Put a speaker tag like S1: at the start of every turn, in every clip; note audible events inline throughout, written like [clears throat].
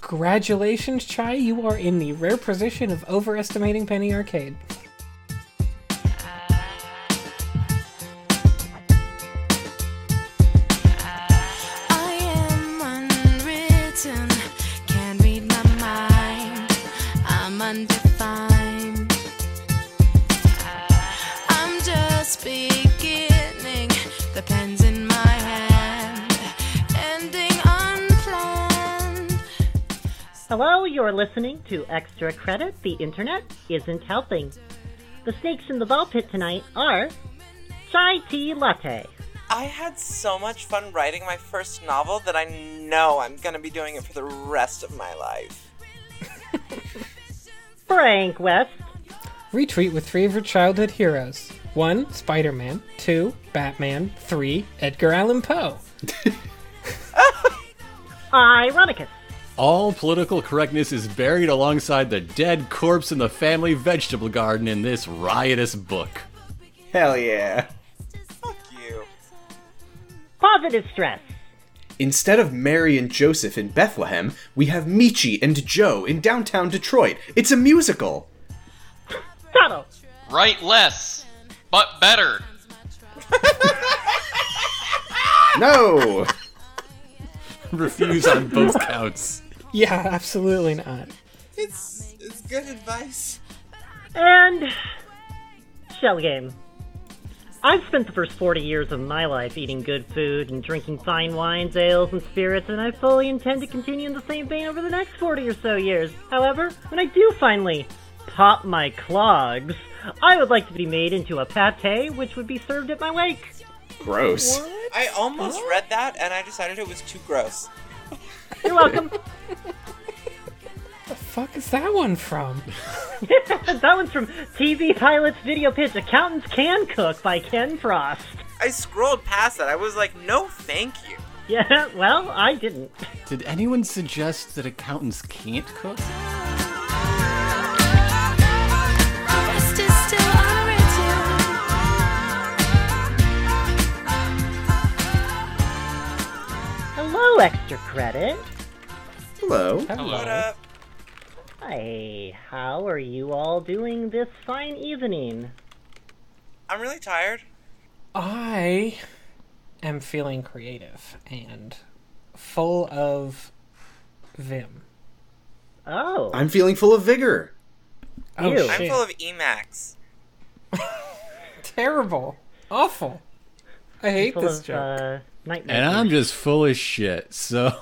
S1: Congratulations, Chai. You are in the rare position of overestimating Penny Arcade.
S2: I am unwritten, can't read my mind. I'm undefined. I'm just beginning. The pen's in my hand, ending unplanned.
S3: Hello, you're listening to Extra Credit The Internet Isn't Helping. The snakes in the ball pit tonight are Chai Tea Latte,
S4: I had so much fun writing my first novel that I know I'm going to be doing it for the rest of my life.
S3: Frank West,
S1: Retreat with three of your childhood heroes. One, Spider Man. Two, Batman. Three, Edgar Allan Poe.
S3: Ironicus,
S5: All political correctness is buried alongside the dead corpse in the family vegetable garden in this riotous book. [laughs]
S6: Hell yeah.
S4: Fuck you.
S3: Positive Stress,
S6: Instead of Mary and Joseph in Bethlehem, we have Michi and Joe in downtown Detroit. It's a musical.
S3: Tuttle,
S7: Write less, but better.
S6: No!
S5: Refuse on [laughs] both counts.
S1: Yeah, [laughs] absolutely not.
S4: It's it's good advice.
S3: and Shell Game. I've spent the first 40 years of my life eating good food and drinking fine wines, ales, and spirits, and I fully intend to continue in the same vein over the next 40 or so years. However, when I do finally pop my clogs, I would like to be made into a pate, which would be served at my wake.
S6: Gross.
S4: I almost read that and I decided it was too gross.
S3: You're welcome.
S1: The fuck is that one from?
S3: that one's from TV Pilots Video Pitch Accountants Can Cook by Ken Frost. [laughs]
S4: I scrolled past that. I was like, "No, thank you."
S3: Yeah, well, I didn't.
S5: Did anyone suggest that accountants can't cook?
S2: Rest is still unwritten.
S3: Hello, Extra Credit.
S6: Hello.
S1: Hello.
S4: What up?
S3: Hi, how are you all doing this fine evening?
S4: I'm really tired.
S1: I am feeling creative and full of vim.
S3: Oh,
S6: I'm feeling full of vigor.
S1: Oh,
S3: Ew.
S4: I'm
S1: shit.
S4: full of Emacs.
S1: Terrible. Awful. I hate
S3: full
S1: this
S3: of
S1: joke.
S3: uh, nightmares.
S5: And I'm just full of shit, [laughs] so.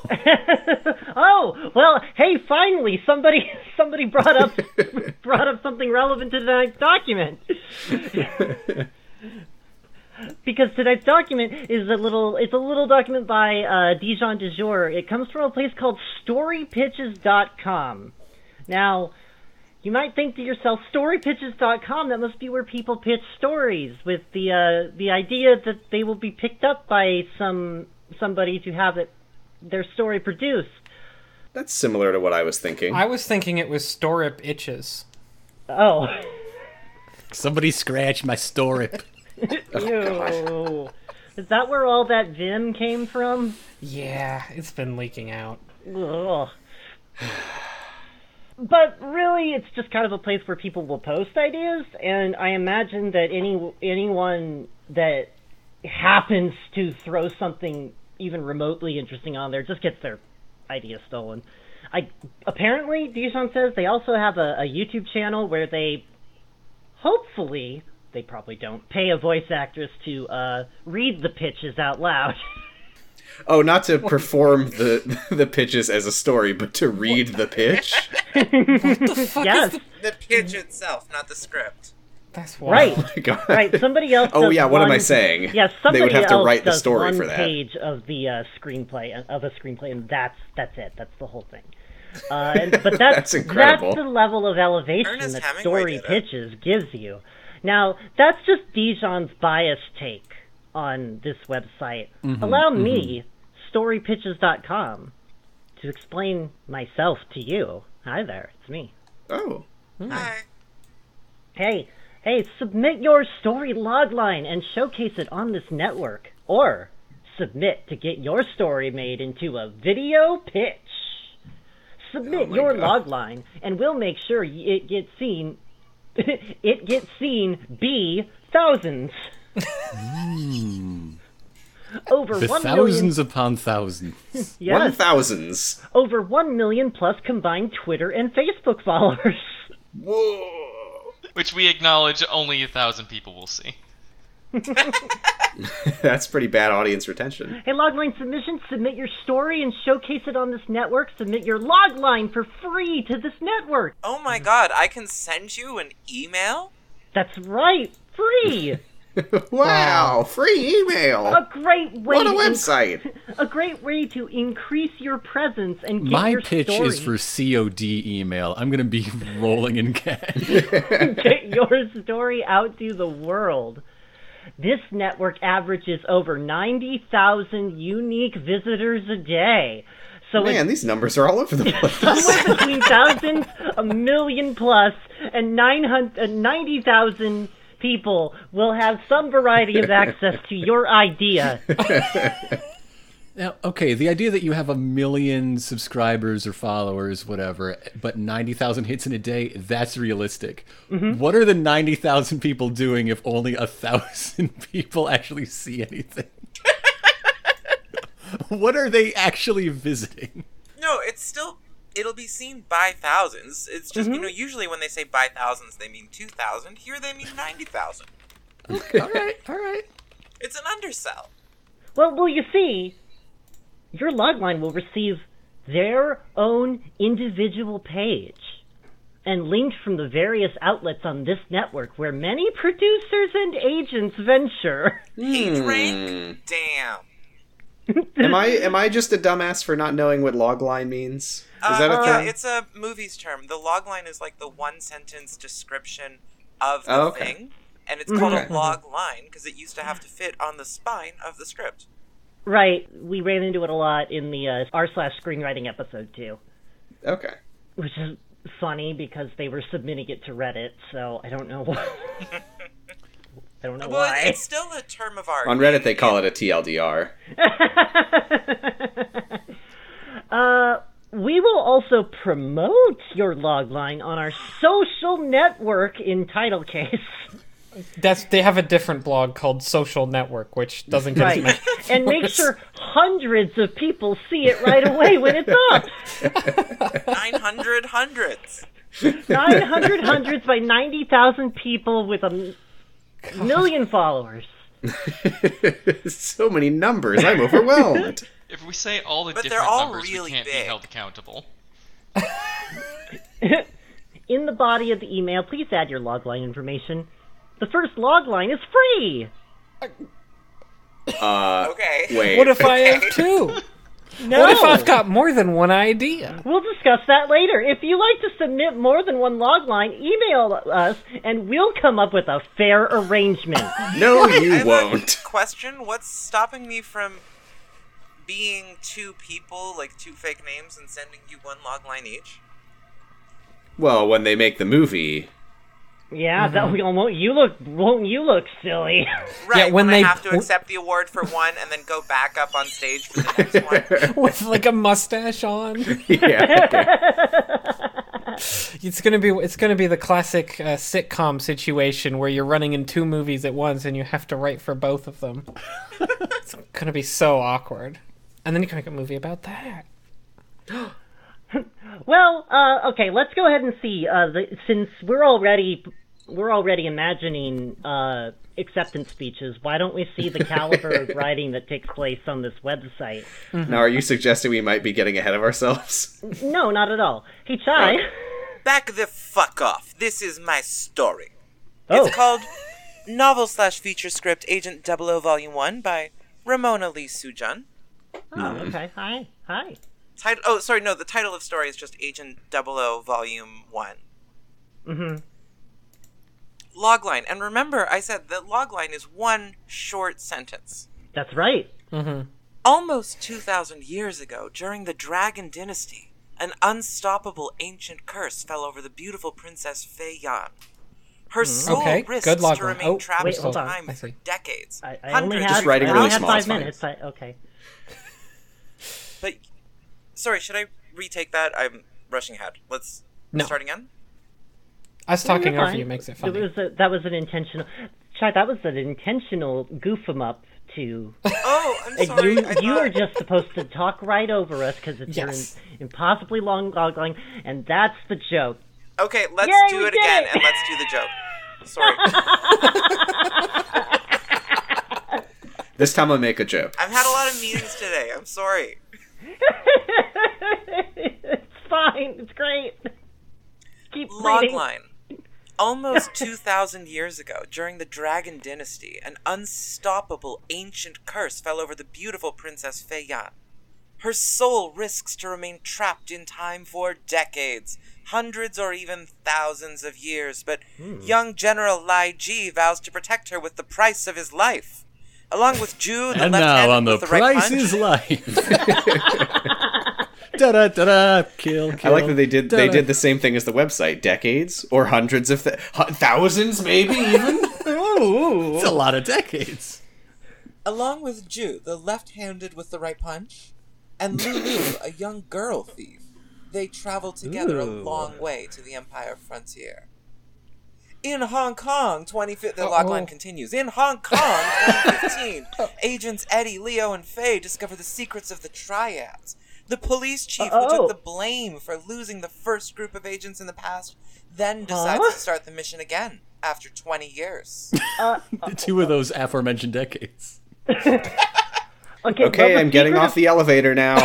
S3: oh, well, hey, finally, somebody, [laughs] somebody brought up, [laughs] brought up something relevant to tonight's document. because tonight's document is a little, it's a little document by uh, Dijon du Jour. It comes from a place called StoryPitches.com. Now, you might think to yourself, StoryPitches.com. That must be where people pitch stories with the uh, the idea that they will be picked up by some somebody to have it their story produced.
S6: That's similar to what I was thinking.
S1: I was thinking it was Storip Itches.
S3: Oh,
S5: Somebody scratch my story. [laughs]
S3: ew. Is that where all that vim came from?
S1: Yeah, it's been leaking out.
S3: Ugh. But really, it's just kind of a place where people will post ideas, and I imagine that any anyone that happens to throw something even remotely interesting on there just gets their idea stolen. I apparently Dijon says they also have a, a YouTube channel where they hopefully they probably don't pay a voice actress to uh, read the pitches out loud. [laughs]
S6: Oh, not to perform the [laughs] the pitches as a story, but to read the pitch. [laughs]
S3: yes,
S4: The pitch itself, not the script.
S1: That's
S3: right.
S1: wild.
S6: God.
S3: Right, somebody else.
S6: [laughs] Oh
S3: does
S6: yeah, what am I
S3: one-
S6: saying?
S3: Yeah, somebody
S6: they would have to
S3: else
S6: write the
S3: does
S6: story
S3: one
S6: for that.
S3: page of the uh, screenplay of a screenplay, and that's that's it. That's the whole thing. Uh, and,
S6: [laughs]
S3: but that's,
S6: That's incredible.
S3: That's the level of elevation
S4: Ernest
S3: that
S4: Hemingway
S3: story
S4: did it.
S3: pitches gives you. Now, that's just Dijon's bias take on this website.
S6: Mm-hmm,
S3: Allow me, storypitches.com, to explain myself to you. Hi there, it's me.
S6: Oh.
S4: Hi.
S3: Hey, hey, submit your story logline and showcase it on this network. Or submit to get your story made into a video pitch. submit
S4: Oh my
S3: your
S4: God.
S3: log line, and we'll make sure y- it gets seen. [laughs] it gets seen. B thousands.
S4: Hmm.
S3: Over
S5: The
S3: one million.
S5: thousands upon thousands.
S3: yes,
S6: One thousands.
S3: over one million plus combined Twitter and Facebook followers.
S6: Whoa.
S7: Which we acknowledge only a thousand people will see.
S6: [laughs] That's pretty bad audience retention.
S3: Hey, logline submission, submit your story and showcase it on this network. Submit your logline for free to this network.
S4: Oh my god, I can send you an email?
S3: That's right, free.
S6: Wow, free email.
S3: a great way.
S6: What a
S3: to in- [laughs]
S6: website.
S3: a great way to increase your presence and get
S5: My
S3: your
S5: pitch
S3: story.
S5: is for COD email. I'm going to be [laughs] rolling in
S3: [laughs]
S5: cash.
S3: get your story out to the world. This network averages over 90,000 unique visitors a day. So
S6: Man,
S3: it's
S6: these numbers are all over the place.
S3: somewhere between thousands, a million plus, and 900 uh, 90,000 people will have some variety of access to your idea.
S5: Now, okay, the idea that you have a million subscribers or followers, whatever, but 90,000 hits in a day, that's realistic. What are the 90,000 people doing if only a 1,000 [laughs] people actually see anything? [laughs] what are they actually visiting?
S4: No, it's still it'll be seen by thousands. It's just
S6: Mm-hmm.
S4: you know usually when they say by thousands they mean two thousand. Here they mean ninety thousand.
S5: All right, all right.
S4: It's an undersell.
S3: Well, well, you see, your logline will receive their own individual page and linked from the various outlets on this network where many producers and agents venture. [laughs]
S6: Hmm.
S4: Age rank? Damn.
S6: am I am I just a dumbass for not knowing what logline means? Is that a
S4: Uh,
S6: thing?
S4: yeah, it's a movies term. The log line is like the one sentence description of the
S6: Oh, okay. Mm-hmm.
S4: thing. And it's called
S6: Okay.
S4: a log line because it used to have to fit on the spine of the script.
S3: Right, we ran into it a lot in the uh, r slash screenwriting episode too,
S6: Okay.
S3: which is funny because they were submitting it to Reddit, so I don't know why. I don't know
S4: Well, it-
S3: why.
S4: it's still a term of art.
S6: On Reddit, they call it a TLDR.
S3: uh, we will also promote your logline on our social network in title case. [laughs]
S1: That's they have a different blog called Social Network, which doesn't get as
S3: Right.
S1: much.
S3: and make sure hundreds of people see it right away when it's up.
S4: 900 hundreds.
S3: 900 hundreds by 90,000 people with a m- million followers.
S6: so many numbers. I'm overwhelmed.
S7: If we say all the
S4: But they're
S7: different
S4: all
S7: numbers,
S4: really
S7: we can't
S4: big.
S7: be held accountable.
S3: In the body of the email, please add your logline information. The first logline is free.
S6: Uh,
S4: Okay.
S6: [laughs] wait.
S1: What if I have two?
S3: No.
S1: What if I've got more than one idea?
S3: We'll discuss that later. If you like to submit more than one logline, email us and we'll come up with a fair arrangement.
S4: [laughs]
S6: No, you
S4: have a
S6: won't.
S4: question. What's stopping me from being two people, like two fake names, and sending you one log line each?
S6: Well, when they make the movie,
S4: Mm-hmm.
S3: yeah, that we won't you look won't you look silly? [laughs]
S1: when
S4: Right. when,
S1: they-
S4: I have to accept the award for one and then go back up on stage for the next
S1: [laughs]
S4: one.
S1: With like a mustache on,
S6: [laughs] yeah,
S1: it's gonna be it's gonna be the classic uh, sitcom situation where you're running in two movies at once and you have to write for both of them. it's gonna be so awkward, and then you can make a movie about that.
S3: well, uh, okay, let's go ahead and see. Uh, the, since we're already we're already imagining uh, acceptance speeches, why don't we see the caliber
S4: [laughs]
S3: of writing that takes place on this website?
S6: [laughs] now are you suggesting we might be getting ahead of ourselves? [laughs]
S3: No, not at all. Hey, Chai.
S4: Back the fuck off. This is my story.
S3: [laughs] Oh,
S4: It's called Novel slash Feature Script Agent 00 Volume 1 by Ramona Lee Sujan.
S3: oh, okay. Hi, hi.
S4: Title, oh, sorry, no, the title of story is just Agent 00 Volume 1. Mm-hmm. Logline. And remember, I said that logline is one short sentence.
S3: That's right.
S4: Almost 2,000 years ago, during the Dragon Dynasty, an unstoppable ancient curse fell over the beautiful Princess Fei Yan. Her soul
S1: Mm-hmm. Okay,
S4: risks
S1: good logline.
S4: to remain
S1: Oh,
S4: trapped
S1: wait,
S4: in
S1: hold on. I
S4: time for
S1: see.
S4: decades.
S3: I, I only
S4: hundreds
S3: have,
S4: of
S6: writing
S3: I
S4: thousands.
S3: only have
S6: really small
S3: five
S6: is fine.
S3: minutes. I, okay.
S4: But sorry, should I retake that? I'm rushing ahead. Let's
S1: No.
S4: start again.
S1: Us talking
S3: You're
S1: over
S3: fine.
S1: you makes it funny.
S3: was a, that was an intentional. Chai, that was an intentional goof 'em up to.
S4: Oh, I'm
S3: And
S4: sorry.
S3: you
S4: I
S3: you are
S4: thought-
S3: just supposed to talk right over us because it's
S1: Yes.
S3: your in, impossibly long log line, and that's the joke. [laughs]
S4: [laughs] Okay, let's
S3: Yay,
S4: do
S3: we
S4: it
S3: did
S4: again
S3: it!
S4: and let's do the joke.
S3: [laughs]
S4: Sorry.
S6: This time I'll make a joke.
S4: I've had a lot of meetings today. I'm sorry.
S3: it's fine. It's great. Keep reading.
S4: Logline. Almost 2,000 years ago, during the Dragon Dynasty, an unstoppable ancient curse fell over the beautiful Princess Feiyan. Her soul risks to remain trapped in time for decades, hundreds or even thousands of years, but
S5: Hmm.
S4: young General Lai Ji vows to protect her with the price of his life. Along with Ju, the
S5: And
S4: left
S5: now
S4: hand
S5: on the,
S4: with the right
S5: Price
S4: punch-
S5: is Life. [laughs] da da da da. Kill,
S6: I
S5: kill.
S6: like that they did they
S5: da-da.
S6: did the same thing as the website. Decades or hundreds of th- hu- thousands, maybe even.
S5: It's a lot of decades.
S4: along with Ju, the left-handed with the right punch,
S3: [laughs]
S4: and Lulu, a young girl thief. They travel together a
S3: Ooh.
S4: long way to the Empire frontier. In Hong Kong, 25th, the logline continues. In Hong Kong,
S3: [laughs]
S4: 2015, agents Eddie, Leo, and Faye discover the secrets of the triads. The police chief who
S3: Oh.
S4: took the blame for losing the first group of agents in the past then decides
S3: Huh?
S4: to start the mission again after 20 years.
S5: The Two of those aforementioned decades.
S3: Okay, well,
S6: [laughs] Okay,
S3: the
S6: I'm getting
S3: secret
S6: off
S3: of-
S6: the elevator now.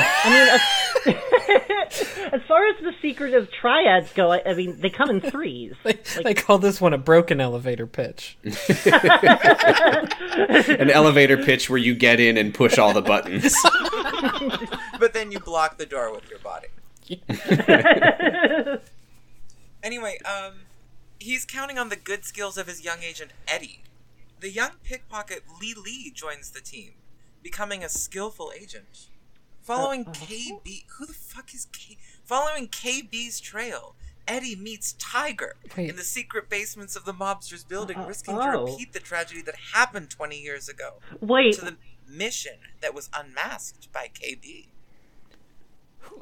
S3: As far as the secret of triads go, I, I mean, they come in threes.
S1: [laughs] they call this one a broken elevator pitch.
S6: [laughs] An elevator pitch where you get in and push all the [laughs] buttons.
S4: but then you block the door with your body. anyway, um, he's counting on the good skills of his young agent Eddie. The young pickpocket Lee Lee joins the team, becoming a skillful agent. Following KB, who the fuck is K? Following KB's trail, Eddie meets Tiger
S1: Wait.
S4: in the secret basements of the mobster's building, risking to
S3: oh.
S4: repeat the tragedy that happened 20 years ago
S3: Wait,
S4: to the mission that was unmasked by KB.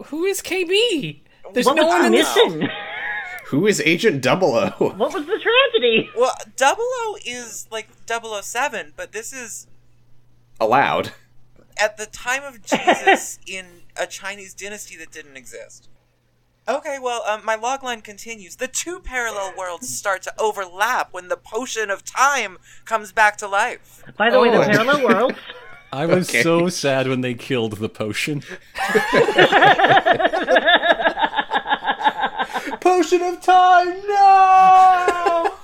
S1: Who is KB? There's
S3: what
S1: no
S3: was
S1: one
S3: the
S1: in this.
S3: mission?
S6: Who is Agent Double O?
S3: What was the tragedy?
S4: Well, Double O is like 007, but this is
S6: Allowed.
S4: at the time of Jesus in a Chinese dynasty that didn't exist. Okay, well, um, my logline continues. The two parallel worlds start to overlap when the potion of time comes back to life.
S3: By the way, the
S1: Oh.
S3: parallel worlds.
S5: I was
S6: Okay.
S5: so sad when they killed the potion.
S6: Potion of Time. No.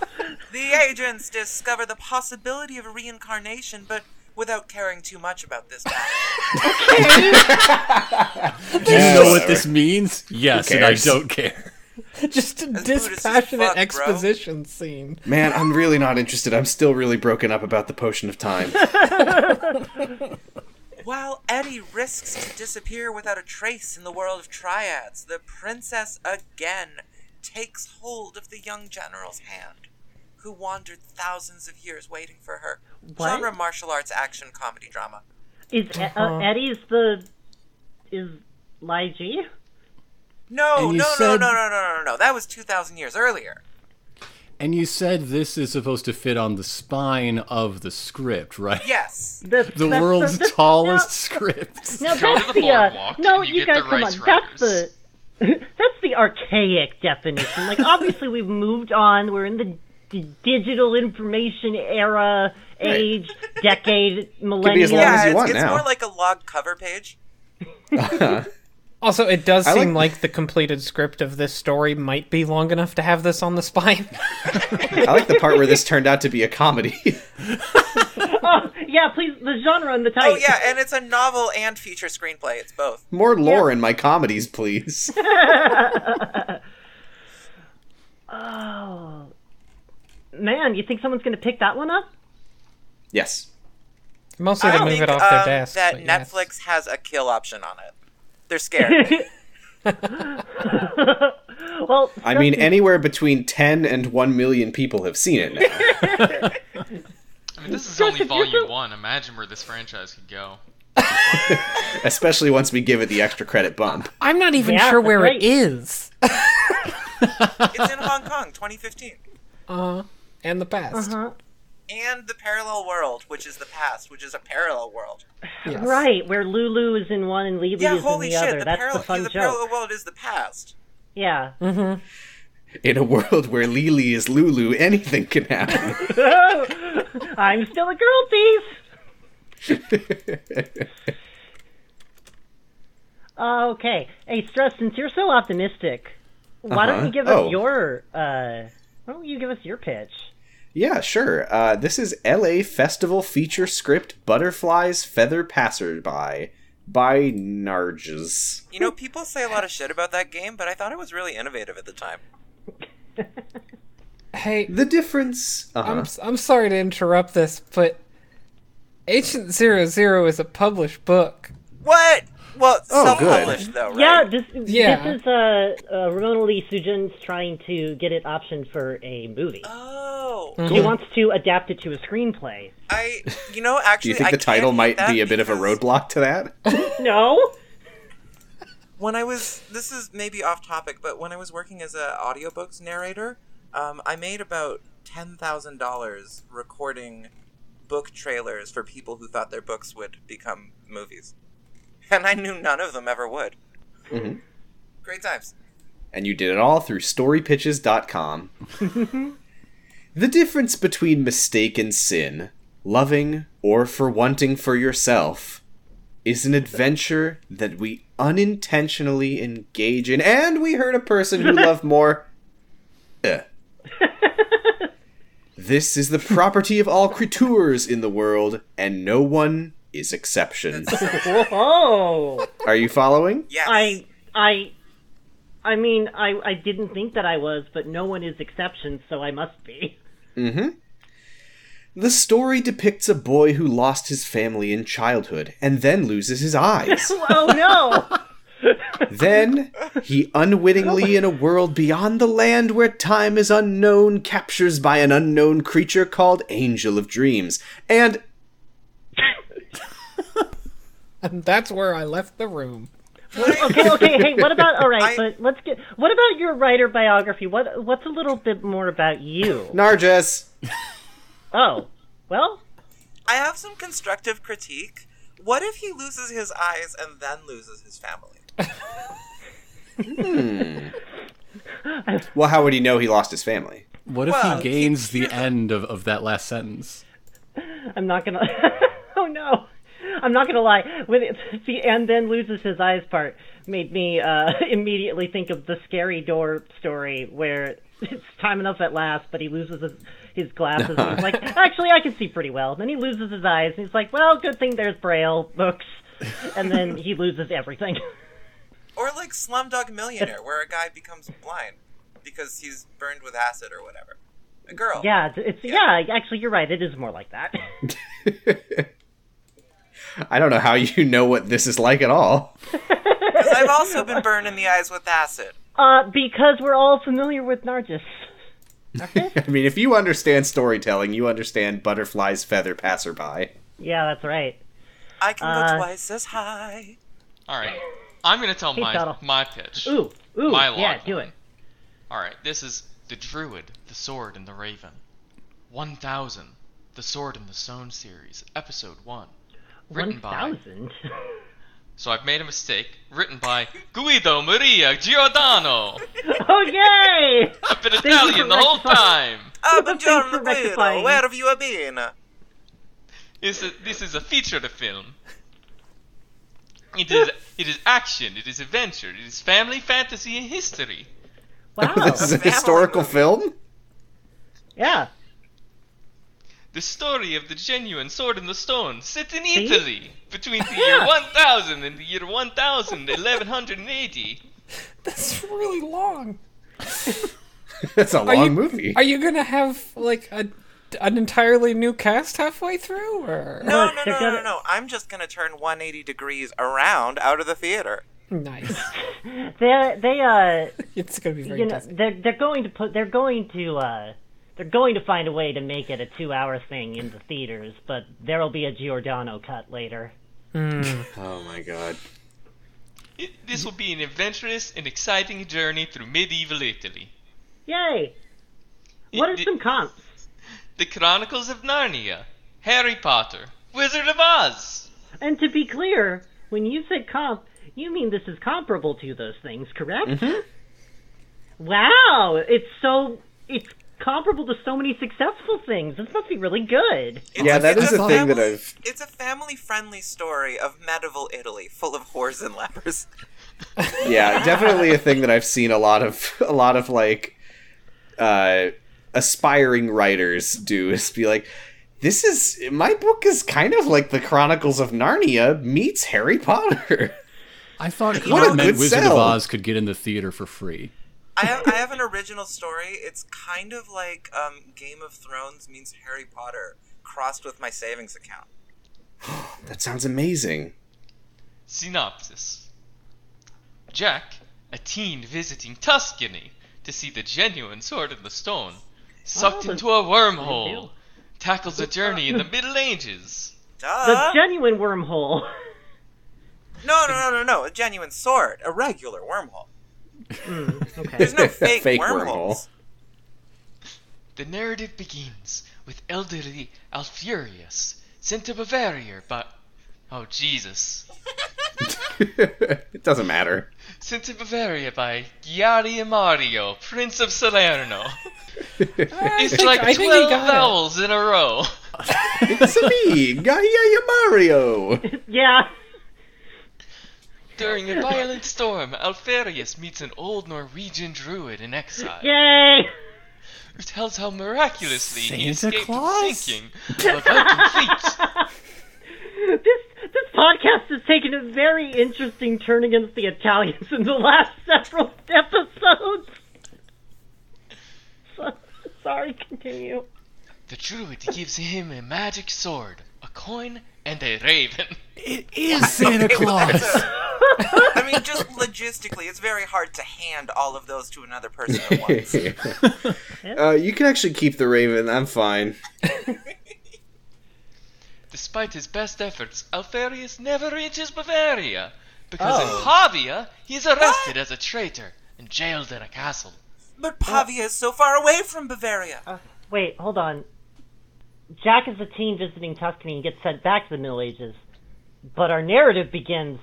S4: The agents discover the possibility of reincarnation, but without caring too much about this.
S5: Do you know what
S6: Sure.
S5: this means? Yes, and I
S6: cares?
S5: don't care.
S1: [laughs] Just a
S4: as
S1: dispassionate
S4: fuck, bro.
S1: exposition scene.
S6: Man, I'm really not interested. I'm still really broken up about the Potion of Time.
S4: While Eddie risks to disappear without a trace in the world of triads, the princess again takes hold of the young general's hand, who wandered thousands of years waiting for her.
S3: What?
S4: Genre martial arts action comedy drama.
S3: Is E- uh, Eddie's the is Lai G?
S4: No,
S5: And you
S4: no,
S5: said-
S4: no, no, no, no, no, no. That was 2,000 years earlier.
S5: And you said this is supposed to fit on the spine of the script, right?
S4: Yes.
S3: The,
S5: The
S3: that's [laughs]
S5: world's
S3: that's-
S5: tallest script.
S3: No,
S7: Go to
S3: that's
S7: the
S3: the uh,
S7: boardwalk
S3: no.
S7: and
S3: You,
S7: you
S3: guys,
S7: get the
S3: come on.
S7: Rice
S3: That's the [laughs] that's the archaic definition. Like, obviously, we've moved on. We're in the d- digital information era, age, decade,
S6: be as
S3: millennium.
S6: long as
S4: Yeah,
S6: you
S4: it's,
S6: want
S4: it's
S6: now.
S4: more like a log cover page.
S1: Also, it does seem
S6: like-
S1: like... the completed script of this story might be long enough to have this on the spine. [laughs]
S6: I like the part where this turned out to be a comedy. [laughs]
S3: Oh, yeah, please. The genre and the title.
S4: Oh, yeah, and it's a novel and feature screenplay. It's both.
S6: More lore in my comedies, please.
S3: Oh, Man, you think someone's going to pick that one up?
S6: Yes.
S1: Mostly they
S4: I
S1: move
S4: think,
S1: it off
S4: um,
S1: their desk.
S4: that
S1: but yes.
S4: Netflix has a kill option on it. They're scared.
S3: Well,
S6: I mean, anywhere between 10 and 1 million people have seen it now.
S7: I mean,
S4: [laughs]
S7: this is
S3: Justin,
S7: only
S3: you're
S7: volume
S3: so-
S7: one. Imagine where this franchise could go.
S6: Especially once we give it the extra credit bump.
S1: I'm not even
S3: Yeah,
S1: sure where
S3: right.
S1: it is.
S4: It's in Hong Kong, 2015.
S1: Uh huh. And the past.
S4: Uh-huh.
S3: Huh?
S4: And the parallel world, which is the past, which is a parallel world.
S1: Yes.
S3: Right, where Lulu is in one and Lily
S4: Yeah,
S3: is
S4: holy
S3: in the
S4: shit,
S3: other.
S4: the,
S3: That's
S4: parallel,
S3: the fun
S4: the
S3: joke.
S4: parallel world is the past.
S3: Yeah.
S4: [laughs]
S6: In a world where Lily is Lulu, anything can happen.
S3: I'm still a girl thief.
S4: [laughs]
S3: okay. Hey, Stress, since you're so optimistic, why
S6: Uh-huh.
S3: don't you give
S6: Oh.
S3: us your uh why don't you give us your pitch?
S6: yeah, sure. Uh, this is LA Festival feature script Butterflies Feather Passerby by Narges.
S4: You know, people say a lot of shit about that game, but I thought it was really innovative at the time.
S1: Hey,
S6: The difference.
S1: I'm,
S6: Uh-huh.
S1: s- I'm sorry to interrupt this, but Agent Zero Zero is a published book.
S4: What? Well,
S6: Oh, good.
S4: self-published though, right?
S3: Yeah, this
S1: Yeah.
S3: this is uh, uh Ramona Lee Sujin's trying to get it optioned for a movie.
S4: Oh,
S3: She wants to adapt it to a screenplay.
S4: I. You know,
S6: [laughs] Do
S4: actually,
S6: you think
S4: I
S6: the title
S4: can't
S6: might
S4: hate
S6: be
S4: that
S6: a bit of a
S4: because
S6: roadblock to that?
S3: No.
S4: [laughs] When I was, this is maybe off topic, but when I was working as a audiobooks narrator, um, I made about ten thousand dollars recording book trailers for people who thought their books would become movies, [laughs] and I knew none of them ever would. Great times.
S6: and you did it all through storypitches.com. the difference between mistake and sin, loving or for wanting for yourself, is an adventure that we unintentionally engage in, and we hurt a person who loved more. Eh. this is the property of all creatures in the world, and no one is exception.
S3: Whoa.
S6: Are you following?
S4: Yes.
S3: I I I mean, I I didn't think that I was, but no one is exception, so I must be.
S6: The story depicts a boy who lost his family in childhood and then loses his
S1: [laughs]
S6: eyes.
S3: Oh no.
S6: then he unwittingly in a world beyond the land where time is unknown captures by an unknown creature called Angel of Dreams. And
S1: And that's where I left the room. [laughs]
S3: okay, [laughs] okay. Hey, what about all right?
S4: I-
S3: but let's get. What about your writer biography? What What's a little bit more about you?
S6: Narges,
S3: Oh, well,
S4: [laughs] I have some constructive critique. What if he loses his eyes and then loses his family?
S6: well how would he know he lost his family?
S5: What if
S4: Well,
S5: he gains the end of, of that last sentence?
S3: I'm not gonna. [laughs] oh no, I'm not gonna lie. With it, [laughs] the and then loses his eyes part made me uh, [laughs] immediately think of the scary door story where it's time enough at last, but he loses his. His glasses. And he's like, actually, I can see pretty well. Then he loses his eyes, and he's like, well, good thing there's braille books. And then he loses everything. [laughs]
S4: Or like Slumdog Millionaire, where a guy becomes blind because he's burned with acid or whatever. A girl.
S3: Yeah, it's, it's yeah. Actually, you're right. It is more like that. [laughs]
S6: I don't know how [laughs] you know what this is like at all.
S4: Because I've also been burned in the eyes with acid.
S3: Uh, because we're all familiar with Nargis.
S6: I mean, if you understand storytelling, you understand butterflies feather passerby.
S3: Yeah, that's right.
S4: I can
S3: Uh,
S4: go twice as high. [laughs]
S7: All right. I'm going to tell my,
S3: Tuttle.
S7: my pitch.
S3: Ooh, ooh,
S7: My
S3: yeah,
S7: log
S3: do
S7: line.
S3: it.
S7: All right. This is The Druid, The Sword, and the Raven. 1000. The Sword and the Stone series, episode 1. Written
S3: One
S6: [laughs]
S7: by.
S3: thousand.
S7: So I've made a mistake. Written by Guido Maria Giordano.
S3: oh yay!
S7: I've been
S3: you
S7: Italian
S3: for
S7: the whole
S3: rectifying.
S7: time.
S4: Ah,
S3: [laughs]
S4: but
S3: Thanks
S4: John
S3: for
S4: Guido,
S3: rectifying.
S4: where have you been?
S7: This is, this is a feature film. It is it is action. It is adventure. It is family, fantasy, and history.
S3: [laughs] Wow.
S6: This is a historical film? [laughs]
S3: yeah.
S7: The story of the genuine sword in the stone set in
S3: See?
S7: Italy between the year 1000 and the year 1000, 1180.
S1: That's really long.
S6: That's a long
S1: you-
S6: movie.
S1: Are you gonna have like a an entirely new cast halfway through, or [laughs]
S4: No,
S3: Look,
S4: no,
S3: they're
S4: no, no,
S3: gonna-
S4: no, no. I'm just going to turn 180 degrees around out of the theater.
S1: nice?
S3: They they uh
S1: It's gonna be very
S3: you know
S1: dizzy.
S3: they're they're going to put they're going to uh they're going to find a way to make it a two hour thing in the theaters, but there'll be a Giordano cut later.
S6: Oh my god.
S7: It, this will be an adventurous and exciting journey through medieval Italy.
S3: Yay! What are
S7: It-
S3: some comps?
S7: The Chronicles of Narnia, Harry Potter, Wizard of Oz.
S3: And to be clear, when you said comp, you mean this is comparable to those things, correct?
S7: Mm-hmm.
S3: Wow, it's so it's comparable to so many successful things. This must be really good.
S4: It's
S6: Yeah, that
S4: it's
S6: is a thing that
S4: family-
S6: I've-
S4: It's a family-friendly story of medieval Italy, full of whores and lepers.
S6: yeah, definitely a thing that I've seen a lot of a lot of like uh aspiring writers do is be like this is my book is kind of like the Chronicles of Narnia meets Harry Potter. [laughs]
S5: I thought
S6: a
S5: Clark meant
S6: good
S5: Wizard of
S6: sell.
S5: Oz could get in the theater for free.
S4: I have, I have an original story. It's kind of like um, Game of Thrones means Harry Potter crossed with my savings account.
S6: That sounds amazing. [laughs]
S7: Synopsis Jack, a teen visiting Tuscany to see the genuine sword in the stone, sucked
S3: Oh,
S7: into a wormhole,
S3: deal.
S7: tackles a journey in the Middle Ages.
S3: The
S4: Duh!
S3: genuine wormhole. [laughs]
S4: no, no, no, no, no. A genuine sword. A regular wormhole.
S3: Mm, okay.
S4: There's
S6: [laughs]
S4: no fake,
S6: Fake
S4: wormholes.
S7: The narrative begins with elderly Alfurius, sent to Bavaria by. Oh, Jesus.
S6: it doesn't matter.
S7: Sent to Bavaria by Mario, Prince of Salerno. It's like
S1: [laughs] I think he
S7: 12
S1: got it.
S7: vowels in a row.
S6: It's me, Gaia Mario.
S3: Yeah.
S7: During a violent storm, Alfarius meets an old Norwegian druid in exile,
S3: Yay. [laughs]
S7: who tells how miraculously he
S5: Santa
S7: escaped the
S5: Claus?
S7: sinking of a Viking fleet.
S3: This this podcast has taken a very interesting turn against the Italians in the last [laughs] several episodes. So, sorry, continue.
S7: The druid gives him a magic sword, a coin, and a raven.
S5: It is Santa Claus.
S4: I mean, just logistically, it's very hard to hand all of those to another person at
S6: [laughs]
S4: once.
S6: uh, you can actually keep the Raven. I'm fine.
S7: Despite his best efforts, Alfarius never reaches Bavaria, because in Pavia, he is arrested as a traitor and jailed in a castle.
S4: But Pavia is so far away from Bavaria.
S3: Uh, Wait, hold on. Jack is a teen visiting Tuscany and gets sent back to the Middle Ages, but our narrative begins.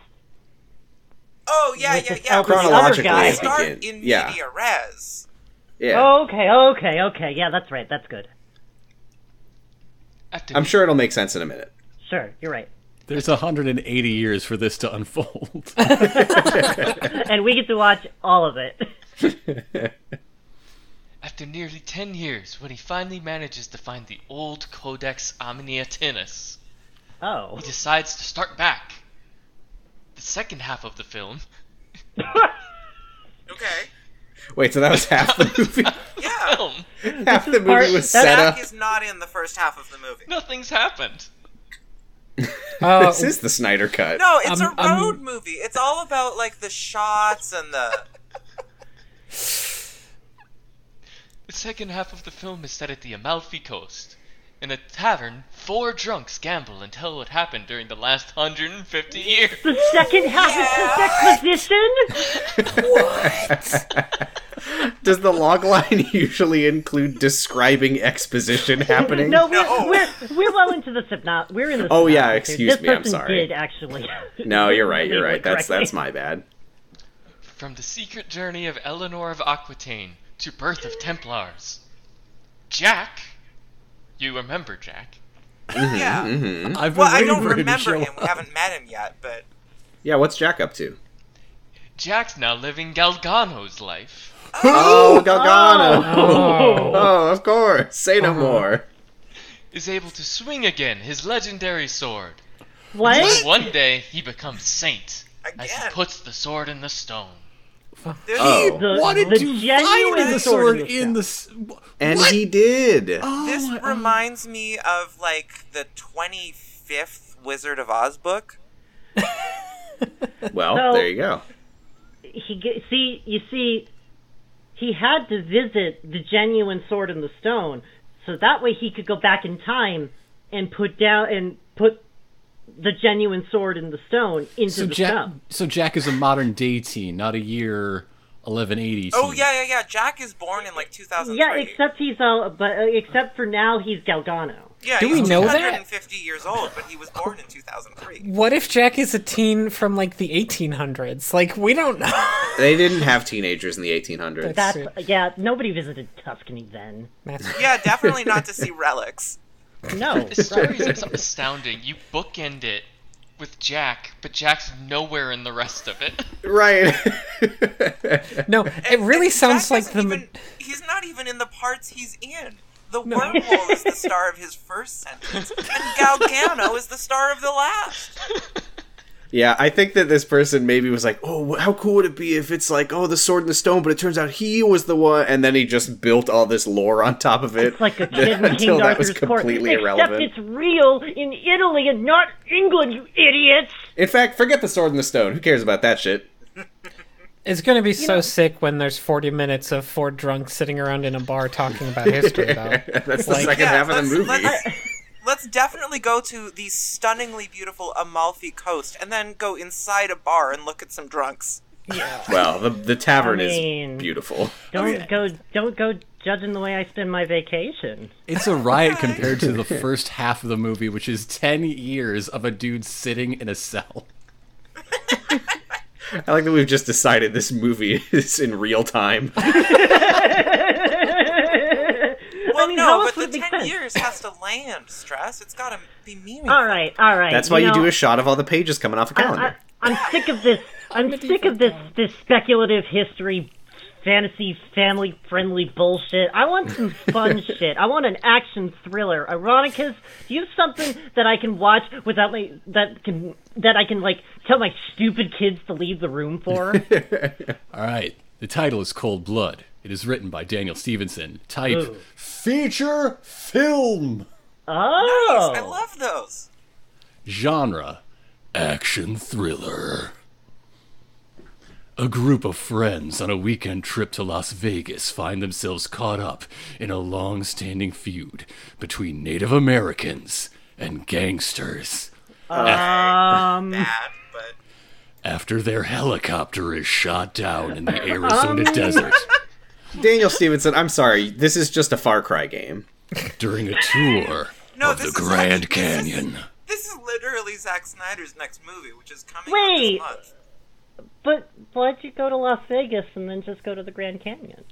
S4: Oh yeah,
S3: With
S4: yeah,
S3: this
S4: yeah.
S3: outbreak
S4: we
S6: Chronologically,
S3: guy.
S6: it
S4: Start
S6: begins-
S4: in
S6: yeah,
S4: media res.
S6: yeah.
S3: Okay, okay, okay. Yeah, that's right. That's good.
S7: At the
S6: I'm sure it'll make sense in a minute.
S3: Sure, you're right.
S5: There's 180 years for this to unfold.
S3: And we get to watch all of it. [laughs]
S7: After nearly ten years, when he finally manages to find the old Codex Amniatinus,
S3: Oh.
S7: he decides to start back. The second half of the film, [laughs]
S4: Okay.
S6: Wait, so that was half the movie.
S4: Yeah.
S7: film,
S6: half the
S3: part-
S6: movie
S3: that's-
S6: was set up.
S4: Jack is not in the first half of the movie.
S7: nothing's happened.
S1: Uh,
S6: This is the Snyder cut.
S4: No, it's
S1: Um,
S4: a road
S1: um,
S4: movie. It's all about like the shots and
S6: [laughs]
S4: the.
S7: The second half of the film is set at the Amalfi Coast. In a tavern, four drunks gamble and tell what happened during the last 150 years.
S3: The second half is just exposition?
S6: Does the log line [laughs] usually include describing exposition happening?
S3: No, we're,
S4: No.
S3: we're, we're well into the hypno- We're in the
S6: Oh, yeah,
S3: synopsis here.
S6: excuse
S3: this
S6: me, I'm
S3: person
S6: sorry.
S3: did actually. [laughs]
S6: No, you're right. You're right. That's
S3: Correctly.
S6: that's my bad.
S7: From the secret journey of Eleanor of Aquitaine to birth of Templars. Jack? You remember Jack?
S4: Yeah.
S5: I've been
S4: Well, I
S5: waiting
S4: don't
S5: for him to
S4: remember
S5: show
S4: him. We
S5: up.
S4: haven't met him yet, but
S6: Yeah, what's Jack up to?
S7: Jack's now living Galgano's life.
S6: Oh, Galgano.
S1: oh.
S6: [laughs] Oh, of course. Say no more.
S7: Is able to swing again his legendary sword.
S3: What?
S7: One day he becomes saint as he
S4: again,
S7: puts the sword in the stone.
S4: there's
S6: Oh,
S3: The,
S5: Wanted
S3: the
S5: to
S3: genuine
S5: find the
S3: sword
S5: sword
S3: in this
S5: in the. s-
S6: and
S5: what?
S6: he did.
S5: Oh
S4: this
S5: my-
S4: reminds me of like the 25th Wizard of Oz book.
S6: Well,
S3: So-
S6: there you go.
S3: he ge- see you see he had to visit the genuine sword in the stone so that way he could go back in time and put down and put the genuine sword and the stone into
S5: So
S3: the
S5: Jack,
S3: stone.
S5: so Jack is a modern day teen, not a year 1180.
S4: Oh
S5: teen.
S4: yeah, yeah, yeah. Jack is born in like 2003.
S3: Yeah, except he's all, but uh, except for now he's Galgano.
S4: Yeah,
S1: Do we
S4: he's
S1: know that?
S4: 150 years old, but he was born in 2003.
S1: What if Jack is a teen from like the 1800s? Like we don't know.
S4: [laughs]
S6: They didn't have teenagers in the 1800s.
S3: That's
S1: Shit.
S3: yeah. Nobody visited Tuscany then.
S4: Yeah, definitely not to see relics.
S3: [laughs] No,
S7: The stories are so astounding. You bookend it with Jack, but Jack's nowhere in the rest of it. [laughs]
S6: Right. [laughs]
S1: No, [laughs] it really
S4: And
S1: sounds
S4: Jack
S1: like
S4: isn't
S1: the.
S4: even- he's not even in the parts he's in. The wormhole is the star of his first sentence, and Galgano is the star of the last.
S6: yeah, I think that this person maybe was like, oh, wh- how cool would it be if it's like, oh, the sword and the stone, but it turns out he was the one, and then he just built all this lore on top of it.
S3: it's [laughs] like a kid in
S6: [laughs] until
S3: King
S6: that was
S3: Arthur's court.
S6: completely
S3: Except
S6: irrelevant.
S3: it's real in Italy and not England, you idiots.
S6: In fact, forget the sword and the stone. Who cares about that shit? [laughs]
S1: It's going to be so sick when there's 40 minutes of four drunks sitting around in a bar talking about history,
S4: [laughs]
S1: though.
S6: That's the
S1: Like-
S6: second half of the movie.
S4: Let's, [laughs] let's definitely go to the stunningly beautiful Amalfi Coast and then go inside a bar and look at some drunks.
S6: well, the, the tavern
S3: I mean-
S6: is beautiful.
S3: Don't go. Don't go judging the way I spend my vacation.
S5: It's
S4: [laughs]
S5: a riot compared to the first half of the movie, which is 10 years of a dude sitting in a cell.
S6: I like that we've just decided this movie [laughs] is in real time.
S4: Well,
S3: mean, how
S4: no,
S3: else
S4: but the
S3: would it make
S4: 10
S3: sense?
S4: years has to land, Stress. It's got to be meaningful.
S3: All right, all right.
S6: That's why you,
S3: know,
S6: do a shot of all the pages coming off a calendar.
S3: I, I'm sick of this. I'm sick of this this speculative history, fantasy, family friendly bullshit. I want some fun shit. I want an action thriller. Ironicus, do you have something that I can watch without my that can that I can like tell my stupid kids to leave the room for?
S5: All right. The title is Cold Blood. It is written by Daniel Stevenson. Type feature film.
S3: oh,
S4: I love those.
S5: Genre action thriller. A group of friends on a weekend trip to Las Vegas find themselves caught up in a long standing feud between Native Americans and gangsters.
S3: Um,
S4: Bad, but
S5: after their helicopter is shot down in the
S4: [laughs] Oh,
S5: Arizona desert
S6: Daniel Stevenson, I'm sorry. This is just a Far Cry game.
S5: during a tour
S4: No,
S5: of
S4: this
S5: the
S4: is
S5: Grand
S4: actually- this is-
S5: Canyon.
S4: this is literally Zack Snyder's next movie, which is coming
S3: Wait.
S4: out this month.
S3: but why'd you go to Las Vegas and then just go to the Grand Canyon?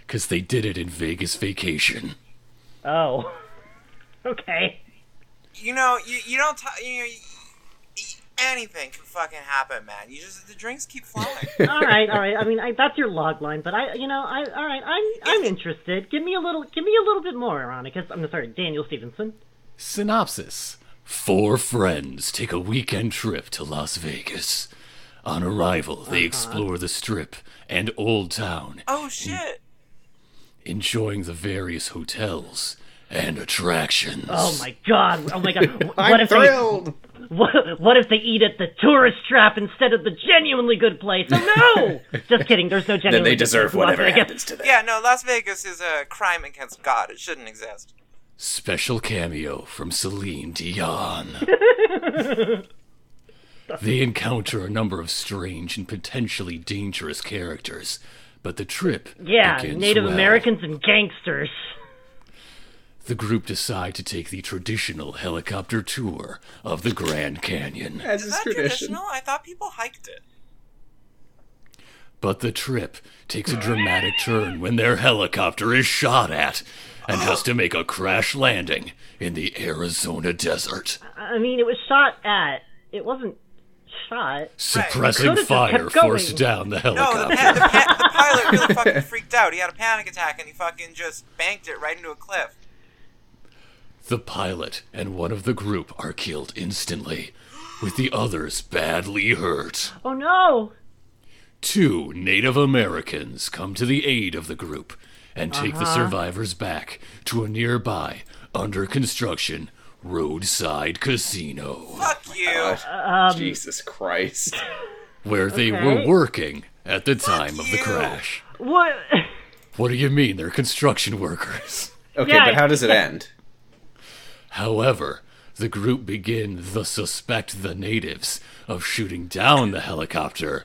S5: Because they did it in Vegas vacation.
S3: Oh, [laughs] okay.
S4: You know, you, you don't t- you know, you- anything can fucking happen, man. You just the drinks keep flowing.
S6: [laughs]
S3: all right, all right. I mean, I, that's your log line, but I, you know, I, all right, I'm, I'm interested. Give me a little, give me a little bit more, Ironicus. I'm sorry, Daniel Stevenson.
S5: Synopsis Four friends take a weekend trip to Las Vegas. On arrival, they
S3: Uh-huh.
S5: explore the strip and Old Town,
S4: oh shit.
S5: enjoying the various hotels and attractions.
S3: Oh my God! Oh my
S6: [laughs]
S3: God!
S6: I'm
S3: What if
S6: thrilled.
S3: they, [laughs] what, what if they eat at the tourist trap instead of the genuinely good place? Oh
S6: [laughs]
S3: no! Just kidding. There's no genuinely.
S6: Then they
S3: good
S6: deserve
S3: place in Las
S6: whatever
S3: Vegas.
S6: happens to them.
S4: Yeah, no, Las Vegas is a crime against God. It shouldn't exist.
S5: Special cameo from
S3: [laughs]
S5: Celine Dion. they encounter a number of strange and potentially dangerous characters, but the trip
S3: Yeah,
S5: begins
S3: Native
S5: well.
S3: Americans and gangsters.
S5: The group decide to take the traditional helicopter tour of the Grand Canyon,
S6: As
S4: Is
S6: is
S4: that
S6: tradition.
S4: traditional? I thought people hiked it.
S5: but the trip takes a dramatic turn when their helicopter is shot at and has to make a crash landing in the Arizona desert,
S3: I mean, it was shot at. It wasn't shot.
S5: suppressing
S3: Could've just
S5: fire
S3: kept going.
S5: forced down the
S4: No,
S5: helicopter.
S4: Oh, the, pa- the, pa-
S5: [laughs]
S4: the pilot really fucking freaked out. He had a panic attack and he fucking just banked it right into a cliff.
S5: The pilot and one of the group are killed instantly, with the others badly hurt.
S3: Oh no! [laughs]
S5: Two Native Americans come to the aid of the group and take
S4: Uh-huh.
S5: the survivors back to a nearby, under construction, roadside casino,
S4: Fuck
S5: Oh,
S4: you.
S3: Um,
S6: Jesus Christ.
S3: [laughs]
S5: where they were working at the time of the
S4: you.
S5: crash.
S3: What?
S5: What do you mean they're construction workers? [laughs]
S6: Okay,
S3: Yeah,
S6: but how does it end?
S5: However, the group begin the suspect the natives of shooting down the helicopter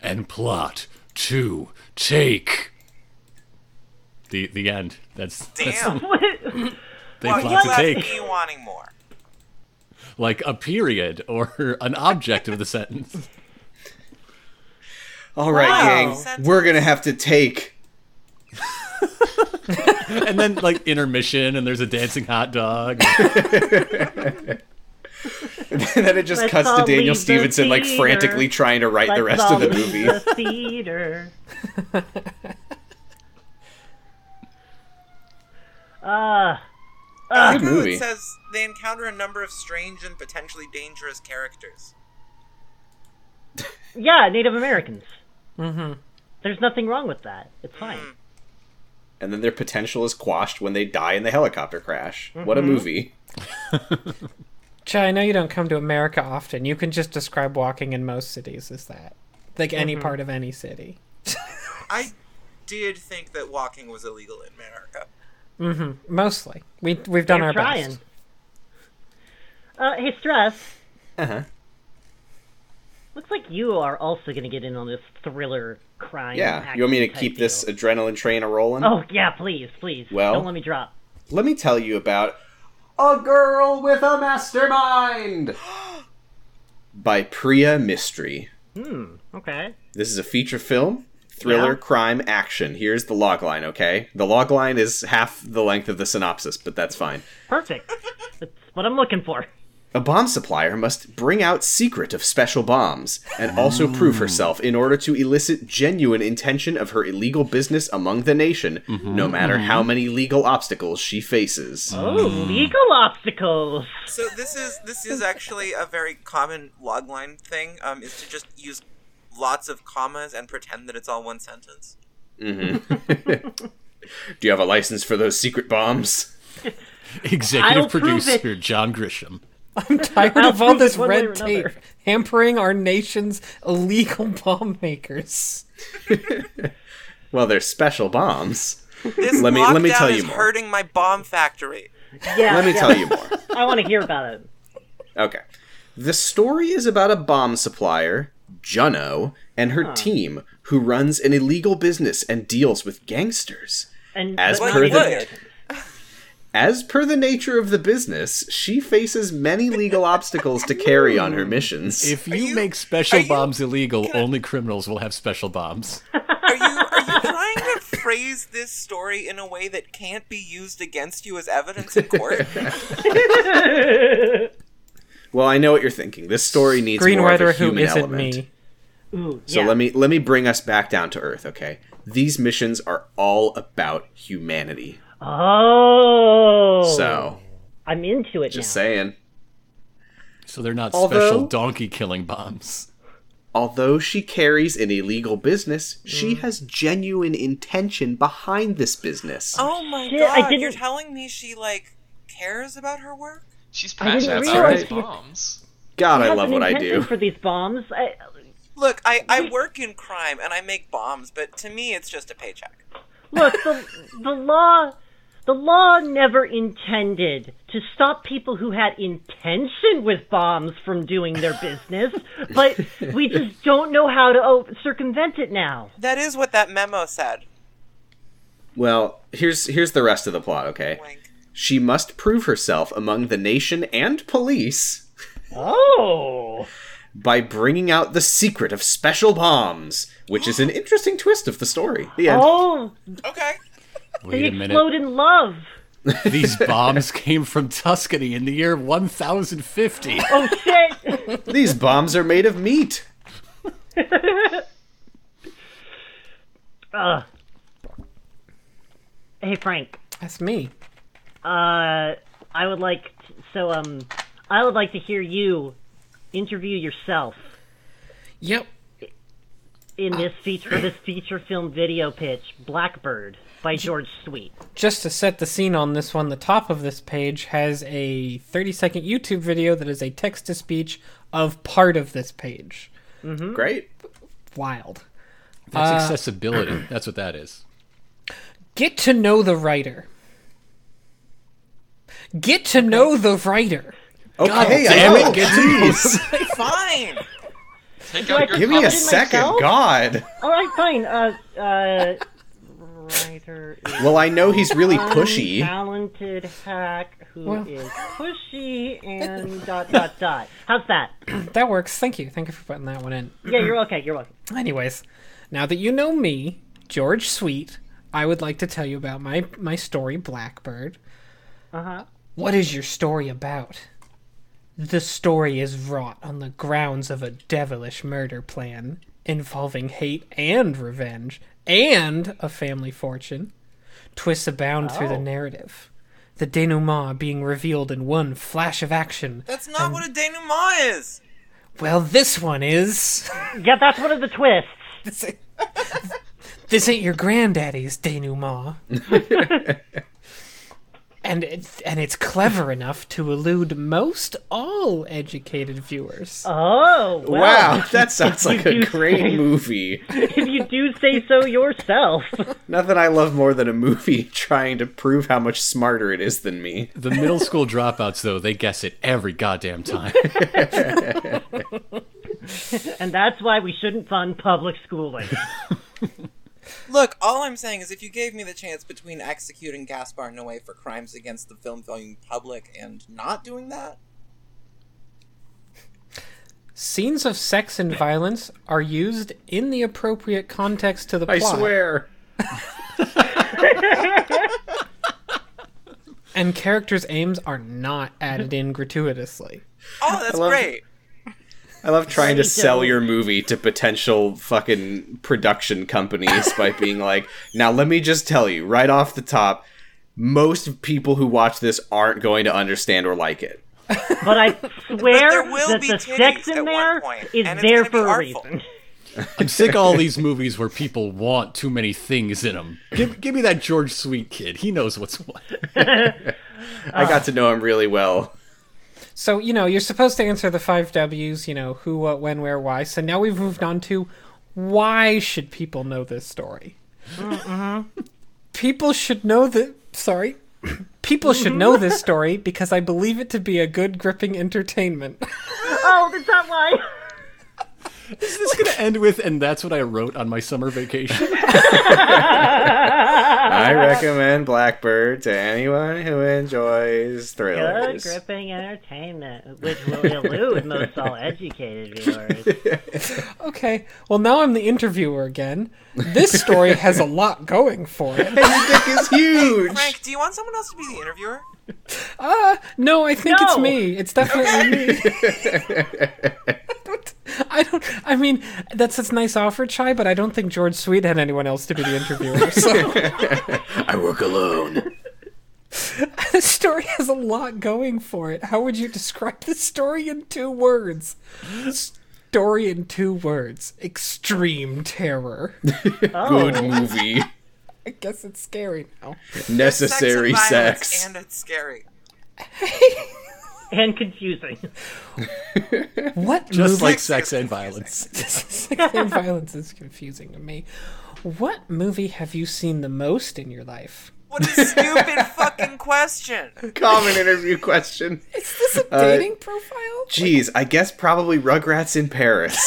S5: and plot to take the the end. That's, that's
S4: Damn.
S5: they
S4: Well,
S5: plot
S4: you
S5: to
S4: left
S5: take
S4: me wanting more.
S5: like a period or [laughs] an object of the sentence.
S6: All right,
S4: Wow.
S6: gang, we're gonna have to take. [laughs]
S5: And then like intermission and there's a dancing hot dog.
S6: And then it just
S3: Let's
S6: cuts
S3: all
S6: to Daniel
S3: leave the
S6: Stevenson like
S3: theater.
S6: frantically trying to write the
S3: Let's
S6: rest of
S3: all
S6: the
S3: leave
S6: movie. [laughs]
S3: The theater. Ah,
S6: Good
S4: Ooh,
S6: movie.
S4: It says they encounter a number of strange and potentially dangerous characters.
S3: yeah, Native Americans. Mm-hmm. There's nothing wrong with that. It's fine.
S6: And then their potential is quashed when they die in the helicopter crash. What a
S3: Mm-hmm.
S6: movie.
S1: Chai, I know you don't come to America often. You can just describe walking in most cities as that. Like
S3: Mm-hmm.
S1: any part of any city.
S4: I did think that walking was illegal in America.
S1: Mostly. We, we've done
S3: They're
S1: our
S3: trying.
S1: best.
S3: Uh, hey, Stress.
S6: Uh-huh.
S3: Looks like you are also going to get in on this thriller crime.
S6: Yeah. You want me to
S3: action type
S6: keep this
S3: deal.
S6: adrenaline train a rolling?
S3: Oh yeah, please, please.
S6: Well-
S3: don't let me drop.
S6: Let me tell you about A Girl with a Mastermind [gasps] by Priya Mystery.
S3: Hmm. Okay.
S6: This is a feature film, thriller,
S3: Yeah.
S6: crime, action. Here's the logline, okay? The logline is half the length of the synopsis, but that's fine.
S1: [laughs]
S3: Perfect. That's what I'm looking for.
S6: A bomb supplier must bring out secret of special bombs and also
S3: Hmm.
S6: prove herself in order to elicit genuine intention of her illegal business among the nation,
S3: Mm-hmm.
S6: no matter how many legal obstacles she faces.
S3: Oh, legal obstacles.
S4: So this is this is actually a very common logline thing. Um, is to just use lots of commas and pretend that it's all one sentence.
S6: Do you have a license for those secret bombs?
S5: Executive
S3: I'll prove
S5: producer John Grisham.
S1: [laughs] Tired of all
S3: prove
S1: this
S3: it one way
S1: red
S3: or another.
S1: tape hampering our nation's illegal [laughs] bomb makers.
S6: Well, they're special bombs.
S4: This
S6: Let me- let me
S4: lockdown
S6: tell you
S4: is
S6: more.
S4: hurting my bomb factory.
S3: Yeah.
S6: Let me
S3: yeah,
S6: tell
S3: [laughs]
S6: you more.
S3: I want to hear about it.
S6: Okay. The story is about a bomb supplier, Juno, and her team, who runs an illegal business and deals with gangsters.
S3: And
S6: As
S3: but
S4: Well,
S6: per
S4: you
S6: the-
S4: would.
S6: As per the nature of the business, she faces many
S1: [laughs]
S6: legal obstacles to carry on her
S1: Hmm.
S6: missions.
S5: If you,
S4: you-
S5: make special
S4: are you-
S5: bombs illegal, only criminals will have special bombs.
S4: Are you are you trying to phrase this story in a way that can't be used against you as evidence in
S6: [laughs]
S4: court?
S6: well, I know what you're thinking. This story needs
S1: Green
S6: more
S1: Rider,
S6: of a
S1: who
S6: human
S1: isn't
S6: element.
S1: me.
S3: Ooh,
S6: So
S3: yeah.
S6: let me let me bring us back down to earth, okay? These missions are all about humanity.
S3: Oh.
S6: So,
S3: I'm into it
S6: just
S3: now.
S6: saying.
S5: So they're not
S6: Although-
S5: special donkey killing bombs.
S6: Although she carries an illegal business, she
S3: Mm.
S6: has genuine intention behind this business.
S4: Oh my
S3: Shit, I
S4: god! You're
S3: didn't-
S4: telling me she like cares about her work?
S7: She's
S3: didn't
S7: passionate about
S3: realize
S7: these
S3: you-
S7: bombs.
S6: God, I
S3: Has
S6: love
S3: an
S6: what I
S3: intention
S6: do.
S3: for these bombs. I,
S4: Look, I, I work in crime and I make bombs, but to me it's just a paycheck.
S3: look, the the law. The law never intended to stop people who had intention with bombs from doing their business, but
S6: [laughs]
S3: we just don't know how to oh, circumvent it now.
S4: That is what that memo said.
S6: Well, here's here's the rest of the plot, okay?
S4: Wink.
S6: She must prove herself among the nation and police
S3: Oh.
S6: by bringing out the secret of special bombs,
S3: [gasps]
S6: which is an interesting twist of the story. The end.
S3: Oh,
S4: Okay.
S5: Wait
S3: they
S5: a minute.
S3: explode in love.
S5: These bombs came from Tuscany in the year 1050.
S3: Oh shit. [laughs]
S6: These bombs are made of meat.
S3: Ugh. Hey Frank,
S1: That's me.
S3: uh, I would like t- so um, I would like to hear you interview yourself
S1: Yep.
S3: in this feature this feature film video pitch, Blackbird by George Sweet.
S1: just to set the scene on this one, the top of this page has a 30 second YouTube video that is a text to speech of part of this page.
S3: Hmm?
S6: Great.
S1: Wild.
S5: That's accessibility. That's what that is.
S1: Get to know the writer. Get to know the writer.
S6: Okay,
S5: damn
S6: I
S5: it,
S6: know,
S5: get
S6: Oh, jeez.
S4: Fine.
S7: Take
S3: I
S7: out your
S3: can
S6: Give me a
S3: Did
S7: comments.
S6: second,
S3: myself?
S6: God.
S3: All right, fine. Uh, uh, writer is
S6: Well, I know he's
S3: [laughs]
S6: really
S3: Oh,
S6: pushy.
S3: talented hack who is
S1: Well-
S3: pushy
S6: [laughs]
S3: and dot dot dot. How's that?
S1: That works. Thank you. Thank you for putting that one in.
S3: Yeah, you're okay. You're welcome.
S1: Anyways, now that you know me, George Sweet, I would like to tell you about my my story, Blackbird.
S3: Uh huh.
S1: What is your story about? The story is wrought on the grounds of a devilish murder plan involving hate and revenge and a family fortune. Twists abound through the
S3: Oh.
S1: narrative, the denouement being revealed in one flash of action.
S4: That's not what a denouement is.
S1: Well, this one is.
S3: Yeah, that's one of the twists.
S1: this ain't your granddaddy's
S6: [laughs]
S1: denouement. and it's, and it's clever enough to elude most all educated viewers.
S3: Oh, well,
S6: Wow, that sounds like a
S3: You
S6: great
S3: say-
S6: movie.
S3: if you do say so yourself.
S6: Nothing I love more than a movie [laughs] trying to prove how much smarter it is than me.
S5: The middle school dropouts, though, they guess it every goddamn time.
S3: And that's why we shouldn't fund public schooling.
S4: Look, all I'm saying is if you gave me the chance between executing Gaspar Noé for crimes against the film viewing public and not doing that,
S1: Scenes of sex and violence are used in the appropriate context to the
S6: I
S1: plot
S6: swear.
S1: and characters' aims are not added in gratuitously.
S4: oh, that's
S6: love-
S4: great.
S6: I love trying to
S3: Please
S6: sell
S3: don't.
S6: your movie to potential fucking production companies [laughs] by being like, now let me just tell you right off the top, most people who watch this aren't going to understand or like it.
S3: But
S4: [laughs]
S3: I swear
S4: there will
S3: that
S4: be
S3: the
S4: titties
S3: sex
S4: at
S3: in
S4: one
S3: there
S4: point,
S3: is
S4: and it's
S3: there
S4: gonna be
S3: for a
S4: artful.
S3: reason.
S5: I'm sick of all these movies where people want too many things in them. Give, give me that George Sweet kid. He knows what's what.
S6: I got to know him really well.
S1: So, you know, you're supposed to answer the five W's, you know, who, what, when, where, why. So now we've moved on to why should people know this story? people should know that. Sorry. People should know this story because I believe it to be a good, gripping entertainment.
S3: [laughs]
S1: [laughs]
S3: Oh, that's not why.
S5: Is this going to end with, and that's what I wrote on my summer vacation? [laughs]
S6: [laughs] I recommend Blackbird to anyone who enjoys
S3: Good
S6: thrillers.
S3: gripping entertainment, which will elude most all educated viewers.
S1: Okay, well, now I'm the interviewer again. This story has a lot going for it.
S6: Your dick is huge. [laughs]
S4: Frank, do you want someone else to be the interviewer?
S1: No, I think it's
S3: No.
S1: me. It's definitely me.
S5: [laughs]
S1: What? I don't. I mean, that's a nice offer, Chai, but I don't think George Sweet had anyone else to be the
S5: [laughs]
S1: interviewer. So
S6: I work
S1: [laughs]
S6: alone.
S1: this story has a lot going for it. How would you describe this story in two words? Story in two words: extreme terror.
S6: Good movie.
S1: I guess it's scary now.
S6: Necessary
S4: sex. and violence,
S6: sex.
S4: And it's scary.
S3: and confusing.
S1: What
S5: Just
S1: movie-
S5: like sex and violence.
S1: [laughs] sex and violence is confusing to me. What movie have you seen the most in your life?
S4: What a stupid
S1: [laughs]
S4: fucking question.
S6: [laughs] Common interview question.
S1: Is this a dating profile?
S6: Jeez, I guess probably Rugrats
S4: [laughs]
S6: in Paris.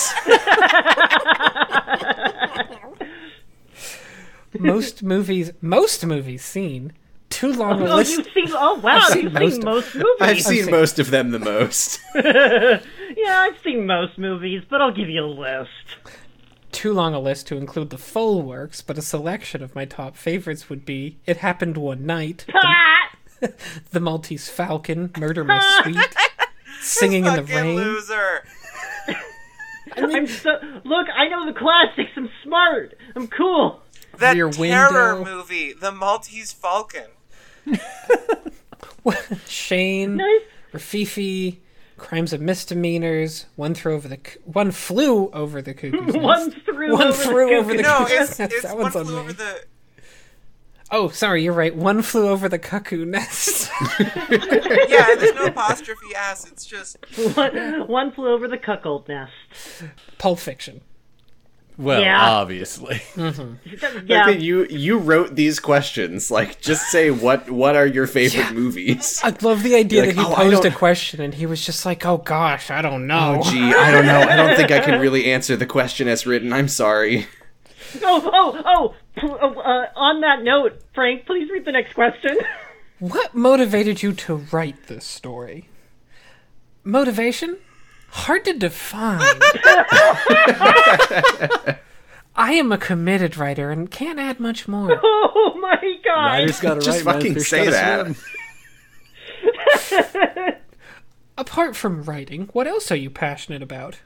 S1: most movies most movies seen too long a
S3: Oh,
S1: list [laughs]
S3: you've seen? Oh, wow, you've
S1: most
S3: seen
S1: of-
S3: most movies.
S6: I've seen
S1: seen-
S6: most of them the [laughs] most.
S3: Yeah, I've seen most movies, but I'll give you a list.
S1: too long a list to include the full works but a selection of my top favorites would be it happened one night
S3: Ah!
S1: the maltese falcon murder my sweet [laughs] singing in the
S4: Fucking
S1: rain
S4: loser.
S3: [laughs] I'm so look. I know the classics. I'm smart. I'm cool.
S4: That
S1: Rear
S4: terror
S1: Window.
S4: movie, The Maltese Falcon.
S1: shane
S3: Nice.
S1: rafifi crimes of misdemeanors one throw over the c- one flew over the cuckoo's nest.
S3: One
S1: [laughs]
S3: through.
S1: One
S3: over
S1: through
S3: the
S1: over the- [laughs]
S4: No, it's,
S1: That
S4: it's one
S1: one's on
S4: flew
S1: me.
S4: over the.
S1: oh sorry you're right one flew over the cuckoo [laughs] nest
S4: Yeah,
S1: [laughs]
S4: there's no apostrophe s. It's just
S3: [laughs] one, one flew over the cuckold nest.
S1: pulp fiction
S5: Well,
S3: Yeah. [laughs]
S5: obviously.
S3: Yeah.
S6: Okay, you you wrote these questions. Like, just say what what are your
S1: Yeah.
S4: [laughs]
S6: favorite movies?
S1: I love the idea
S6: You're
S1: that
S6: like,
S1: he
S6: "Oh, I
S1: posed a
S6: don't-"
S1: question and he was just like, "Oh gosh, I don't know."
S6: Oh, gee, I don't know. I don't think I can really answer the question as written. I'm sorry.
S3: Oh, oh, oh, pl- oh, uh, on that note, Frank, please read the next question. [laughs]
S1: What motivated you to write this story? Motivation? Hard to
S6: [laughs]
S1: define. I am a committed writer and can't add much more.
S3: oh my god.
S5: Writer's gotta write,
S6: Just
S5: man,
S6: fucking
S5: fish
S6: say
S5: gotta
S6: that.
S5: swim.
S1: Apart from writing, what else are you passionate about?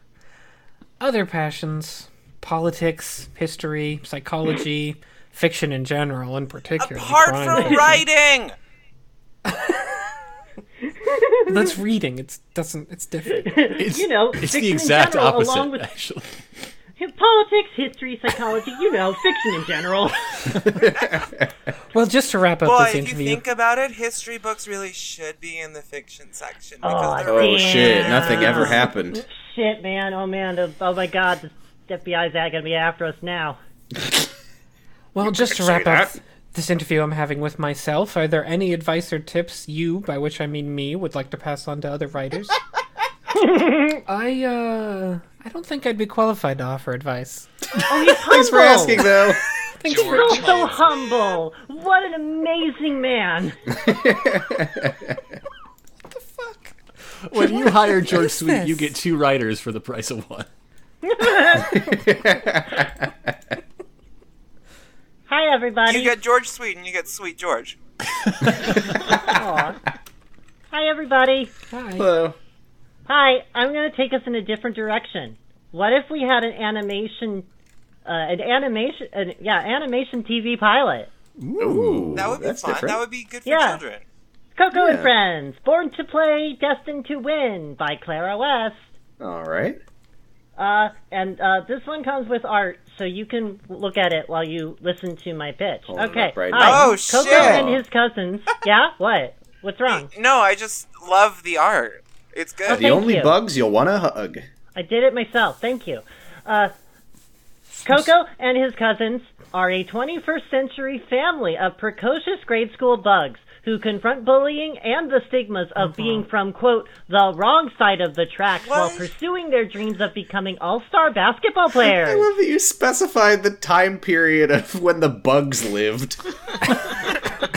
S1: Other passions politics, history,
S4: [clears throat]
S1: psychology, fiction in general, and particularly.
S4: Apart
S1: crime
S4: from
S1: fiction.
S4: writing!
S1: [laughs] That's reading. It's doesn't it's different.
S5: It's,
S3: You know,
S5: it's
S3: fiction
S5: the
S3: in
S5: exact
S3: general,
S5: opposite,
S3: along with- [laughs]
S5: actually.
S3: Politics, history, psychology, you know, fiction in general. [laughs]
S1: Well, just to wrap up
S4: Boy,
S1: this
S4: if you
S1: interview.
S4: think about it, history books really should be in the fiction section
S3: Oh,
S4: because
S3: I
S4: they're
S6: Oh
S4: really
S6: shit! Nothing ever happened.
S3: Shit, man. Oh, man. the- Oh, my God. The FBI's going to be after us now.
S1: Well, just to
S6: say
S1: wrap up
S6: that.
S1: this interview I'm having with myself, are there any advice or tips you, by which I mean me, would like to pass on to other
S4: [laughs]
S1: writers? I uh I don't think I'd be qualified to offer advice.
S5: [laughs]
S6: Thanks for asking, though.
S1: Thanks for
S7: George
S3: So
S7: Holmes.
S3: humble. What an amazing man.
S1: the fuck.
S5: When you hire George
S1: is
S5: Sweet, you
S1: this?
S5: get two writers for the price of one.
S3: Hi, everybody.
S4: You get George Sweet and you get Sweet George.
S3: Aw. Hi, everybody.
S1: Hi.
S6: Hello.
S3: Hi, I'm going to take us in a different direction. What if we had an animation, uh, an animation, an, yeah, animation TV pilot?
S6: [laughs] Ooh,
S4: That would be
S6: that's
S4: fun.
S6: different.
S4: That would be good for
S3: Yeah.
S4: children.
S3: Coco and
S6: Yeah.
S3: Friends, Born to Play, Destined to Win by Clara West.
S6: All right.
S3: Uh, and uh, this one comes with art, so you can look at it while you listen to my pitch.
S6: Hold it
S3: okay.
S6: up right
S3: Hi.
S6: now.
S4: Oh,
S3: Coco
S4: shit.
S3: and his cousins. yeah. What? What's wrong?
S4: No, I just love the art. It's good.
S6: The only
S3: you.
S6: bugs you'll want to hug.
S3: I did it myself. Thank you. Uh, Coco and his cousins are a 21st century family of precocious grade school bugs who confront bullying and the stigmas of being from, quote, the wrong side of the tracks while
S4: What?
S3: pursuing their dreams of becoming all star basketball
S6: I
S3: players.
S6: love that you specified the time period of [laughs] when the bugs lived. [laughs]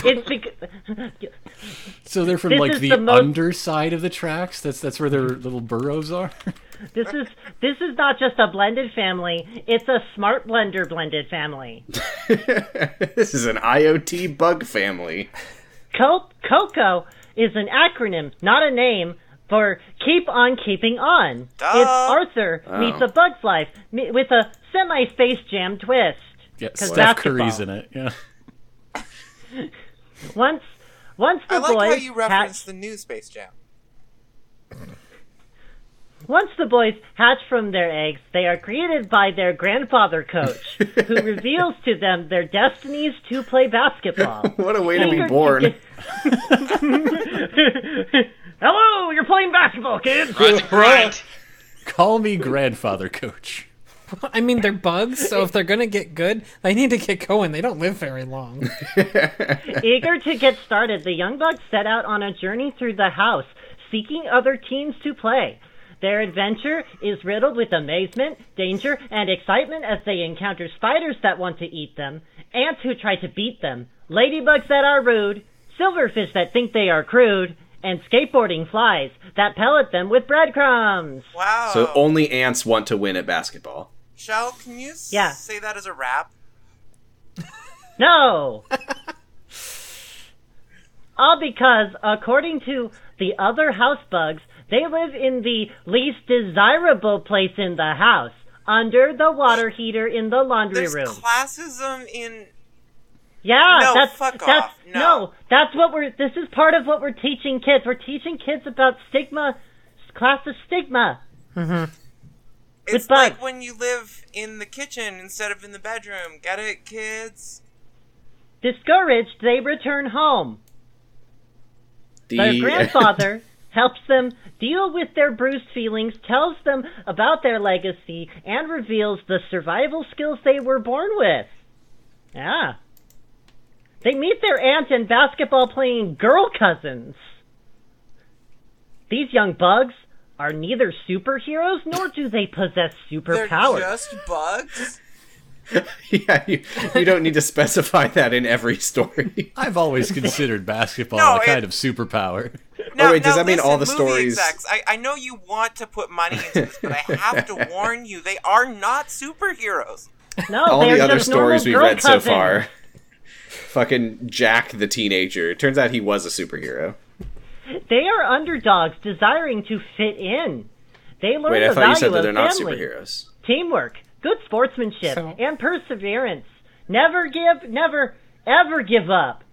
S3: it's bec- [laughs]
S5: So they're from
S3: This
S5: like
S3: is
S5: the,
S3: the most- Mm-hmm.
S5: underside of the tracks. That's that's where their little burrows are. [laughs]
S3: this is this is not just a blended family, it's a smart blender blended family.
S6: this is an IoT bug family. [laughs]
S3: Co- COCO is an acronym, not a name, for Keep On Keeping On.
S4: Duh.
S3: It's Arthur meets a Bug's Life me- with a semi Space Jam twist.
S5: Yeah,
S3: 'Cause
S5: Steph
S3: basketball.
S5: Curry's in it. Yeah.
S3: Once, once the
S4: I like
S3: boys
S4: how you
S3: hatch-
S4: reference the new Space Jam.
S3: Once the boys hatch from their eggs, they are greeted by their grandfather coach,
S4: [laughs]
S3: who reveals to them their destinies to play
S4: [laughs]
S3: basketball.
S6: What a way
S3: [laughs]
S6: to be born.
S3: Hello, you're playing basketball, kids.
S7: Right, right.
S5: Call me grandfather, coach.
S1: I mean, they're bugs, so if they're gonna get good, they need to get going. They don't live very long.
S3: [laughs] Eager to get started, the young bucks set out on a journey through the house, seeking other teams to play. Their adventure is riddled with amazement, danger, and excitement as they encounter spiders that want to eat them, ants who try to beat them, ladybugs that are rude, silverfish that think they are crude, and skateboarding flies that pellet them with breadcrumbs.
S4: Wow.
S3: Oh.
S6: So only ants want to win at basketball.
S4: Shell, can you s-
S3: Yeah.
S4: say that as a rap?
S3: No. [laughs] All because, according to the other house bugs, they live in the least desirable place in the house, under the water heater in the laundry
S4: There's
S3: room.
S4: classism in.
S3: yeah,
S4: No,
S3: that's
S4: fuck
S3: that's
S4: off. No.
S3: that's what we're. This is part of what we're teaching kids. We're teaching kids about stigma, classist stigma.
S4: It's
S3: Goodbye.
S4: like when you live in the kitchen instead of in the bedroom. Get it, kids?
S3: Discouraged, they return home. Their
S6: The [laughs]
S3: grandfather helps them deal with their bruised feelings, tells them about their legacy, and reveals the survival skills they were born with. Yeah. They meet their aunt and basketball playing girl cousins. These young bugs are neither superheroes nor do they possess
S4: They're
S3: superpowers.
S4: just bugs.
S6: yeah, you, you don't need to specify that in
S3: [laughs]
S6: every story.
S5: I've always considered basketball
S4: No,
S5: a kind
S4: it-
S5: of superpower.
S4: Now,
S6: wait, does
S4: now
S6: that mean
S4: listen,
S6: all the
S4: movie
S6: stories-
S4: Execs, I, I know you want to put money into this, but I have
S6: [laughs]
S4: to warn you, they are not superheroes.
S3: no,
S6: All
S3: they're
S6: the other
S3: just normal
S6: stories we've
S3: girl
S6: read so
S3: cousins.
S6: far. Fucking Jack the teenager. Turns out he was a superhero.
S3: They are underdogs desiring to fit in. They learn
S6: Wait, I
S3: the
S6: thought
S3: value
S6: you said that
S3: of
S6: they're not
S3: family,
S6: superheroes.
S3: teamwork, good sportsmanship,
S1: So-
S3: and perseverance. Never give, never, ever give up.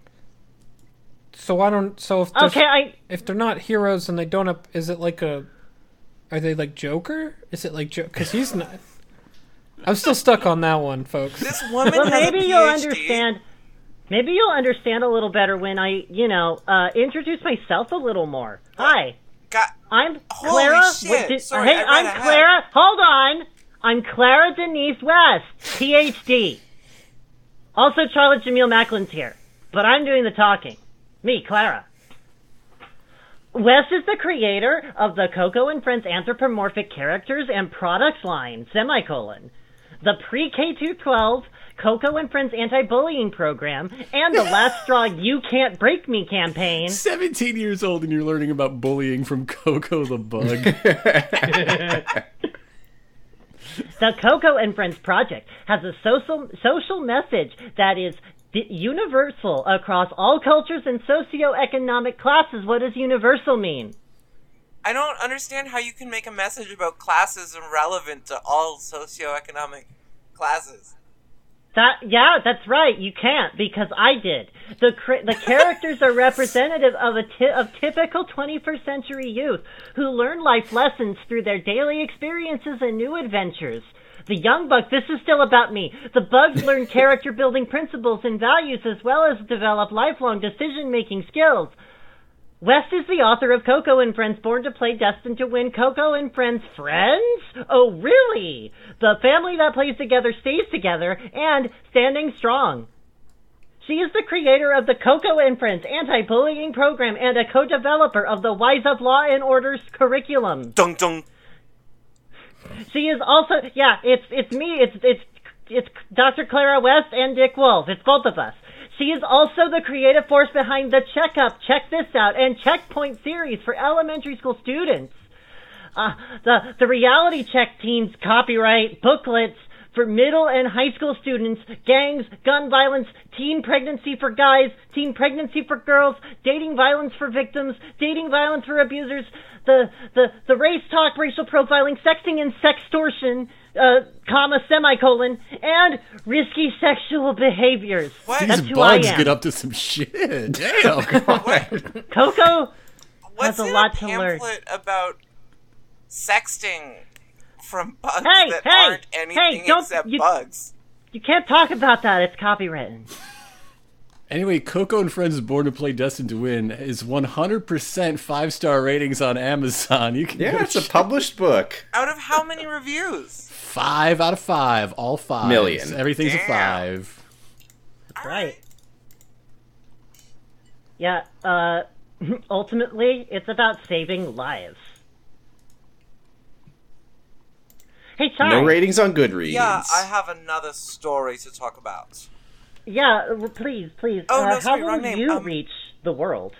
S1: So I don't. So if there's-
S3: Okay, I
S1: if they're not heroes and they don't up, is it like a? Are they like Joker? Is it like Joker? Because he's not. I'm still stuck on that one, folks.
S4: This woman
S3: well,
S4: has
S3: maybe
S4: a PhD.
S3: you'll understand. Maybe you'll understand a little better when I, you know, uh, introduce myself a little more. Hi,
S4: Got,
S3: I'm
S4: Holy
S3: Clara.
S4: shit,
S3: what did-
S4: sorry,
S3: hey,
S4: I read
S3: I'm
S4: ahead.
S3: Clara. Hold on. I'm Clara Denise West, PhD. Also, Charlotte Jamil Macklin's here, but I'm doing the talking. Me, Clara. West is the creator of the Coco and Friends anthropomorphic characters and products line, semicolon, the pre-K through 12 Coco and Friends anti-bullying program, and the Last Straw You Can't Break Me campaign.
S5: 17 years old and you're learning about bullying from Coco the [laughs] Bug.
S3: The Coco and Friends Project has a social social message that is di- universal across all cultures and socioeconomic classes. What does universal mean?
S4: I don't understand how you can make a message about classes irrelevant to all socioeconomic classes.
S3: That yeah, that's right. You can't because I did. The cr- the characters are representative of a ty- of typical 21st century youth who learn life lessons through their daily experiences and new adventures. The young buck, this is still about me. The bugs learn character building principles and values as well as develop lifelong decision making skills. West is the author of Coco and Friends, born to play, destined to win. Coco and Friends, friends? Oh, really? The family that plays together stays together and standing strong. She is the creator of the Coco and Friends anti-bullying program and a co-developer of the Wise Up Law and Orders curriculum.
S4: Dung dung.
S3: She is also yeah, it's it's me, it's it's it's Dr. Clara West and Dick Wolf. It's both of us. She is also the creative force behind the Checkup, Check This Out, and Checkpoint series for elementary school students. Uh, the the reality check team's copyright booklets for middle and high school students, gangs, gun violence, teen pregnancy for guys, teen pregnancy for girls, dating violence for victims, dating violence for abusers, the the, the race talk, racial profiling, sexting and sextortion, uh, comma semicolon, and risky sexual behaviors.
S4: What?
S5: These
S3: who I
S5: bugs
S3: am.
S5: get up to some shit. Damn. [laughs]
S3: Coco,
S4: What's
S3: That's a
S4: in
S3: lot to learn.
S4: pamphlet about sexting from bugs
S3: Hey,
S4: that
S3: hey,
S4: aren't
S3: hey,
S4: anything
S3: don't-
S4: except
S3: you-
S4: bugs?
S3: you can't talk about that. It's copywritten.
S5: Anyway, Coco and Friends is Born to Play Destined to Win is 100% five star ratings on Amazon. You can
S6: Yeah,
S5: go
S6: it's a
S5: check
S6: published book.
S4: Out of how many reviews?
S5: five out of five, all five.
S6: Million.
S5: Everything's
S4: Damn.
S5: a five.
S3: Right. Yeah, uh, [laughs] ultimately, it's about saving lives. Hey, Chai.
S6: No ratings on Goodreads.
S4: Yeah, I have another story to talk about.
S3: yeah, well, please, please.
S4: Oh,
S3: uh,
S4: no,
S3: how
S4: sorry,
S3: will
S4: wrong name.
S3: you
S4: Um,
S3: reach the world?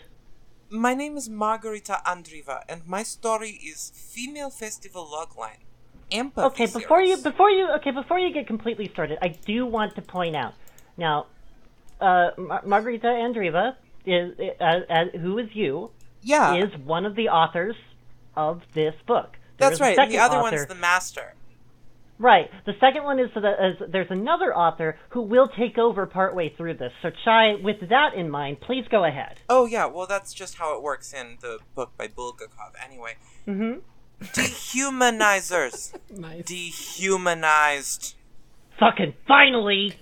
S4: My name is Margarita Andriva, and my story is Female Festival Logline. Empathy
S3: Okay, before you,
S4: series.
S3: before you, okay, before you get completely started, I do want to point out now, uh, Mar- Margarita Andreeva is uh, uh, who is you
S4: yeah,
S3: is one of the authors of this book. There
S4: that's
S3: is a
S4: right. And the
S3: second
S4: other
S3: author-
S4: one's the master.
S3: Right. The second one is, the, is there's another author who will take over partway through this. So, Chai, with that in mind, please go ahead.
S4: Oh yeah, well that's just how it works in the book by Bulgakov. Anyway,
S3: Mm-hmm.
S4: dehumanizers,
S1: Nice.
S4: dehumanized.
S3: Fucking finally!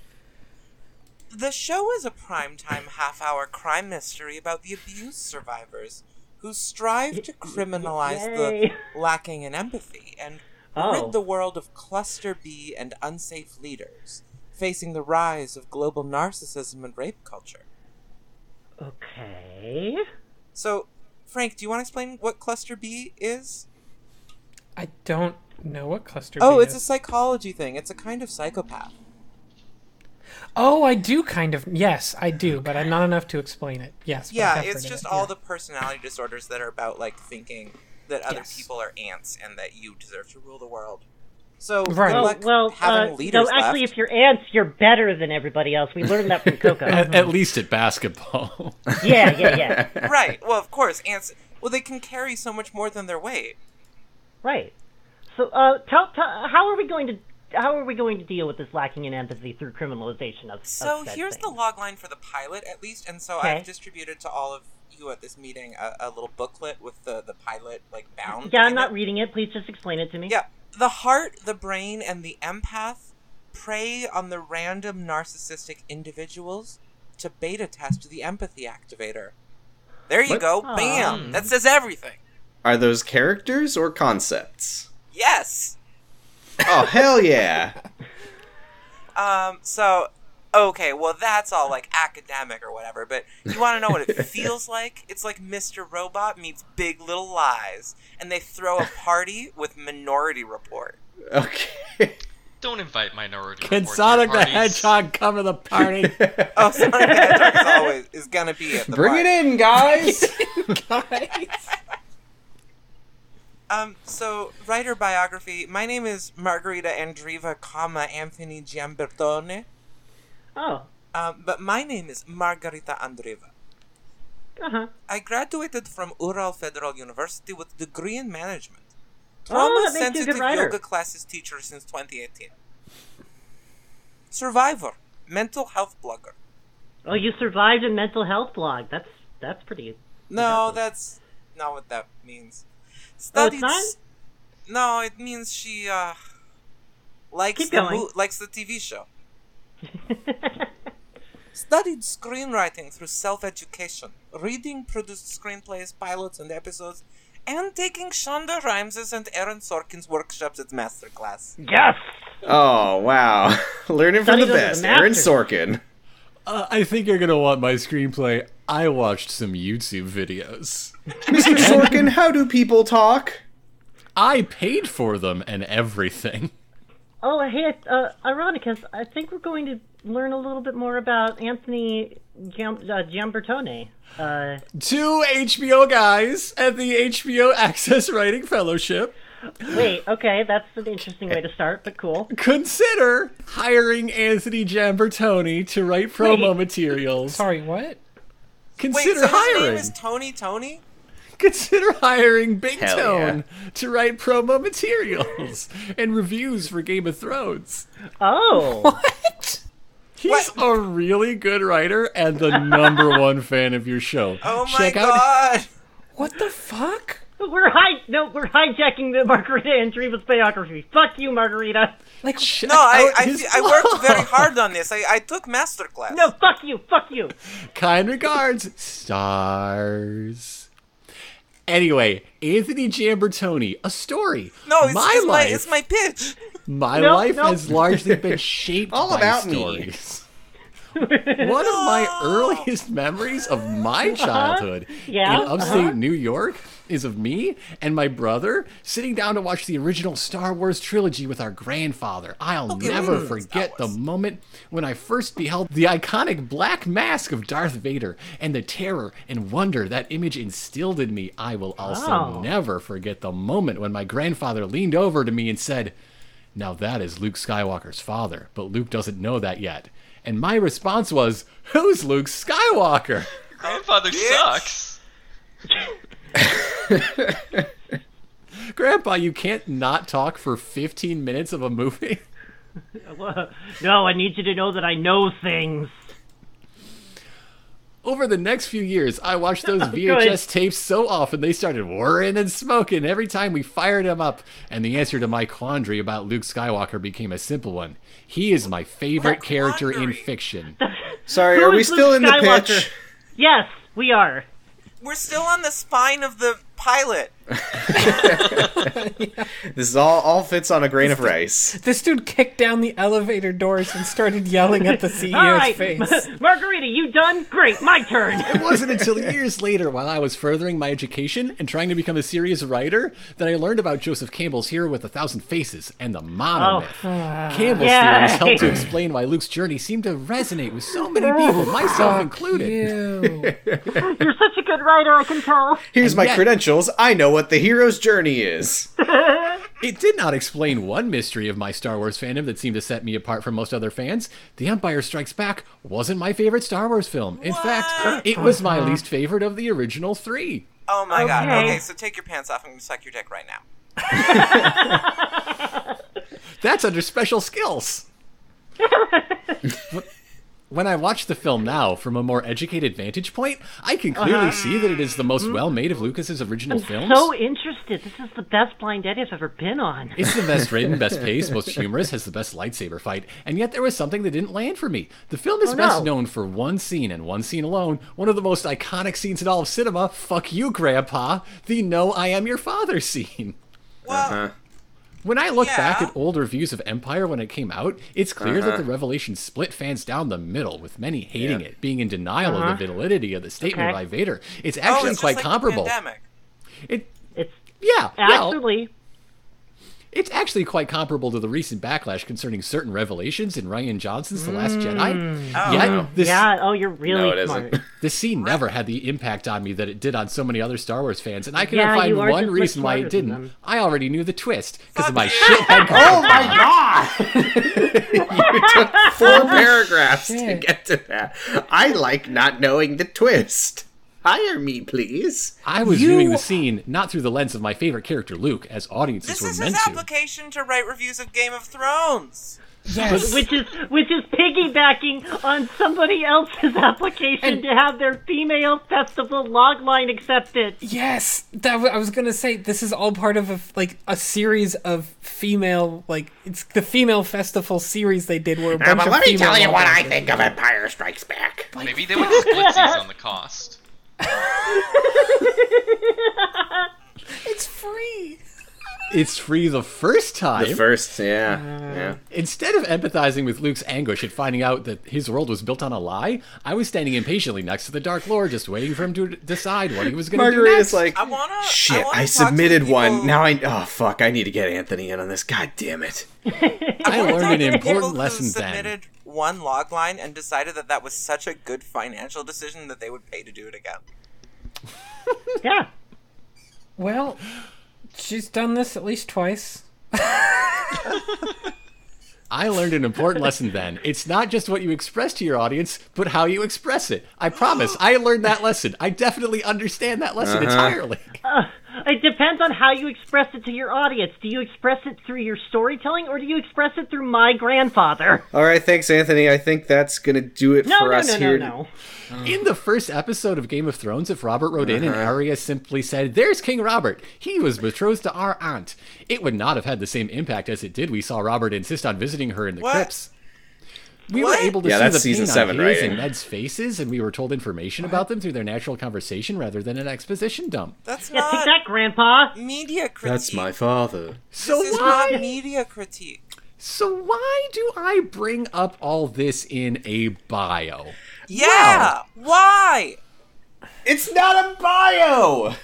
S4: The show is a primetime half-hour crime mystery about the abuse survivors who strive to criminalize
S3: Yay. [laughs]
S4: the lacking in empathy and
S3: Oh.
S4: rid the world of cluster B and unsafe leaders, facing the rise of global narcissism and rape culture.
S3: Okay.
S4: So, Frank, do you want to explain what cluster B is?
S1: I don't know what cluster.
S4: Oh,
S1: B
S4: it's a
S1: is.
S4: psychology thing. It's a kind of psychopath.
S1: Oh, I do kind of. Yes, I do, but I'm not enough to explain it. Yes. but I
S4: Yeah,
S1: have heard
S4: it's
S1: of
S4: just
S1: it,
S4: all
S1: yeah.
S4: the personality disorders that are about like thinking that other
S1: Yes.
S4: people are ants and that you deserve to rule the world. So good
S1: Right.
S3: Well,
S4: luck
S3: well,
S4: having
S3: uh,
S4: leaders
S3: no, actually,
S4: left.
S3: if you're ants, you're better than everybody else. We learned that from [laughs] Coco. yeah,
S5: At, at least at basketball. [laughs]
S3: yeah, yeah.
S4: [laughs] right. Well, of course, ants. Well, they can carry so much more than their weight.
S3: Right. So, uh, tell, tell, how are we going to how are we going to deal with this lacking in empathy through criminalization of of
S4: So
S3: said
S4: here's
S3: thing?
S4: the log line for the pilot, at least, and so
S3: Okay.
S4: I've distributed to all of you at this meeting a, a little booklet with the the pilot like bound.
S3: Yeah, I'm
S4: in
S3: not
S4: it.
S3: reading it. Please just explain it to me.
S4: Yeah. The heart, the brain, and the empath prey on the random narcissistic individuals to beta test the empathy activator. There you
S5: What?
S4: go. Bam! That says everything.
S6: Are those characters or concepts?
S4: Yes.
S6: Oh, hell yeah.
S4: Um, so okay, well that's all like academic or whatever, but you wanna know what
S6: [laughs]
S4: it feels like? It's like Mr. Robot meets Big Little Lies, and they throw a party with minority
S6: [laughs]
S4: report.
S6: Okay.
S7: Don't invite minority.
S5: Can
S7: Report to your
S5: Sonic the
S7: parties.
S5: Hedgehog come to the party?
S4: Oh Sonic the Hedgehog is always is gonna be at the
S6: [laughs] Bring
S4: party.
S6: it in, guys.
S5: [laughs]
S4: Um, so writer biography. My name is Margarita Andriva, comma Anthony Giambertone.
S3: Oh.
S4: Um, but my name is Margarita Andriva.
S3: Uh huh.
S4: I graduated from Ural Federal University with degree in management.
S3: Oh, that makes you a
S4: sensitive
S3: good writer.
S4: yoga classes teacher since 2018. Survivor, mental health blogger.
S3: Oh, you survived a mental health blog. That's that's pretty.
S4: No, that's not what that means.
S3: Oh, it's
S4: Studied.
S3: not?
S4: s- no, it means she uh likes
S3: Keep
S4: the
S3: going.
S4: mo- likes the TV show. Studied screenwriting through self education, reading produced screenplays, pilots, and episodes, and taking Shonda Rhimes' and Aaron Sorkin's workshops at Masterclass.
S3: yes.
S6: [laughs] Oh, wow. [laughs]
S3: Studied
S6: Learning from the
S3: under the
S6: best. Aaron
S3: masters.
S6: [laughs] Sorkin.
S5: Uh, I think you're gonna want my screenplay. I watched some YouTube videos.
S6: Mr. Sorkin, how do people talk?
S5: I paid for them and everything. [laughs]
S3: Oh, hey, uh, Ironicus. I think we're going to learn a little bit more about Anthony Giam- uh, Giambertone. Uh,
S5: Two HBO guys at the HBO Access Writing Fellowship
S3: wait. Okay, that's an interesting way to start, but cool.
S5: consider hiring Anthony Giambertoni to write promo
S3: Wait.
S5: materials.
S1: Sorry, what?
S4: Wait,
S5: Consider
S4: so his
S5: hiring.
S4: name is Tony Tony?
S5: Consider hiring Big
S6: Hell
S5: Tone to write promo materials and reviews for Game of Thrones.
S3: Oh.
S1: [laughs]
S5: He's a really good writer and the
S4: [laughs]
S5: number one fan of your show.
S4: Oh my
S5: Check out
S4: god!
S1: What the fuck?
S3: We're hi- no, we're hijacking the Margarita and Dreva's biography. Fuck you, Margarita.
S1: Like,
S4: No, I, I,
S5: [laughs] his
S4: fe- I worked
S5: blog.
S4: very hard on this. I, I took Masterclass.
S3: No, fuck you, fuck you. [laughs]
S5: Kind regards, stars. Anyway, Anthony Giambertoni, a story.
S4: No, it's,
S5: my
S4: it's, my,
S5: life.
S4: it's my pitch.
S5: my
S3: No,
S5: life
S3: no.
S5: has largely
S6: [laughs]
S5: been shaped
S6: All
S5: by
S6: about me. [laughs]
S5: stories. One of my earliest memories of my
S6: Uh-huh.
S5: childhood
S3: Yeah,
S5: in upstate New York is of me and my brother sitting down to watch the original Star Wars trilogy with our grandfather. I'll never forget the moment when I first beheld the iconic black mask of Darth Vader and the terror and wonder that image instilled in me. I will also
S6: Oh.
S3: Wow.
S5: never forget the moment when my grandfather leaned over to me and said, now that is Luke Skywalker's father, but Luke doesn't know that yet. And my response was, Who's Luke Skywalker? [laughs]
S7: Grandfather sucks.
S5: Grandpa, you can't not talk for 15 minutes of a movie. [laughs]
S3: No, I need you to know that I know things.
S5: Over the next few years, I watched those VHS tapes so often they started whirring and smoking every time we fired them up. And the answer to my quandary about Luke Skywalker became a simple one. He is my favorite character in
S4: quandary?
S5: fiction.
S6: Sorry, are we
S3: is Luke
S6: still in the
S3: Skywalker?
S6: pitch?
S3: Yes, we are.
S4: We're still on the spine of the pilot.
S6: This is all all fits on a grain of rice.
S1: This dude kicked down the elevator doors and started yelling
S4: [laughs]
S1: at the CEO's
S3: All right,
S1: face.
S3: [laughs] Margarita, you done? Great, my turn.
S5: It wasn't until years later, while I was furthering my education and trying to become a serious writer, that I learned about Joseph Campbell's hero with a thousand faces and the monomyth. Campbell's
S3: Yeah.
S5: theories helped to explain why Luke's journey seemed to resonate with so many people, myself included.
S1: Ew.
S3: You're [laughs] such a good writer, I can tell.
S6: Here's my
S5: yet-
S6: credentials. I know what the hero's journey is.
S5: It did not explain one mystery of my Star Wars fandom that seemed to set me apart from most other fans. The Empire Strikes Back wasn't my favorite Star Wars film. In fact, it was my least favorite of the original three.
S4: Oh my god.
S3: Okay.
S4: Okay, so take your pants off. I'm gonna suck your dick right now.
S5: That's under
S3: [laughs]
S5: special skills. when I watch the film now from a more educated vantage point, I can clearly see that it is the most well made of Lucas's original films.
S3: Uh-huh. So interested. This is the best blind date I've ever been on.
S5: It's the best written,
S3: [laughs]
S5: best paced, most humorous, has the best lightsaber fight, and yet there was something that didn't land for me. The film is best
S3: Oh, no.
S5: known for one scene and one scene alone, one of the most iconic scenes in all of cinema, fuck you, Grandpa, the No I Am Your Father scene.
S4: Well,
S5: Uh-huh. When I look back
S4: Yeah. Uh-huh.
S5: at old reviews of Empire when it came out, it's clear that the revelation split fans down the middle, with many hating it, being in denial of the validity of the statement
S3: Uh-huh. Okay.
S5: by Vader. It's
S4: oh,
S5: actually
S4: it's just
S5: quite
S4: like the
S5: comparable.
S4: pandemic.
S5: It,
S3: It's
S5: yeah, yeah,
S3: actually
S5: It's actually quite comparable to the recent backlash concerning certain revelations in Ryan Johnson's The Last Jedi. Yet, this,
S3: Mm. yeah. Oh, you're really
S6: [laughs] No, it
S3: smart.
S6: isn't.
S5: this scene never had the impact on me that it did on so many other Star Wars fans, and I cannot
S3: Yeah,
S5: find
S3: you are
S5: one
S3: just much
S5: reason why
S3: smarter
S5: it
S3: than
S5: didn't.
S3: them.
S5: I already knew the twist because of my
S4: you. [laughs]
S5: shithead.
S6: [laughs] Oh my god! [laughs] you took four paragraphs to
S1: shit.
S6: get to that. I like not knowing the twist. Hire me, please.
S5: I was
S1: You-
S5: viewing the scene not through the lens of my favorite character Luke, as audiences
S4: This
S5: were
S4: is his
S5: meant to.
S4: application to write reviews of Game of Thrones.
S1: Yes.
S3: Which is which is piggybacking on somebody else's [laughs] application to have their female festival logline accepted.
S1: Yes, that w- I was gonna say. This is all part of a, f- like a series of female, like it's the female festival series they did where a bunch
S6: but
S1: of
S6: let me
S1: female
S6: tell you what I
S1: lawmakers-
S6: think of Empire Strikes Back.
S7: Maybe there were splitsies on the cost.
S1: It's free.
S5: It's free the first time.
S6: The first, yeah,
S5: Instead of empathizing with Luke's anguish at finding out that his world was built on a lie, I was standing impatiently next to the Dark Lord, just waiting for him to decide what he was
S6: yeah.
S5: going to do next.
S6: Margarita's like,
S4: I wanna.
S6: shit.
S4: I, wanna
S6: I
S4: talk to the
S6: submitted one.
S4: people-
S6: Now I. Oh fuck! I need to get Anthony in on this. God damn it!
S5: I learned an
S4: people
S5: important
S4: who
S5: lesson then.
S4: submitted one log line and decided that that was such a good financial decision that they would pay to do it again.
S3: Yeah.
S1: Well, she's done this at least twice.
S5: I learned an important lesson then. It's not just what you express to your audience, but how you express it.
S4: [gasps]
S5: I promise, I learned that lesson. I definitely understand that lesson entirely.
S3: It depends on how you express it to your audience. Do you express it through your storytelling or do you express it through my grandfather?
S6: All right, thanks, Anthony. I think that's gonna do it
S3: No,
S6: [laughs] for
S3: no,
S6: us
S3: no, no,
S6: here.
S3: no.
S5: In the first episode of Game of Thrones, if Robert rode in
S4: Uh-huh.
S5: and Arya simply said, There's King Robert. He was betrothed to our aunt. It would not have had the same impact as it did. We saw Robert insist on visiting her in the
S4: What?
S5: crypts. We
S4: What?
S5: were able to
S6: Yeah,
S5: see
S6: that's
S5: the
S6: season
S5: pain
S6: seven
S5: on his
S6: writing.
S5: and Ned's faces, and we were told information about them through their natural conversation rather than an exposition dump.
S4: That's
S3: Yeah, take
S4: not
S3: that, Grandpa.
S4: media critique.
S6: That's my father.
S5: So
S4: This is
S5: why?
S4: not media critique.
S5: So why do I bring up all this in a bio?
S4: Yeah. Why?
S6: It's not a bio.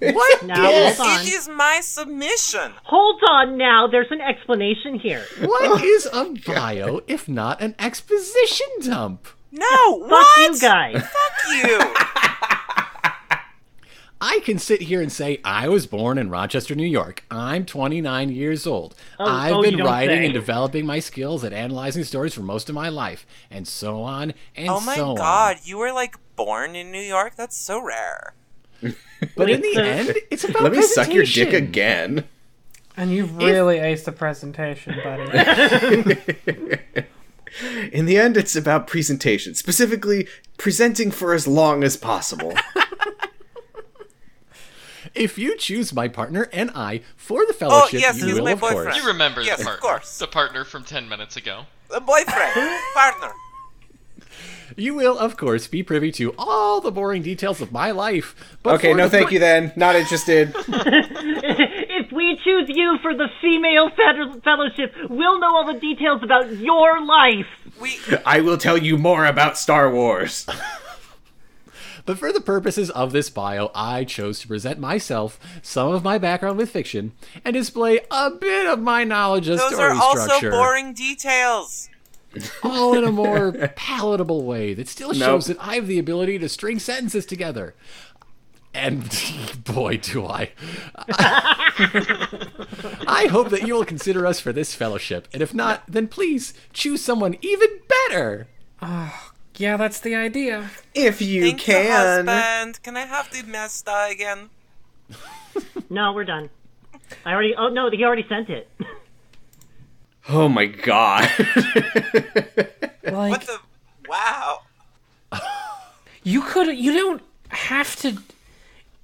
S5: What?
S3: Now
S5: is-
S3: hold on.
S4: It is my
S3: [laughs]
S4: submission.
S3: Hold on now. There's an explanation here.
S4: [laughs]
S5: what is a bio if not an exposition dump?
S4: No. what?
S3: Fuck you guys.
S4: Fuck
S5: [laughs]
S4: you.
S5: I can sit here and say I was born in Rochester, New York. I'm 29 years old. I've
S3: oh, you
S5: been
S3: don't
S5: writing
S3: say.
S5: and developing my skills at analyzing stories for most of my life, and so on and
S4: Oh my
S5: so on.
S4: god, you were like born in New York? That's so rare.
S5: But in the end, it's about
S6: Let me suck your dick
S5: presentation.
S6: again.
S1: And you really aced the presentation,
S6: [laughs]
S1: buddy.
S6: In the end, it's about presentation, specifically presenting for as long as [laughs] possible.
S5: If you choose my partner and I for the
S4: Oh,
S5: fellowship,
S4: yes,
S5: you
S4: he's
S5: will
S4: my
S5: of course.
S4: boyfriend.
S7: You remember
S4: Yes,
S7: the
S4: of
S7: partner.
S4: course.
S5: [laughs]
S7: The partner from 10 minutes ago.
S4: A boyfriend, partner.
S5: You will, of course, be privy to all the boring details of my life. But
S6: Okay,
S5: for
S6: no
S5: the
S6: thank
S5: pur-
S6: you then. Not interested.
S3: if we choose you for the female fed- fellowship, we'll know all the details about your life.
S4: We
S6: I will tell you more about Star Wars.
S5: But for the purposes of this bio, I chose to present myself, some of my background with fiction, and display a bit of my knowledge of
S4: those
S5: story
S4: are also
S5: structure,
S4: boring details.
S5: all in
S4: [laughs]
S5: a more palatable way that still shows that I have the ability to string sentences together. And [laughs] boy,
S4: [laughs]
S5: do I. I hope that you will consider us for this fellowship, and if not, then please choose someone even better.
S1: Yeah, that's the idea.
S6: If you
S4: Thanks, a
S6: can.
S4: husband. Can I have the Mazda again?
S3: No, we're done. I already. Oh no, he already sent it.
S6: Oh my god. [laughs]
S1: Like
S4: What the? Wow.
S1: you could you don't have to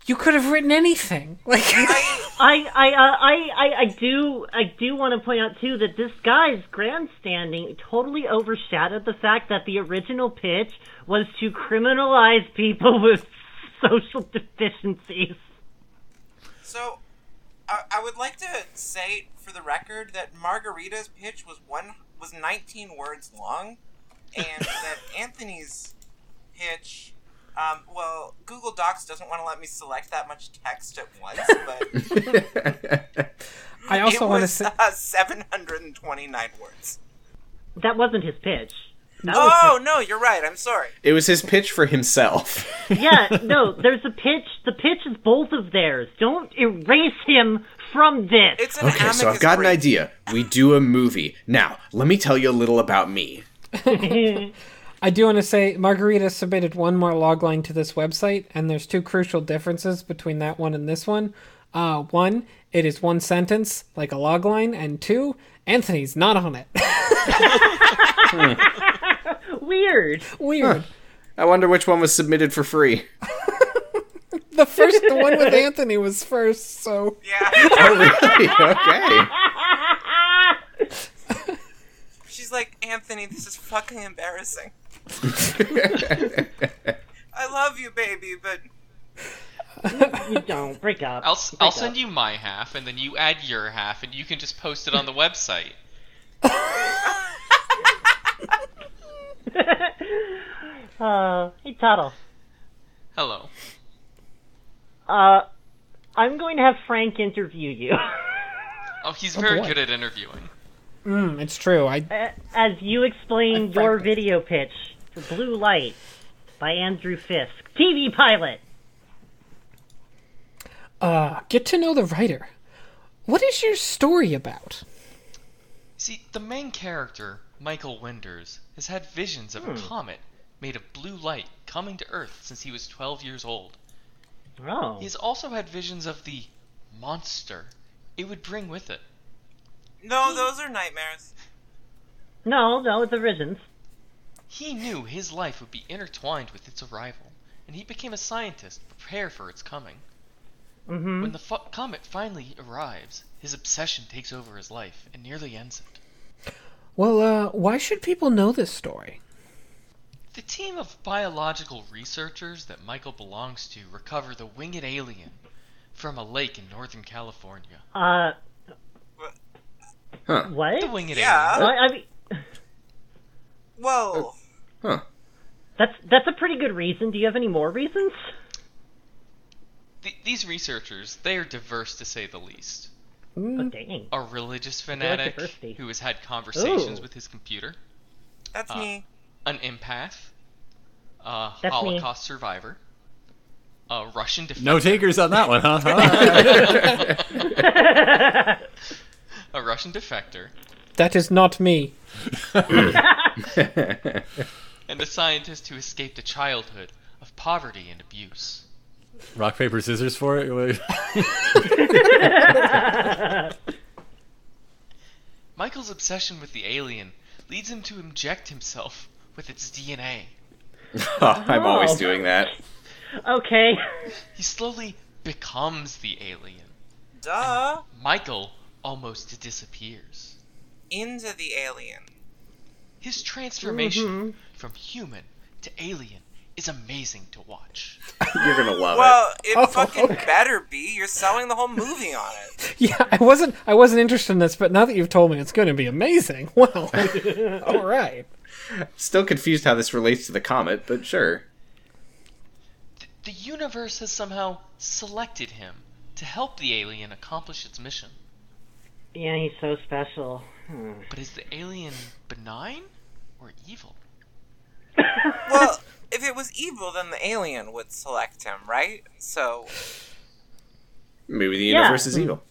S1: you could have written anything. Like
S6: [laughs]
S3: I, I, uh, I, I, I do, I do want to point out too that this guy's grandstanding totally overshadowed the fact that the original pitch was to criminalize people [laughs] with social deficiencies.
S4: So, I, I would like to say for the record that Margarita's pitch was one was 19 words long,
S6: [laughs]
S4: and that Anthony's pitch. Um, well, Google Docs doesn't want to let me select that much text at
S6: [laughs]
S4: once, but
S1: I also
S4: it
S1: want to
S4: was
S1: say
S4: uh, 729 words.
S3: That wasn't his pitch. That was
S4: Oh no, you're right. I'm sorry.
S6: it was his pitch for himself. [laughs]
S3: yeah, no, there's a pitch. The pitch is both of theirs. Don't erase him from this.
S4: It's an
S6: Okay, so I've
S4: amicus
S6: got an
S4: brief.
S6: idea. We do a movie. Now, let me tell you a little about me.
S1: I do want to say Margarita submitted one more logline to this website, and there's two crucial differences between that one and this one. Uh, one, it is one sentence, like a logline, and two, Anthony's not on it. [laughs]
S7: [laughs]
S3: weird.
S1: Weird.
S6: I wonder which one was submitted for free. [laughs]
S1: The first, the one with Anthony was first, so
S4: Yeah.
S6: Oh, really? [laughs] Okay.
S4: She's like, Anthony, this is fucking embarrassing. I love you, baby, but
S3: You don't break up.
S7: I'll, s will send you my half, and then you add your half, and you can just post it on the website.
S3: Uh, hey, Tuttle.
S7: Hello.
S3: Uh, I'm going to have Frank interview you [laughs]
S7: Oh, he's very
S5: boy.
S7: good at interviewing.
S1: Mm, it's true. I
S3: as you explain your video pitch for Blue Light by Andrew Fisk, TV pilot.
S1: uh, get to know the writer. What is your story about?
S7: See, the main character, Michael Wenders, has had visions of a comet made of blue light coming to Earth since he was 12 years old.
S3: Oh,
S7: He has also had visions of the monster it would bring with it.
S4: no, those are nightmares.
S3: no, no, it's Origins.
S7: He knew his life would be intertwined with its arrival, and he became a scientist to prepare for its coming.
S3: Mm-hmm.
S7: When the fu- comet finally arrives, his obsession takes over his life and nearly ends it.
S1: Well, uh, why should people know this story?
S7: The team of biological researchers that Michael belongs to recover the winged alien from a lake in northern California.
S3: Uh,
S6: Huh.
S3: what?
S7: The winged
S3: I,
S4: Yeah.
S3: I mean,
S4: Well,
S6: Huh.
S3: that's that's a pretty good reason. Do you have any more reasons?
S7: alien. Th- these researchers, they are diverse to say the least.
S3: Oh, dang.
S7: A religious
S3: like
S7: fanatic
S3: diversity.
S7: who has had conversations
S3: Ooh.
S7: with his computer,
S4: that's me.
S7: an empath, a
S3: That's me.
S7: Holocaust survivor, a Russian defector,
S5: No takers on that one,
S4: [laughs]
S5: huh?
S7: a Russian defector,
S1: That is not me. [laughs]
S7: and a scientist who escaped a childhood of poverty and abuse.
S5: Rock, paper, scissors for it?
S7: Michael's obsession with the alien leads him to inject himself with its DNA.
S6: Huh, I'm always doing that.
S7: Oh.
S3: Okay. [laughs]
S7: He slowly becomes the alien.
S4: Duh.
S7: Michael almost disappears.
S4: Into the alien.
S7: His transformation from human to Alien is amazing to watch.
S6: You're gonna love
S4: Well, it
S1: Oh,
S4: fucking
S1: okay.
S4: better be. You're selling the whole movie on it.
S1: Yeah, I wasn't I wasn't interested in this, but now that you've told me it's going to be amazing. [laughs] Well, all right.
S6: it. Still confused how this relates to the comet, but sure.
S7: Th- the universe has somehow selected him to help the alien accomplish its mission.
S3: Yeah, he's so special.
S7: But is the alien benign or evil?
S4: Well, if it was evil, then the alien would select him, right? So,
S6: Maybe the
S3: Yeah.
S6: universe is evil.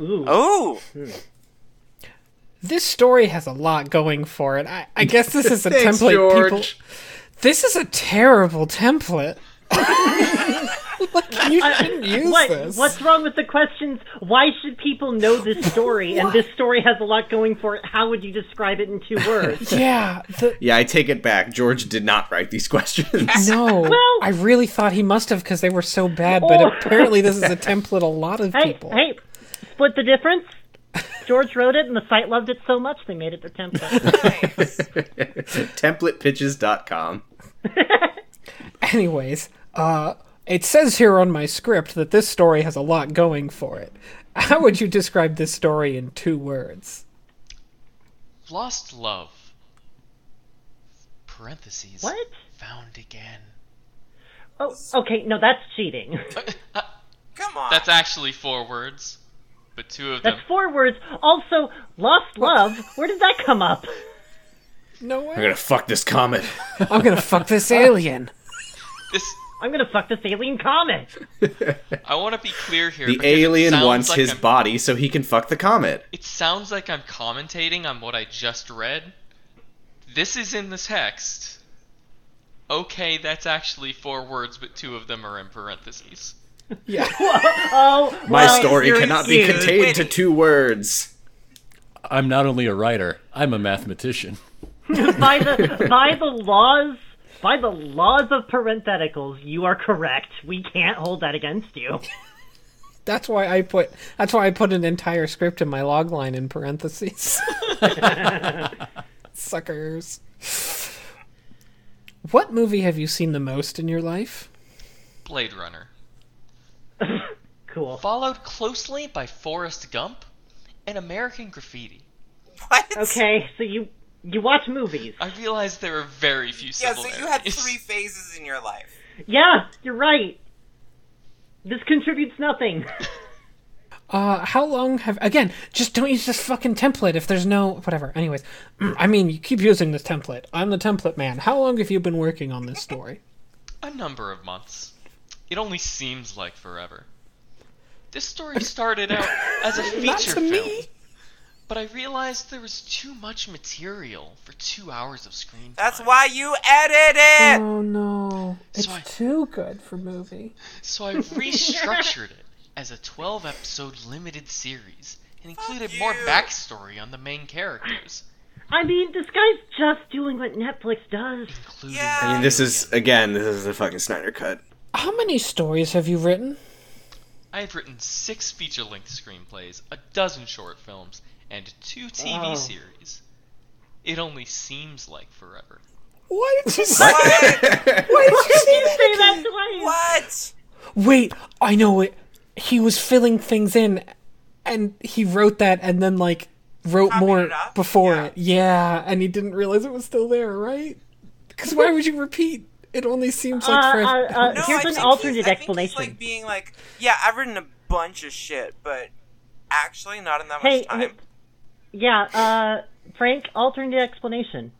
S3: Ooh.
S4: oh,
S1: This story has a lot going for it. I, I guess this is a
S6: [laughs] Thanks,
S1: template
S6: George.
S1: people. This is a terrible template. [laughs] like you shouldn't
S3: [laughs]
S1: use
S3: What,
S1: this.
S3: what's wrong with the questions? Why should people know this
S1: [laughs]
S3: story? and this story has a lot going for it. How would you describe it in two words?
S1: Yeah. The,
S6: Yeah, I take it back. George did not write these [laughs] questions.
S1: [laughs] no. I really thought he must have because they were so bad, but
S3: Oh.
S1: apparently this is a template a lot of
S3: [laughs] hey,
S1: people.
S3: hey, split the difference. George wrote it, and the site loved it so much they made it their
S1: [laughs]
S3: template.
S6: TemplatePitches.com.
S1: Anyways, uh, it says here on my script that this story has a lot going for it. How would you describe this story in two words?
S7: Lost love. Parentheses.
S3: what?
S7: Found again.
S3: Oh, okay. No, that's
S1: [laughs]
S3: cheating.
S4: come on.
S7: That's actually four words, but two
S4: [laughs]
S7: of them.
S3: That's four words. Also, lost love. Where did that come up?
S1: No way.
S6: I'm gonna fuck this comet.
S1: I'm gonna fuck this alien.
S7: This.
S3: I'm gonna fuck this alien comet.
S7: I want to be clear here.
S6: The
S7: because it
S6: alien
S7: sounds
S6: wants
S7: like
S6: his
S7: I'm-
S6: body so he can fuck the comet.
S7: It sounds like I'm commentating on what I just read. This is in the text. Okay, that's actually four words, but two of them are in parentheses.
S1: Yeah.
S3: Oh,
S6: My
S3: well,
S6: story
S4: you're
S6: cannot be
S4: huge.
S6: contained to two words.
S5: I'm not only a writer, I'm a mathematician.
S3: by the by the laws by the laws of parentheticals, you are correct. We can't hold that against you.
S1: That's why I put. That's why I put an entire script in my log line in parentheses. Suckers. What movie have you seen the most in your life?
S7: Blade Runner.
S3: Cool.
S7: Followed closely by Forrest Gump and American Graffiti.
S4: [laughs] what?
S3: Okay, so you you watch movies.
S7: I realized there are very few
S4: Yeah,
S7: similarities.
S4: so you had three phases in your life.
S3: Yeah, you're right. This contributes nothing.
S1: Uh, how long have again? Just don't use this fucking template if there's no whatever. Anyways, [clears throat] mm, I mean, you keep using this template. I'm the template man. How long have you been working on this story?
S7: A number of months. It only seems like forever. This story started out as a
S1: Not
S7: feature
S1: to
S7: film,
S1: me.
S7: but I realized there was too much material for two hours of screen time.
S4: That's why you edit it.
S1: Oh no, it's
S7: Sorry.
S1: too good for movie.
S7: So I restructured it as a 12 episode limited series and included more
S4: you.
S7: backstory on the main characters,
S3: I mean, this guy's just doing what Netflix does.
S7: including
S4: Yeah.
S7: the
S4: I mean,
S6: This
S7: alien.
S6: is again. This is the fucking Snyder cut.
S1: How many stories have you written?
S7: I have written six feature length screenplays, a dozen short films, and two TV
S3: Wow.
S7: series. It only seems like forever.
S1: Why [laughs] did you say? Why
S4: What?
S1: did you say that?
S3: Say that twice.
S4: what?
S1: Wait, I know it. He was filling things in, and he wrote that, and then like wrote more
S4: it up,
S1: before
S4: yeah.
S1: it. Yeah, and he didn't realize it was still there, right? Because why would you repeat? It only seems like
S3: Uh,
S1: forever.
S3: uh, uh,
S4: No, I
S3: here's
S4: think
S3: an
S4: he's-
S3: alternate
S4: I think he's
S3: explanation.
S4: like being like, yeah, I've written a bunch of shit, but actually not in that
S3: Hey,
S4: much time.
S3: hey. yeah, uh, Frank, alternate explanation.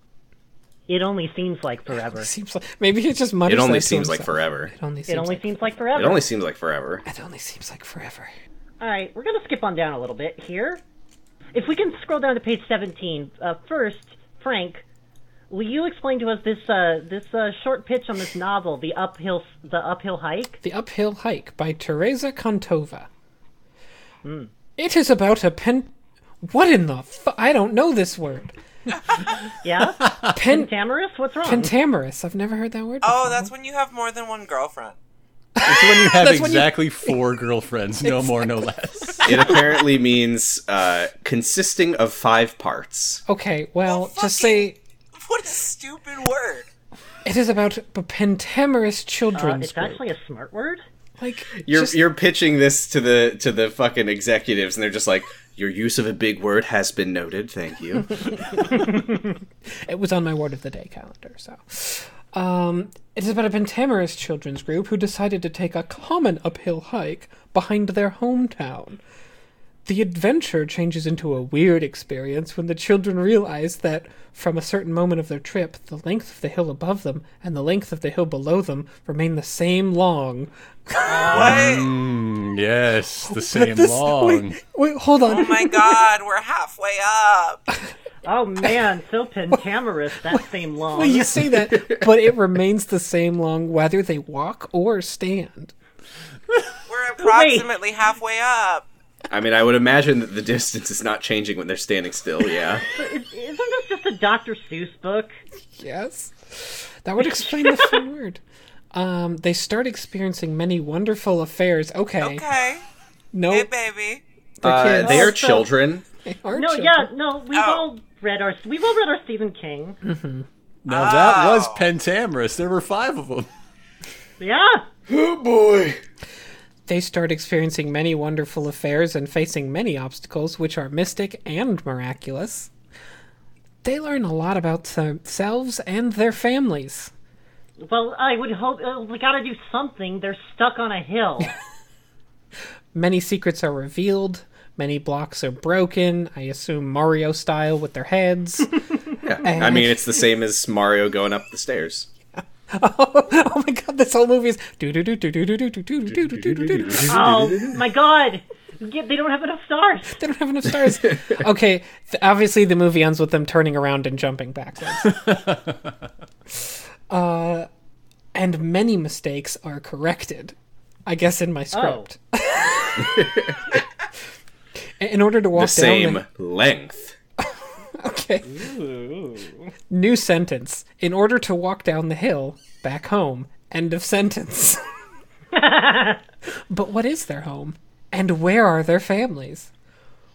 S3: It only seems like forever.
S1: seems like maybe he just mutters.
S6: It only
S1: that to
S6: seems like
S1: himself.
S6: forever.
S1: It only seems.
S3: It only
S1: like,
S3: seems like forever.
S6: It only seems like forever.
S1: it only seems like forever.
S3: All right, we're going to skip on down a little bit here. If we can scroll down to page 17, uh, first, Frank, will you explain to us this uh, this uh, short pitch on this novel, the uphill the uphill hike?
S1: The Uphill Hike by Teresa Kontova.
S3: Hmm.
S1: It is about a pen. What in the fu- I don't know this word.
S3: Yeah, [laughs]
S1: Pen.
S3: Tamaris, what's wrong?
S1: Pentamerous. I've never heard that word.
S4: oh, that's when you have more than one girlfriend. [laughs]
S5: It's [laughs] when you have
S1: That's when you-
S5: exactly four girlfriends, no more, no [laughs] less.
S6: [laughs] It apparently means uh, consisting of five parts.
S1: Okay, well,
S4: fucking-
S1: just say
S4: What a stupid word.
S1: It is about the pentamerous
S3: Uh,
S1: children's
S3: it's
S1: group.
S3: actually a smart word.
S1: like
S6: You're
S1: just-
S6: you're pitching this to the to the fucking executives, and they're just like, "Your use of a big word has been noted. Thank you."
S1: it was on my word of the day calendar. So, um, it is about a pentamerous children's group who decided to take a common uphill hike behind their hometown. The adventure changes into a weird experience when the children realize that, from a certain moment of their trip, the length of the hill above them and the length of the hill below them remain the same long.
S4: What?
S5: Hmm, [laughs] Yes, the same
S1: This-
S5: long.
S1: Wait, wait, hold on.
S3: [laughs]
S4: Oh my god, we're halfway up.
S3: Oh man, so pentamerous that same long.
S1: Well, you say
S6: [laughs]
S1: that, but it remains the same long whether they walk or stand.
S4: We're approximately halfway up.
S6: I mean, I would imagine that the distance is not changing when they're standing still. Yeah,
S3: Isn't this just a Dr. Seuss book?
S1: Yes. That would explain the
S6: [laughs]
S1: fun word. Um, they start experiencing many wonderful affairs. Okay.
S4: Okay.
S1: No,
S4: Hey, baby.
S1: they're
S6: uh,
S1: kids.
S6: they are
S3: Also-
S6: children.
S1: They are
S3: No,
S1: children.
S3: yeah, no, we've
S4: Oh.
S3: all read our we've all read our Stephen King.
S5: Now that was pentamerous. There were five of them.
S3: Yeah.
S6: Oh boy.
S1: They start experiencing many wonderful affairs and facing many obstacles, which are mystic and miraculous. They learn a lot about themselves and their families.
S3: Well, I would hope uh, we got to do something. They're stuck on a hill.
S1: Many secrets are revealed. Many blocks are broken. I assume Mario style with their
S6: [laughs]
S1: heads.
S6: Yeah. I mean, it's the same as Mario going up the stairs.
S1: oh my god, this whole movie is do do do do do do do do do do do do
S6: [laughs]
S1: do.
S3: oh
S1: [laughs]
S3: my god. Yeah, they don't have enough stars.
S1: They don't have enough stars. okay, th- obviously the movie ends with them turning around and jumping backwards. uh,
S6: [laughs]
S1: and many mistakes are corrected, I guess, in my script. [laughs] in order to walk
S6: Oh. The
S1: down
S6: same length.
S1: the, okay, new sentence. In order to walk down the hill back home. End of sentence. [laughs] but what is their home, and where are their families?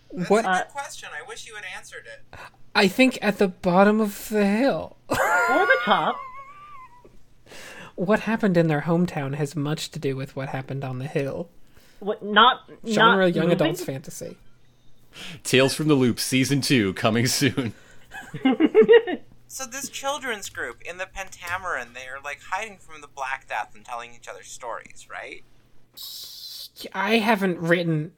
S1: What?
S4: Good question. I wish you had answered it.
S1: I think at the bottom of the hill.
S3: Or the top.
S1: What happened in their hometown has much to do with what happened on the hill.
S3: What not
S1: Genre
S3: not
S1: young
S3: moving?
S1: adults fantasy.
S5: Tales from the Loop, season two, coming soon. [laughs]
S4: So this children's group in the Pentameron, they are like hiding from the Black Death and telling each other stories, right?
S1: I haven't written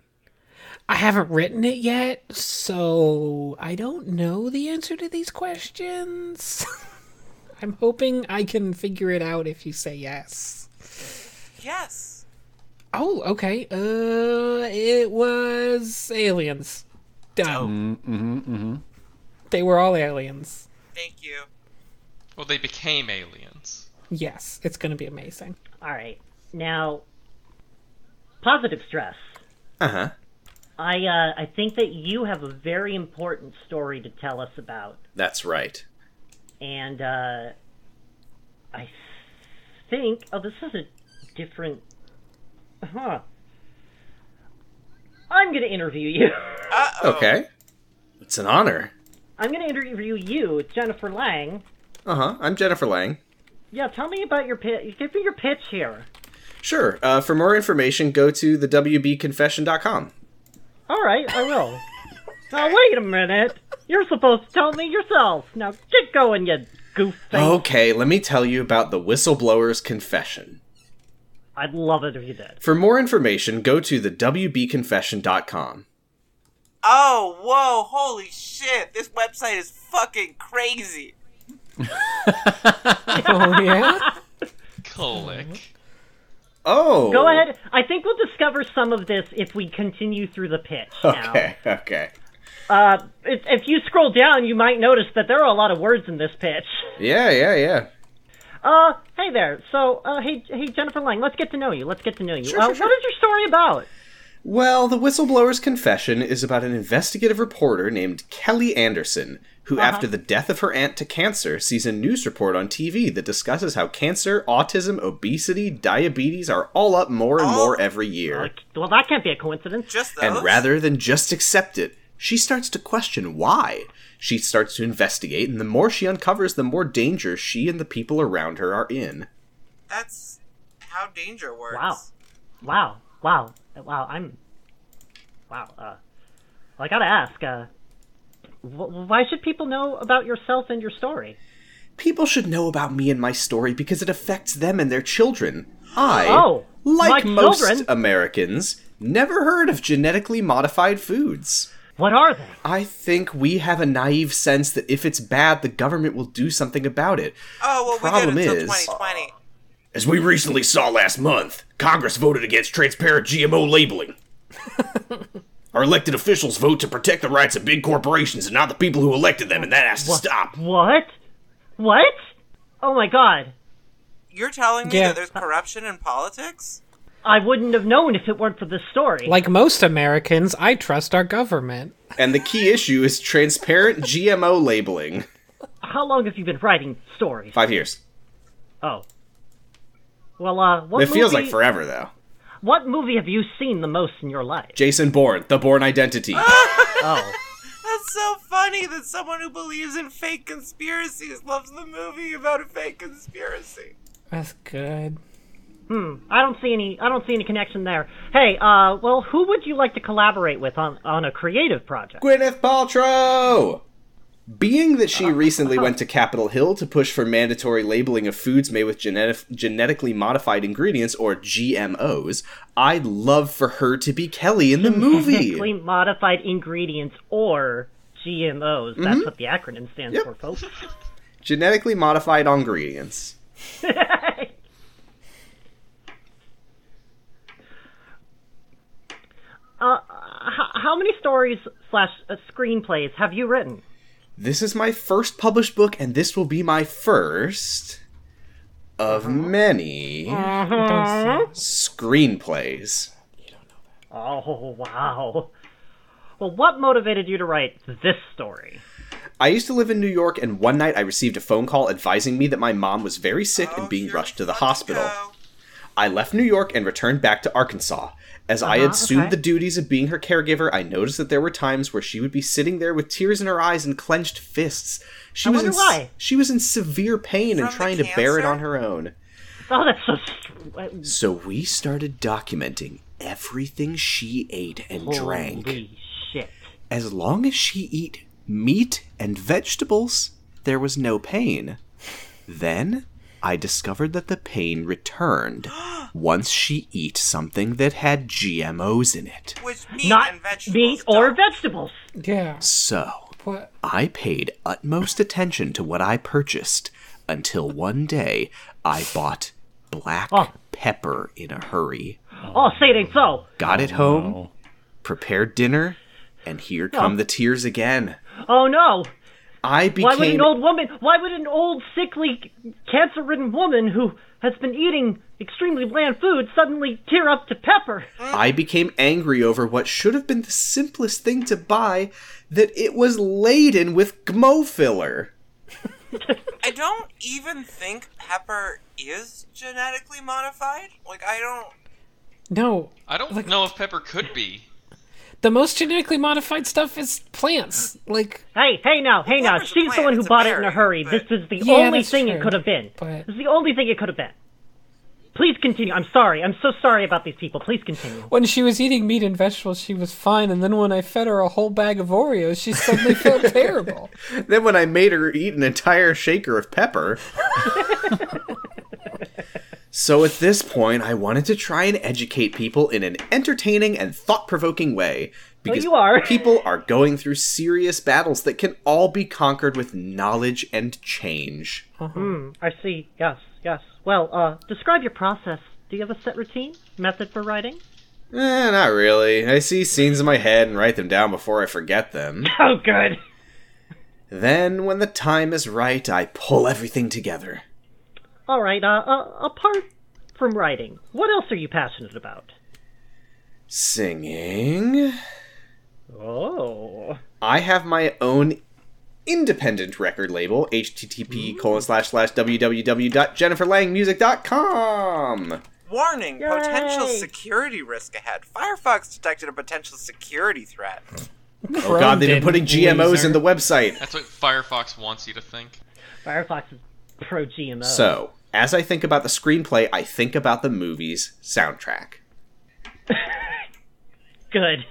S1: I haven't written it yet, so I don't know the answer to these questions. [laughs] I'm hoping I can figure it out if you say yes.
S4: Yes.
S1: Oh, okay. Uh it was aliens. Done. They were all aliens.
S4: Thank you.
S7: Well, they became aliens.
S1: Yes, it's going to be amazing.
S3: All right. Now positive stress.
S6: Uh huh.
S3: I uh, I think that you have a very important story to tell us about.
S6: That's right.
S3: and uh, I think oh, this is a different. Huh. I'm gonna interview you. [laughs]
S6: Okay. It's an honor.
S3: I'm gonna interview you, Jennifer Lang.
S6: Uh huh. I'm Jennifer Lang.
S3: Yeah, tell me about your pitch. Give me your pitch here.
S6: Sure. Uh, for more information, go to the WBconfession.com.
S3: All right, I will. now wait a minute. You're supposed to tell me yourself. Now get going, you goof face.
S6: Okay, let me tell you about the whistleblower's confession.
S3: I'd love it if you did.
S6: For more information, go to the WBconfession.com.
S4: Oh, whoa, holy shit. This website is fucking crazy.
S1: Oh yeah. [laughs]
S7: Click.
S6: Oh.
S3: Go ahead. I think we'll discover some of this if we continue through the pitch. Now.
S6: Okay, okay.
S3: Uh, if, if you scroll down, you might notice that there are a lot of words in this pitch.
S6: Yeah, yeah, yeah.
S3: Uh, hey there. So, uh, hey, hey, Jennifer Lang. Let's get to know you. Let's get to know you. uh,
S6: sure, sure.
S3: What is your story about?
S6: Well, the whistleblower's confession is about an investigative reporter named Kelly Anderson, who, after the death of her aunt to cancer, sees a news report on TV that discusses how cancer, autism, obesity, diabetes are all up more and more every year.
S3: Like, well, that can't be a coincidence.
S4: Just those?
S6: And rather than just accept it, she starts to question why. She starts to investigate, and the more she uncovers, the more danger she and the people around her are in.
S4: That's how danger works.
S3: Wow. Wow. Wow. Wow. I'm. Wow. Uh, well, I gotta ask. Uh, wh- why should people know about yourself and your story?
S6: People should know about me and my story because it affects them and their children. I,
S3: Oh,
S6: like
S3: my
S6: most
S3: children.
S6: Americans, never heard of genetically modified foods.
S3: What are they?
S6: I think we have a naive sense that if it's bad, the government will do something about it.
S4: Oh, well,
S6: Problem
S4: we did until
S6: is-
S4: 2020.
S6: As we recently saw last month, Congress voted against transparent
S3: [laughs]
S6: GMO labeling. Our elected officials vote to protect the rights of big corporations and not the people who elected them, and that has to stop.
S3: What? What? Oh my god.
S4: You're telling me
S1: Yeah.
S4: that there's corruption in politics?
S3: I wouldn't have known if it weren't for this story.
S1: Like most Americans, I trust our government.
S6: And the key issue is transparent GMO labeling.
S3: How long have you been writing stories?
S6: Five years.
S3: Oh. Well, uh, what
S6: It feels
S3: movie-
S6: like forever, though.
S3: What movie have you seen the most in your
S6: [laughs]
S3: life?
S6: Jason Bourne, The Bourne Identity.
S3: Oh.
S4: That's so funny that someone who believes in fake conspiracies loves the movie about a fake conspiracy.
S1: That's good.
S3: I don't see any. I don't see any connection there. Hey, uh, well, who would you like to collaborate with on on a creative project?
S6: Gwyneth Paltrow! Being that
S3: Oh.
S6: she
S3: [laughs]
S6: recently went to Capitol Hill to push for mandatory labeling of foods made with genetic- genetically modified ingredients, or GMOs, I'd love for her to be
S3: [laughs]
S6: Kelly in the
S3: Genetically
S6: movie.
S3: modified ingredients or GMOs. That's what the acronym stands for, folks.
S6: genetically modified ingredients.
S3: H- how many stories slash uh, screenplays have you written?
S6: This is my first published book, and this will be my first
S3: Uh-huh.
S6: of many screenplays.
S3: Oh wow. Well, what motivated you to write this story?
S6: I used to live in New York, and one night I received a phone call advising me that my mom was very sick and being
S4: You're
S6: rushed to the
S4: fun
S6: hospital.
S4: go.
S6: I left New York and returned back to Arkansas. As I had assumed
S3: Uh-huh, okay.
S6: the duties of being her caregiver, I noticed that there were times where she would be sitting there with tears in her eyes and clenched fists. She was in,
S3: wonder why.
S6: she was in severe pain and
S4: the
S6: trying to bear it
S4: cancer?
S6: on her own.
S3: Oh, that's so. Str- uh,
S6: So we started documenting everything she ate and drank.
S3: Holy shit.
S6: As long as she eat meat and vegetables, there was no pain. Then I discovered that the pain
S3: [gasps]
S6: returned once she eat something that had GMOs in it.
S4: Which meat
S3: Not
S4: and vegetables.
S3: meat or
S4: don't.
S3: vegetables.
S1: Yeah.
S6: So
S1: What?
S6: I paid utmost attention to what I purchased until one day I bought black
S3: Oh.
S6: pepper in a hurry.
S3: Oh, say it ain't so.
S6: Got it
S3: Oh,
S6: home, prepared dinner, and here come the tears again.
S3: Oh no.
S6: I became
S3: Why would an old woman? Why would an old, sickly, cancer-ridden woman who has been eating extremely bland food suddenly tear up to pepper?
S6: I became angry over what should have been the simplest thing to buy that it was laden with gmo filler.
S4: I don't even think pepper is genetically modified. Like, I don't.
S1: No.
S7: I don't know if pepper could be.
S1: The most genetically modified stuff is plants. Like,
S3: Hey, hey now, hey now.
S4: pepper's a
S3: She's the
S4: plant,
S3: one who
S4: it's a
S3: bought it in a hurry.
S4: berry, but-
S3: This is the
S1: Yeah,
S3: only
S1: that's
S3: thing it
S1: true,
S3: could have been.
S1: but-
S3: This is the only thing it could have been. Please continue. I'm sorry. I'm so sorry about these people. Please continue.
S1: when she was eating meat and vegetables, she was fine, and then when I fed her a whole bag of Oreos, she
S4: [laughs]
S1: suddenly felt terrible.
S6: Then when I made her eat an entire shaker of pepper. so at this point, I wanted to try and educate people in an entertaining and thought provoking way. Because
S3: Oh, you are.
S6: people are going through serious battles that can all be conquered with knowledge and change.
S3: Hmm, I see. Yes, yes. Well, uh, describe your process. Do you have a set routine, method for writing?
S6: Eh, not really. I see scenes in my head and write them down before I forget them.
S3: Oh, good.
S6: Then, when the time is right, I pull everything together.
S3: All right. Uh, uh, apart from writing, what else are you passionate about?
S6: Singing.
S3: Oh.
S6: I have my own independent record label, http colon slash slash www.jenniferlangmusic.com.
S4: Warning, potential
S3: Yay.
S4: security risk ahead. Firefox detected a potential security threat.
S6: Oh god, they've been
S1: Crumden,
S6: putting GMOs
S1: loser.
S6: in the website.
S7: That's what Firefox wants you to think.
S3: Firefox is pro GMO.
S6: So, as I think about the screenplay, I think about the movie's soundtrack.
S3: Good.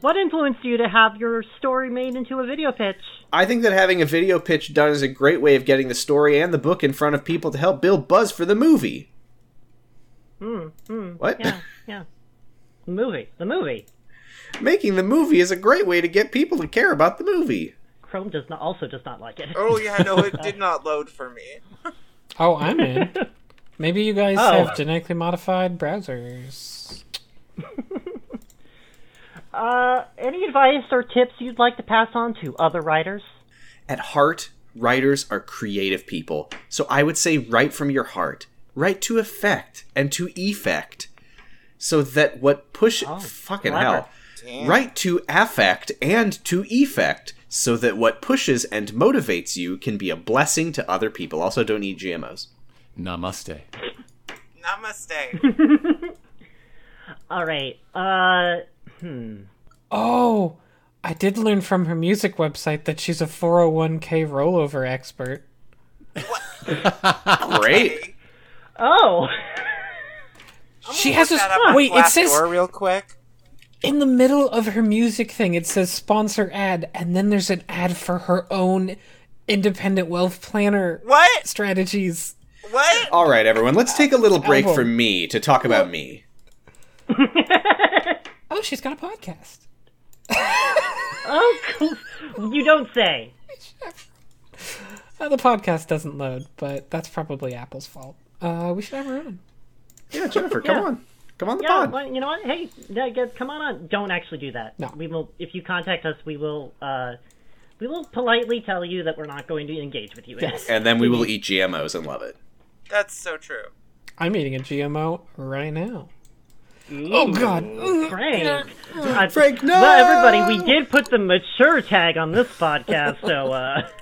S3: What influenced you to have your story made into a video pitch?
S6: I think that having a video pitch done is a great way of getting the story and the book in front of people to help build buzz for the movie. what?
S3: Mm,
S6: [laughs]
S3: Yeah, yeah. Movie. The movie.
S6: Making the movie is a great way to get people to care about the movie.
S3: Chrome does not also does not like it.
S4: Oh yeah, no, it did not load for me.
S1: Oh, I'm in. Maybe you guys
S3: Oh.
S1: have genetically modified browsers.
S3: Uh, any advice or tips you'd like to pass on to other writers?
S6: At heart, writers are creative people. So I would say write from your heart, write to effect and to effect. So that what push fucking
S3: clever.
S6: hell. Write to affect and to effect so that what pushes and motivates you can be a blessing to other people. Also don't eat GMOs.
S5: Namaste.
S4: [laughs] Namaste.
S3: All right. Uh,
S1: Oh, I did learn from her music website that she's a 401k rollover expert.
S6: Great.
S3: oh, [laughs]
S1: She has this.
S4: That up on
S1: Wait, it says
S4: Glassdoor real quick.
S1: in the middle of her music thing, it says sponsor ad, and then there's an ad for her own independent wealth planner
S4: What?
S1: strategies.
S4: What?
S6: All right, everyone, let's take a little break
S1: Elbow.
S6: for me to talk about me.
S1: Oh, she's got a podcast.
S3: oh, cool. you don't say.
S1: Uh, the podcast doesn't load, but that's probably Apple's fault. Uh, we should have her on.
S6: Yeah, Jennifer, come on. Come on the
S3: Yeah,
S6: pod.
S3: well, you know what? Hey, yeah, get- come on on. Don't actually do that.
S1: No.
S3: We will. If you contact us, we will. Uh, we will politely tell you that we're not going to engage with you. in it.
S6: And then we will eat GMOs and love it.
S4: That's so true.
S1: I'm eating a GMO right now. Oh God! Ugh.
S3: Frank. Uh,
S6: Frank, no!
S3: Well, everybody, we did put the mature tag on this podcast, so. uh... [laughs]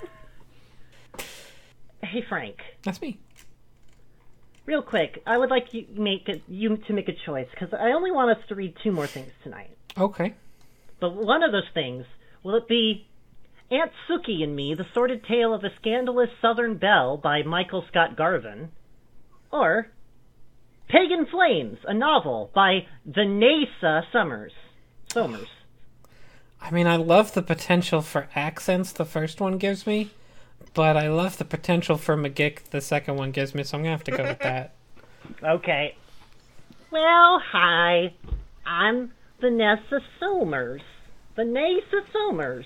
S3: Hey, Frank.
S1: That's me.
S3: Real quick, I would like you make a, you to make a choice because I only want us to read two more things tonight.
S1: Okay.
S3: But one of those things will it be Aunt Sookie and Me: The Sordid Tale of a Scandalous Southern Belle by Michael Scott Garvin, or Pagan Flames, a novel by Vanessa Summers. Somers.
S1: I mean, I love the potential for accents the first one gives me, but I love the potential for McGick the second one gives me, so I'm gonna have to go with that.
S3: Okay. Well, hi. I'm Vanessa Somers. Vanessa Somers.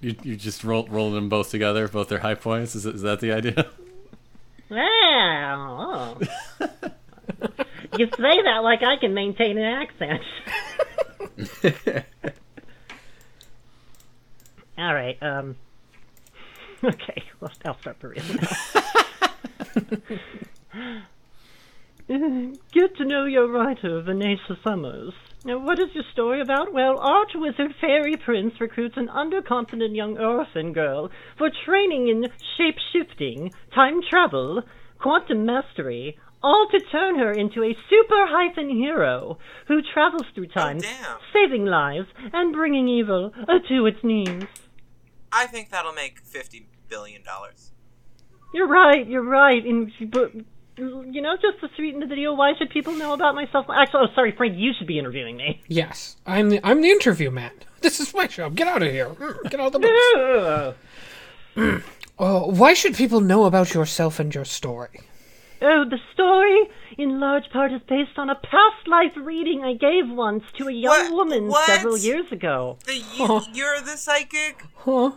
S5: You, you just roll, rolling them both together, both their high points. Is, is that the idea? [laughs]
S3: Wow. Oh. you say that like I can maintain an accent. All right. Um. [laughs] Okay. Well, I'll start the real now. Good to know your writer, Vanessa Summers. Now, what is your story about? Well, arch wizard Fairy Prince recruits an underconfident young orphan girl for training in shape shifting, time travel, quantum mastery, all to turn her into a super hyphen hero who travels through time,
S4: damn.
S3: saving lives and bringing evil uh, to its knees.
S4: I think that'll make fifty billion dollars.
S3: You're right. You're right. And but you know, just to sweeten the deal, why should people know about myself? Actually, oh, sorry, Frank. You should be interviewing me.
S1: Yes, I'm the I'm the interview man. This is my show. Get out of here. Mm, Get out of the books. Oh, why should people know about yourself and your story?
S3: Oh, the story, in large part, is based on a past life reading I gave once to a young
S4: What?
S3: woman
S4: What?
S3: several years ago.
S4: The you,
S1: Oh.
S4: you're the psychic.
S1: Huh?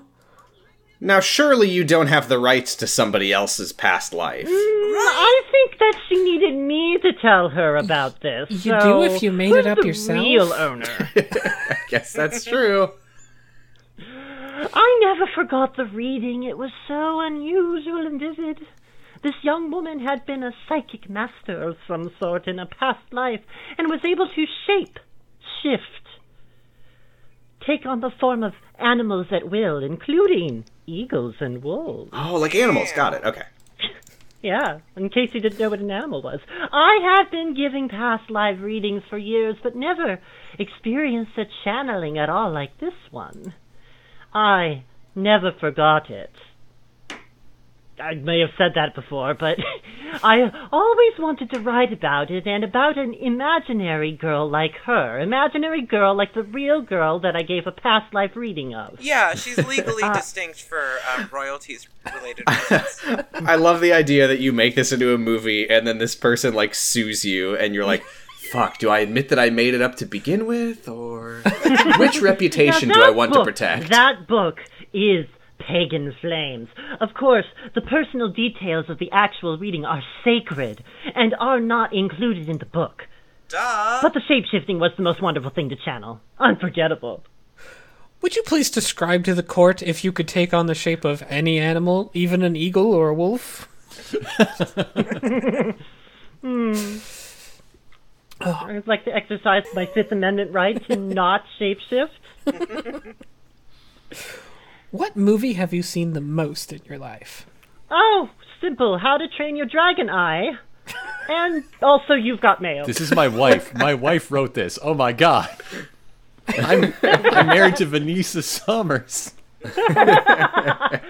S6: Now, surely you don't have the rights to somebody else's past life.
S3: Mm. I think that she needed me to tell her about this.
S1: You do
S3: so
S1: if you made
S3: who's
S1: it up
S3: the
S1: yourself?
S3: Real owner.
S6: Yes, that's true.
S3: I never forgot the reading. It was so unusual and vivid. This young woman had been a psychic master of some sort in a past life and was able to shape, shift, take on the form of animals at will, including eagles and wolves.
S6: Oh, like animals. Got it. Okay.
S3: Yeah, in case you didn't know what an animal was. I have been giving past live readings for years, but never experienced a channeling at all like this one. I never forgot it. I may have said that before, but [laughs] I always wanted to write about it and about an imaginary girl like her. Imaginary girl like the real girl that I gave a past life reading of.
S4: Yeah,
S1: [laughs]
S4: she's legally
S1: Uh.
S4: distinct for um, royalties related.
S1: [laughs]
S4: reasons.
S6: I love the idea that you make this into a movie and then this person like sues you and
S3: [laughs]
S6: you're like, fuck, do I admit that I made it up to begin
S3: [laughs]
S6: with or which reputation
S3: Now
S6: do I
S3: that
S6: want
S3: book-
S6: to protect?
S3: That book is Pagan Flames. Of course, the personal details of the actual reading are sacred and are not included in the book.
S4: Duh.
S3: But the shapeshifting was the most wonderful thing to channel. Unforgettable.
S1: Would you please describe to the court if you could take on the shape of any animal, even an eagle or a wolf?
S3: I'd like to exercise my Fifth Amendment right
S6: [laughs]
S3: to not shapeshift.
S1: What movie have you seen the most in your life?
S3: Oh, simple. How to Train Your Dragon Eye. And also, you've got mail.
S5: This is my wife. My wife wrote this. Oh my god. I'm I'm married to Vanessa Summers.
S3: I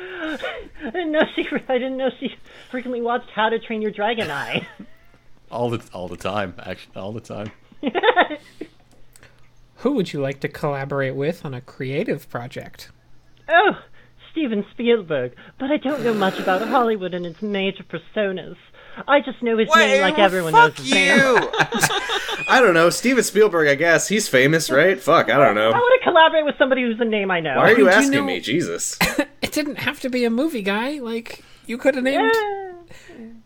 S3: didn't know she. I didn't know she frequently watched How to Train Your Dragon Eye.
S5: All the all the time, actually, all the time.
S1: Who would you like to collaborate with on a creative project?
S3: Oh, Steven Spielberg. But I don't know much about Hollywood and its major personas. I just know his name like
S4: well,
S3: everyone
S4: fuck
S3: knows his name.
S4: you.
S6: [laughs] I don't know. Steven Spielberg, I guess. He's famous, right? Fuck, I don't know.
S3: I want to collaborate with somebody whose a name I know.
S6: Why are
S1: Do
S6: you
S1: you
S6: asking
S1: know-
S3: [laughs]
S6: me? Jesus.
S1: It didn't have to be a movie guy. Like, you could have named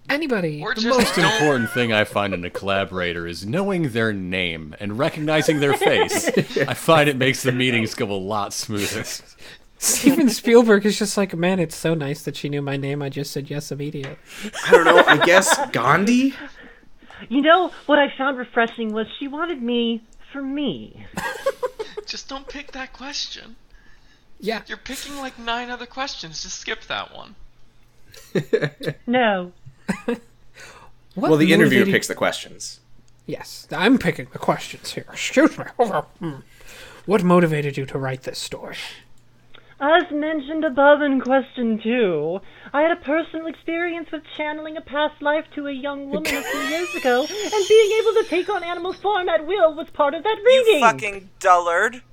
S1: anybody.
S7: Or
S5: The
S7: just
S5: most
S7: don't.
S5: important thing I find in a collaborator is knowing their name and recognizing their face. I find it makes the meetings go a lot smoother.
S1: Steven Spielberg is just like, man, it's so nice that she knew my name. I just said yes immediately.
S6: I don't know. I guess Gandhi?
S3: You know what I found refreshing was she wanted me for me.
S7: Just don't pick that question.
S1: Yeah.
S7: You're picking like nine other questions. Just skip that one.
S3: No,
S1: What
S6: Well, the interviewer
S1: motivated-
S6: picks the questions.
S1: Yes, I'm picking the questions here. Excuse me. Hmm. What motivated you to write this story?
S3: As mentioned above in question two, I had a personal experience with channeling a past life to a young woman a few years ago, and being able to take on animal form at will was part of that reading.
S4: You fucking dullard.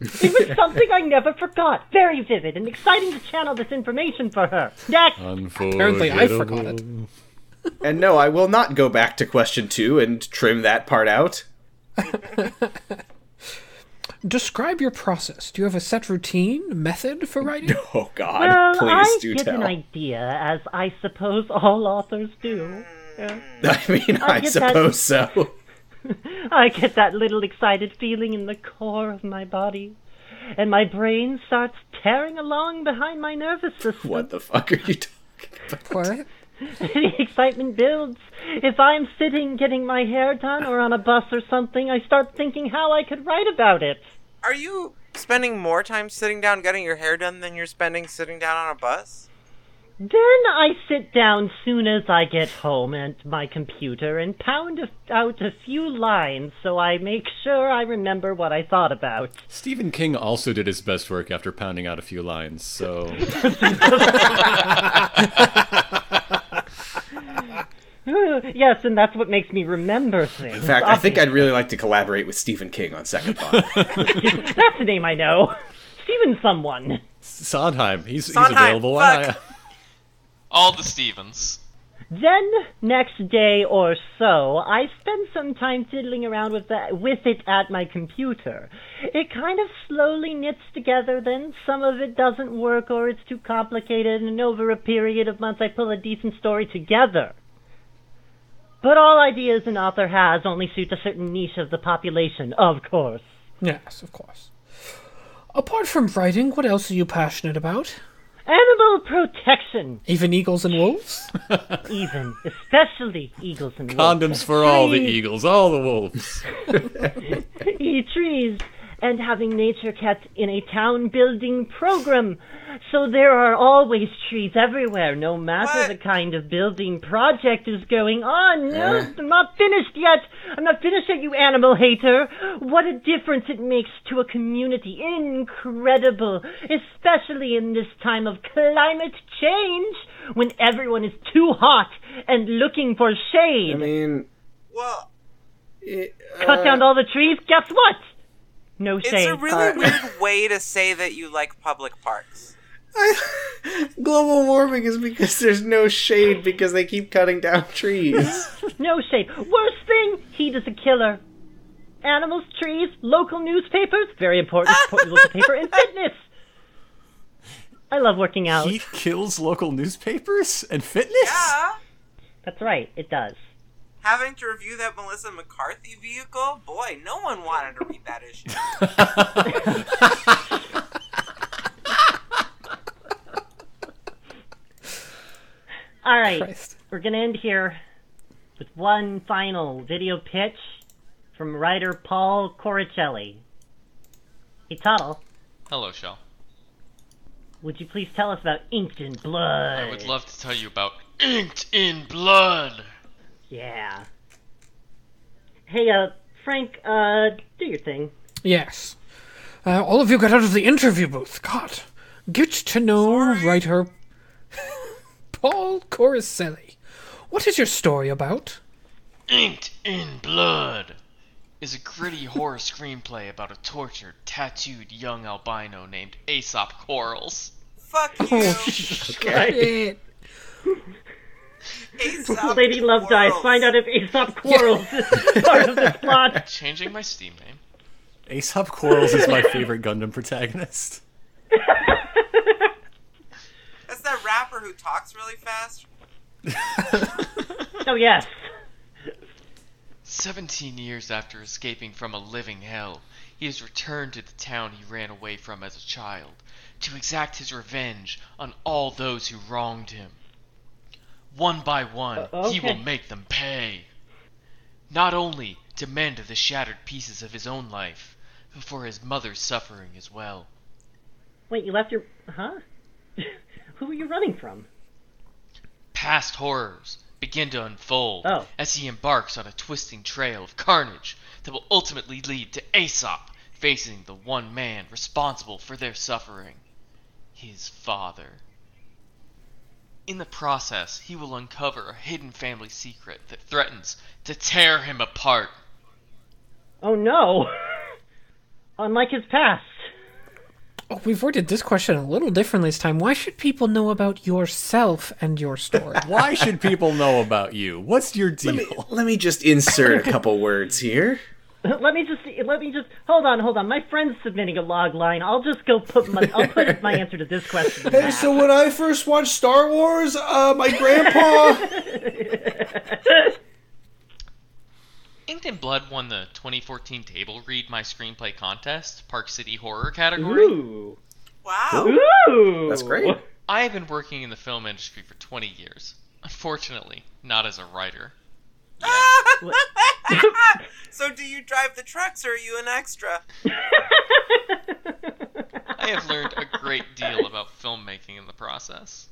S3: It was something I never forgot. Very vivid and exciting to channel this information for her. Next,
S1: Apparently, I forgot it.
S6: And no, I will not go back to question two and trim that part out.
S1: Describe your process. Do you have a set routine, method [laughs] for writing?
S6: Oh, God.
S3: well,
S6: Please
S3: I
S6: do
S3: get
S6: tell.
S3: an idea, as I suppose all authors do.
S6: [laughs] I mean, I,
S3: get that- [laughs]
S6: suppose so.
S3: I get that little excited feeling in the core of my body, and my brain starts tearing along behind my nervous system.
S6: [laughs] What the fuck are you doing?
S1: What?
S3: [laughs] the excitement builds. If I'm sitting getting my hair done or on a bus or something, I start thinking how I could write about it.
S4: Are you spending more time sitting down getting your hair done than you're spending sitting down on a bus?
S3: Then I sit down soon as I get home at my computer and pound a- out a few lines so I make sure I remember what I thought about. [laughs]
S5: Stephen King also did his best work after pounding out a few lines, so
S3: yes, and that's what makes me remember things.
S6: In fact, I think I'd really like to collaborate with Stephen King on second thought.
S3: [laughs] that's the name I know. [laughs] Steven someone.
S5: Sondheim, he's,
S4: Sondheim,
S5: he's available. Why
S4: fuck.
S5: not?
S3: and having nature kept in a town building program. So there are always trees everywhere, no matter
S4: What?
S3: the kind of building project is going on. No, I'm not finished yet. I'm not finished yet, you animal hater. What a difference it makes to a community. Incredible. Especially in this time of climate change when everyone is too hot and looking for shade.
S6: I mean,
S4: Well,
S6: it,
S3: Cut down all the trees, guess what? No
S4: it's
S3: shade.
S4: a really
S3: [laughs]
S4: weird way to say that you like public parks.
S6: [laughs] global warming is because there's no shade because they keep cutting down
S3: [laughs]
S6: trees.
S3: No shade. Worst thing, heat is a killer. Animals, trees, local newspapers, very important po- local paper, and fitness. I love working out.
S5: Heat kills local newspapers and fitness?
S4: Ah,
S3: That's right, it does.
S4: having to review that Melissa McCarthy vehicle, boy, no one wanted to read that
S3: [laughs]
S4: issue.
S3: All right,
S1: [laughs] Christ.
S3: we're gonna end here with one final video pitch from writer Paul Coricelli. Hey Tuttle,
S7: Hello, Shell.
S3: would you please tell us about Inked in Blood?
S7: I would love to tell you about Inked in Blood.
S3: Yeah. Hey, uh, Frank, uh, do your thing.
S1: Yes. Uh, all of you get out of the interview booth. God. Get to know [laughs] writer Paul Coricelli. What is your story about?
S7: Inked in Blood is a gritty horror screenplay about a tortured, tattooed young albino named Aesop Quarrels.
S4: Fuck you,
S1: Shit.
S3: [laughs]
S4: Aesop
S3: Lady Lovejoy,
S4: Quarrels.
S3: find out if Aesop
S6: [laughs]
S3: quarrels is part of this plot.
S7: Changing my Steam name.
S5: Aesop Quarrels is my favorite Gundam protagonist.
S4: That's that rapper who talks really fast.
S3: Oh, yes.
S7: 17 years after escaping from a living hell, he has returned to the town he ran away from as a child to exact his revenge on all those who wronged him. One by one,
S3: O-
S7: he will
S3: okay.
S7: make them pay. Not only to mend the shattered pieces of his own life, but for his mother's suffering as well.
S3: Wait, you left your. Huh? Who were you running from?
S7: Past horrors begin to unfold
S3: Oh.
S7: as he embarks on a twisting trail of carnage that will ultimately lead to Aesop facing the one man responsible for their suffering his father. In the process, he will uncover a hidden family secret that threatens to tear him apart.
S3: Oh, no. [laughs] Unlike his past. [laughs]
S1: Oh, we've worded this question a little differently this time. Why should people know about yourself and your [laughs] story?
S5: Why should people know about you? What's your deal?
S6: Let me just insert a couple words here.
S3: Let me just let me just hold on, hold on. My friend's submitting a log line. I'll just go put my I'll
S6: [laughs]
S3: put my answer to this question. in that.
S6: So when I first watched Star Wars, uh, my grandpa.
S7: Inked in Blood won the 2014 Table Read My Screenplay contest, Park City Horror category.
S3: Ooh,
S4: Wow. [laughs]
S3: ooh,
S6: That's [laughs] great.
S7: I have been working in the film industry for 20 years. Unfortunately, not as a writer.
S4: so do you drive the trucks or are you an extra?
S7: I have learned a great deal about filmmaking in the process.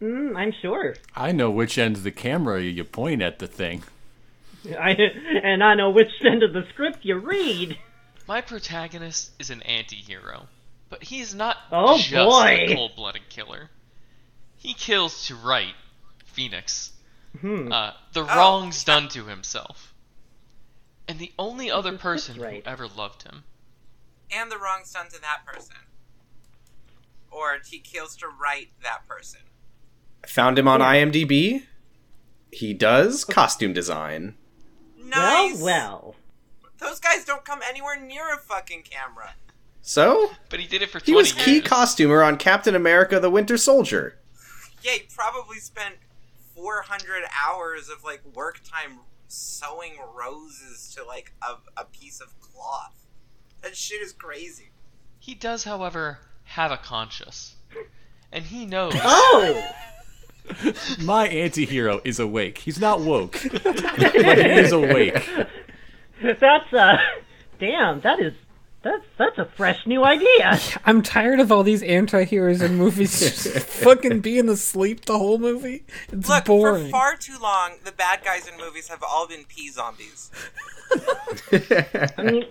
S3: Mm, I'm sure. [laughs]
S5: I know which end of the camera you point at the thing.
S3: I and I know which end of the script you read.
S7: My protagonist is an anti hero, but he's not
S3: Oh,
S7: just
S3: boy.
S7: a cold blooded killer. He kills to right Phoenix uh, the wrongs done to himself. And the only other person
S3: right.
S7: who ever loved him.
S4: And the wrongs done to that person. Or he kills to right that person.
S6: Found him on IMDb. He does costume design.
S4: Nice.
S3: Well, well.
S4: Those guys don't come anywhere near a fucking camera.
S6: So
S7: But he did it for 20
S6: he was key
S7: years.
S6: costumer on Captain America: The Winter Soldier.
S4: Yeah, he probably spent 400 hours of like work time sewing roses to like a, a piece of cloth. That shit is crazy.
S7: He does, however, have a conscience. And he knows
S3: Oh,
S5: My anti-hero is awake. He's not woke, but he is awake.
S3: that's uh, damn. That is That's that's a fresh new idea.
S1: I'm tired of all these anti-heroes in movies just fucking being asleep the whole movie. It's
S4: Look,
S1: boring.
S4: for far too long, the bad guys in movies have all been pea zombies.
S3: I mean,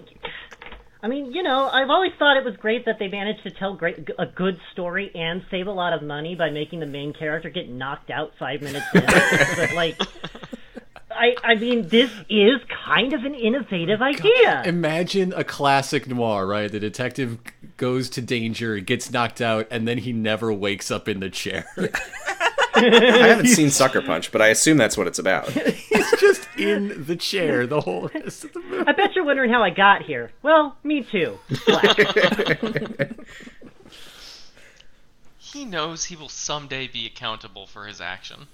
S3: I mean, you know, I've always thought it was great that they managed to tell great a good story and save a lot of money by making the main character get knocked out five minutes in. but like, I I mean, this is kind of an innovative idea.
S5: Imagine a classic noir, right? The detective g- goes to danger, gets knocked out, and then he never wakes up in the chair. [laughs]
S6: I haven't seen Sucker Punch, but I assume that's what it's about.
S5: He's just in the chair the whole rest of the movie.
S3: I bet you're wondering how I got here. Well, me too. Black.
S7: He knows he will someday be accountable for his action.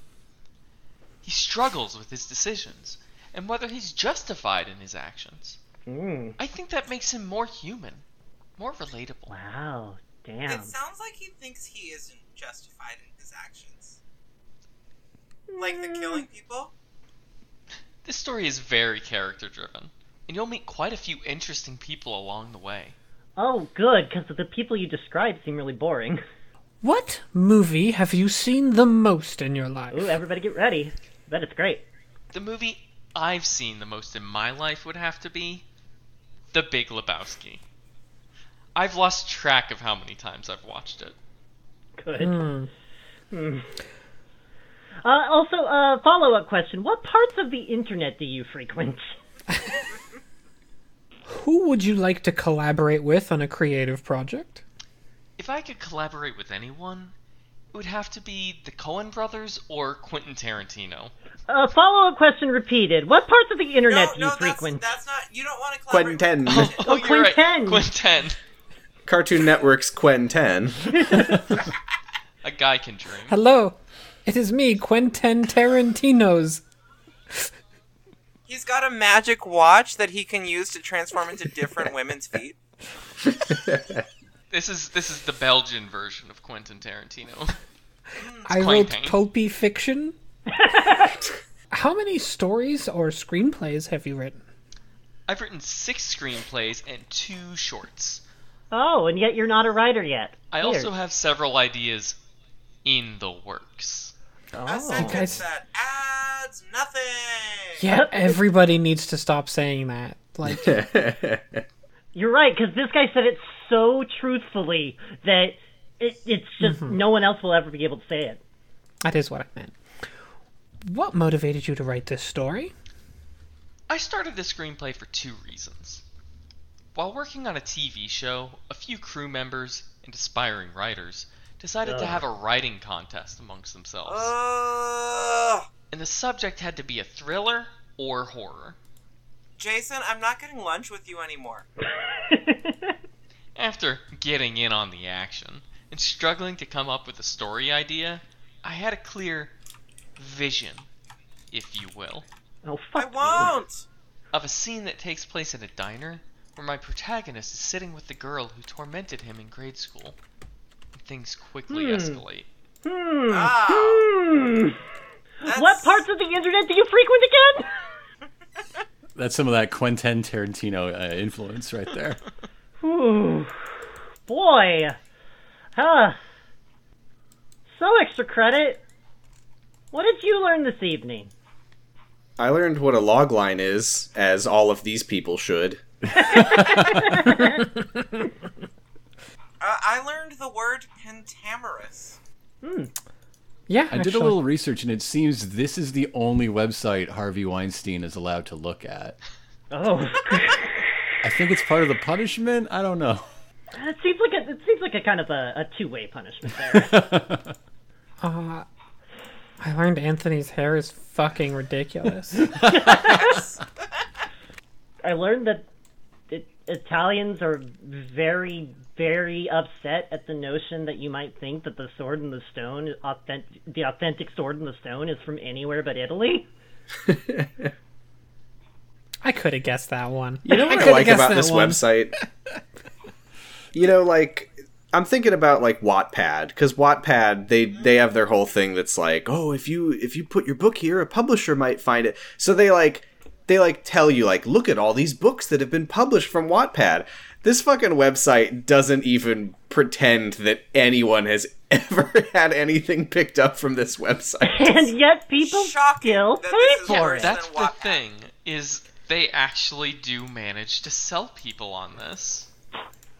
S7: He struggles with his decisions and whether he's justified in his actions.
S3: Hmm.
S7: I think that makes him more human, more relatable.
S3: wow, damn.
S4: It sounds like he thinks he isn't justified in his actions. Like the killing people?
S7: This story is very character driven, and you'll meet quite a few interesting people along the way.
S3: Oh, good, because the people you described seem really boring.
S1: What movie have you seen the most in your life?
S3: Ooh, everybody get ready. That is great.
S7: The movie I've seen the most in my life would have to be The Big Lebowski. I've lost track of how many times I've watched it.
S3: Good. Hmm. Uh, also, uh, follow-up question: What parts of the internet do you frequent? [laughs]
S1: Who would you like to collaborate with on a creative project?
S7: If I could collaborate with anyone, it would have to be the Coen brothers or Quentin Tarantino.
S3: Uh, follow-up question repeated: What parts of the internet do
S4: No,
S3: you
S4: no, that's,
S3: frequent?
S4: that's not. You don't want to
S6: Quentin
S4: collaborate.
S6: Ten.
S7: Oh, you're right.
S3: Quentin!
S7: Quentin.
S6: [laughs] Cartoon Network's Quentin Ten.
S7: A guy can dream.
S1: Hello, it is me, Quentin Tarantino's.
S4: He's got a magic watch that he can use to transform into different women's feet.
S7: This is this is the Belgian version of Quentin Tarantino. [laughs]
S1: I wrote
S7: Quentin.
S1: pulpy fiction. [laughs] How many stories or screenplays have you written?
S7: I've written six screenplays and two shorts.
S3: Oh, and yet you're not a writer yet.
S7: I
S3: Weird.
S7: also have several ideas in the works.
S4: A sentence
S1: Guys.
S4: that adds nothing. [laughs]
S1: Yeah, everybody needs to stop saying that. Like,
S3: You're right, because this guy said it so truthfully that it, it's just no one else will ever be able to say it.
S1: that is what I meant. What motivated you to write this story?
S7: I started the screenplay for two reasons. While working on a TV show, a few crew members and aspiring writers decided to have a writing contest amongst themselves.
S4: Ugh.
S7: and the subject had to be a thriller or horror.
S4: Jason, I'm not getting lunch with you anymore.
S7: After getting in on the action and struggling to come up with a story idea, I had a clear vision, if you will,
S3: Oh
S4: I
S3: fuck!
S4: won't.
S7: of a scene that takes place at a diner where my protagonist is sitting with the girl who tormented him in grade school. Things quickly
S3: Hmm.
S7: escalate.
S4: Ah,
S3: [laughs] What parts of the internet do you frequent again?
S5: That's some of that Quentin Tarantino uh, influence right there.
S3: Ooh, boy. Huh. So extra credit. What did you learn this evening?
S6: I learned what a log line is, as all of these people should.
S4: uh, I learned the word pentamerous.
S1: Yeah,
S5: I did a little research, and it seems this is the only website Harvey Weinstein is allowed to look at.
S3: Oh, [laughs]
S5: I think it's part of the punishment. I don't know.
S3: it seems like a, it seems like a kind of a, a two-way punishment
S4: [laughs]
S3: there.
S1: Uh, I learned Anthony's hair is fucking ridiculous.
S6: [laughs]
S3: I learned that it, Italians are very, very upset at the notion that you might think that the sword and the stone, is authentic, the authentic sword and the stone, is from anywhere but Italy. [laughs]
S1: I could have guessed that one.
S6: You know what I,
S1: coulda
S6: like
S1: guessed
S6: about
S1: that
S6: this
S1: one.
S6: website? [laughs] you know, like I'm thinking about like Wattpad because Wattpad they they have their whole thing that's like, oh, if you if you put your book here, a publisher might find it. So they like they like tell you like, look at all these books that have been published from Wattpad. This fucking website doesn't even pretend that anyone has [laughs] ever had anything picked up from
S3: [laughs]
S6: this website.
S3: and yet people
S4: Shocking
S3: still pay
S4: that this is
S3: for
S4: worse
S3: it.
S4: than
S7: That's the
S4: Wattpad.
S7: thing is they actually do manage to sell people on this.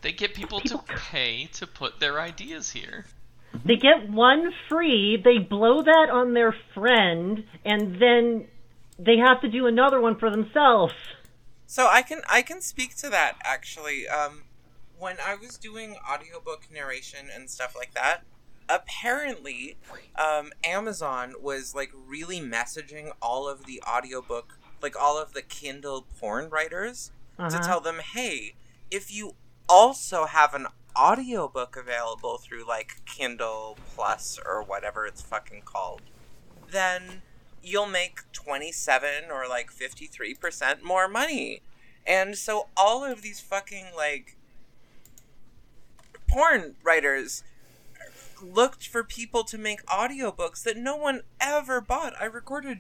S7: They get people to pay to put their ideas here.
S3: They get one free, they blow that on their friend, and then they have to do another one for themselves.
S4: So I can I can speak to that actually. Um, when I was doing audiobook narration and stuff like that, apparently um, Amazon was like really messaging all of the audiobook like all of the Kindle porn writers to tell them, "Hey, if you also have an audiobook available through like Kindle Plus or whatever it's fucking called, then you'll make 27 or like 53% more money. And so all of these fucking like porn writers looked for people to make audiobooks that no one ever bought. I recorded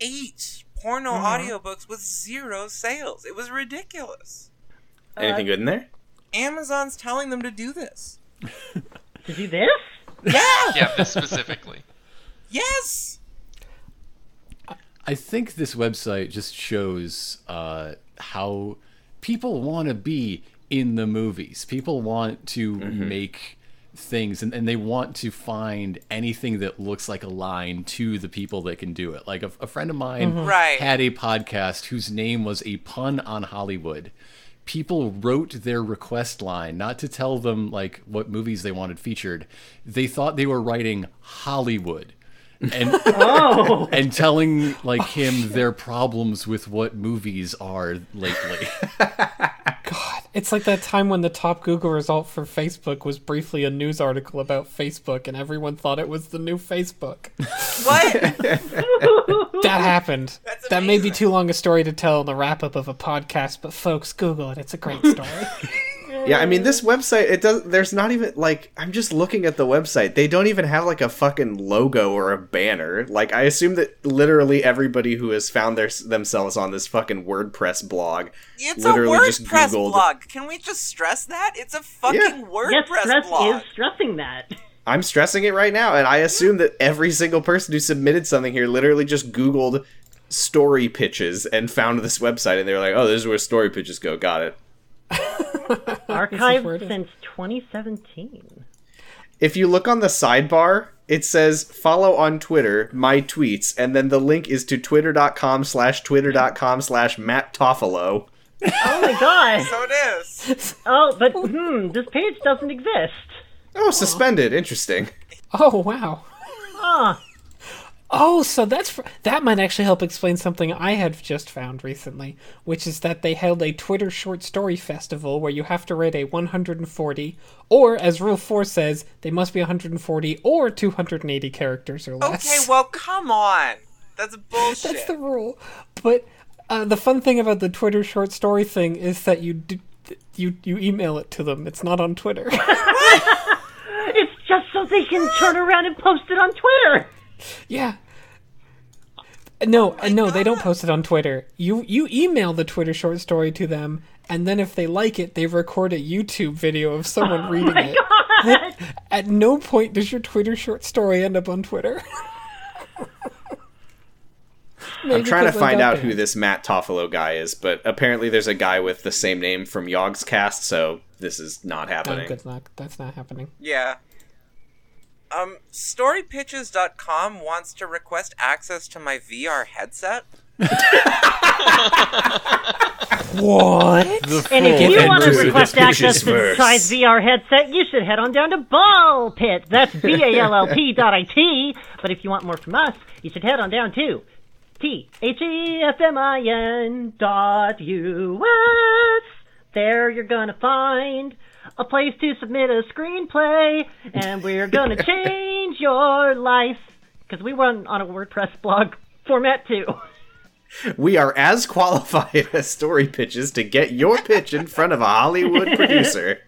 S4: eight porno audiobooks with zero sales. It was ridiculous.
S6: Anything good in there?
S4: Amazon's telling them to do this.
S3: To do this?
S7: Yeah, this specifically.
S4: Yes!
S5: I think this website just shows uh, how people want to be in the movies. People want to make things and, and they want to find anything that looks like a line to the people that can do it. Like a, a friend of mine
S4: Right.
S5: had a podcast whose name was A Pun on Hollywood. People wrote their request line not to tell them like what movies they wanted featured. They thought they were writing Hollywood. And
S3: Oh!
S5: and telling like him their problems with what movies are lately.
S1: It's like that time when the top Google result for Facebook was briefly a news article about Facebook, and everyone thought it was the new
S6: [laughs]
S1: Facebook.
S4: What?
S1: That happened.
S4: That's
S1: that may be
S4: amazing.
S1: too long a story to tell in the wrap up of a podcast, but folks, Google it. It's a great story.
S6: [laughs] Yeah, I mean this website it does there's not even like I'm just looking at the website. They don't even have like a fucking logo or a banner. Like I assume that literally everybody who has found their themselves on this fucking WordPress blog
S4: It's
S6: literally
S4: a
S6: just
S4: WordPress
S6: Googled-
S4: blog. Can we just stress that? It's a fucking
S6: Yeah.
S4: WordPress
S3: Yes, stress
S4: blog.
S3: is stressing that.
S6: I'm stressing it right now, and I assume that every single person who submitted something here literally just Googled story pitches and found this website, and they were like, "Oh, this is where story pitches go." Got it.
S1: where it
S3: Archived
S1: is.
S3: since 2017.
S6: If you look on the sidebar, it says "Follow on Twitter my tweets," and then the link is to twitter.com slash twitter.com slash Matt Toffolo.
S3: Oh my god!
S4: So it is.
S3: Oh, but hmm, this page doesn't exist.
S6: Oh, suspended. Interesting.
S1: oh wow.
S3: Huh.
S1: Oh, so that's fr- that might actually help explain something I had just found recently, which is that they held a Twitter short story festival where you have to rate a 140, or as Rule Four says, they must be 140 or 280 characters or less.
S4: Okay, well, come on. That's bullshit.
S1: That's [laughs] the rule. But uh, the fun thing about the Twitter short story thing is that you do, you you email it to them. It's not on Twitter. [laughs]
S3: It's just so they can turn around and post it on Twitter!
S1: yeah. No, uh, no, they don't post it on Twitter. You you email the Twitter short story to them, and then if they like it, they record a YouTube video of someone reading it. [laughs] At no point does your Twitter short story end up on Twitter. [laughs]
S6: I'm trying to
S1: because I
S6: find
S1: got
S6: out
S1: there.
S6: who this Matt Toffolo guy is, but apparently there's a guy with the same name from Yogg's cast, so this is not
S1: Oh,
S6: happening.
S1: good luck. That's not happening.
S4: Yeah. Um, storypitches.com wants to request access to my VR headset.
S1: What?
S3: And if
S1: Full
S3: you want to
S1: Andrew
S3: request access to the
S6: verse.
S3: site's VR headset, you should head on down to Ball Pit. That's B A L L P dot I T. But if you want more from us, you should head on down to T H E F M I N dot U S. There you're gonna find a place to submit a screenplay, and we're [laughs] gonna change your life. Because we run on a WordPress blog format too.
S6: We are as qualified [laughs] as story pitches to get your pitch in front of a Hollywood
S1: [laughs]
S6: producer.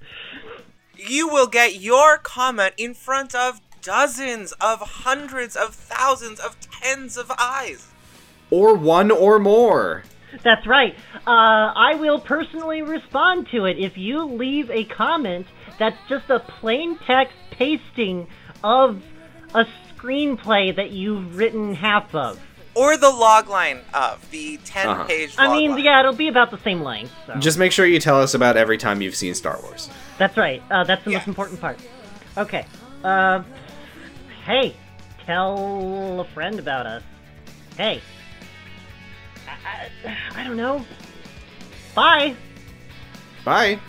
S4: You will get your comment in front of dozens of hundreds of thousands of tens of eyes.
S6: Or one or more.
S3: That's right. Uh, I will personally respond to it if you leave a comment that's just a plain text pasting of a screenplay that you've written half of.
S4: Or the logline of the
S6: Uh-huh.
S4: 10 page
S3: I mean,
S4: logline.
S3: yeah, it'll be about the same length. So.
S6: Just make sure you tell us about every time you've seen Star Wars.
S3: That's right. Uh, that's the
S4: Yeah.
S3: most important part. Okay. Uh, hey, tell a friend about us. Hey. I, I, I don't know. Bye.
S6: Bye.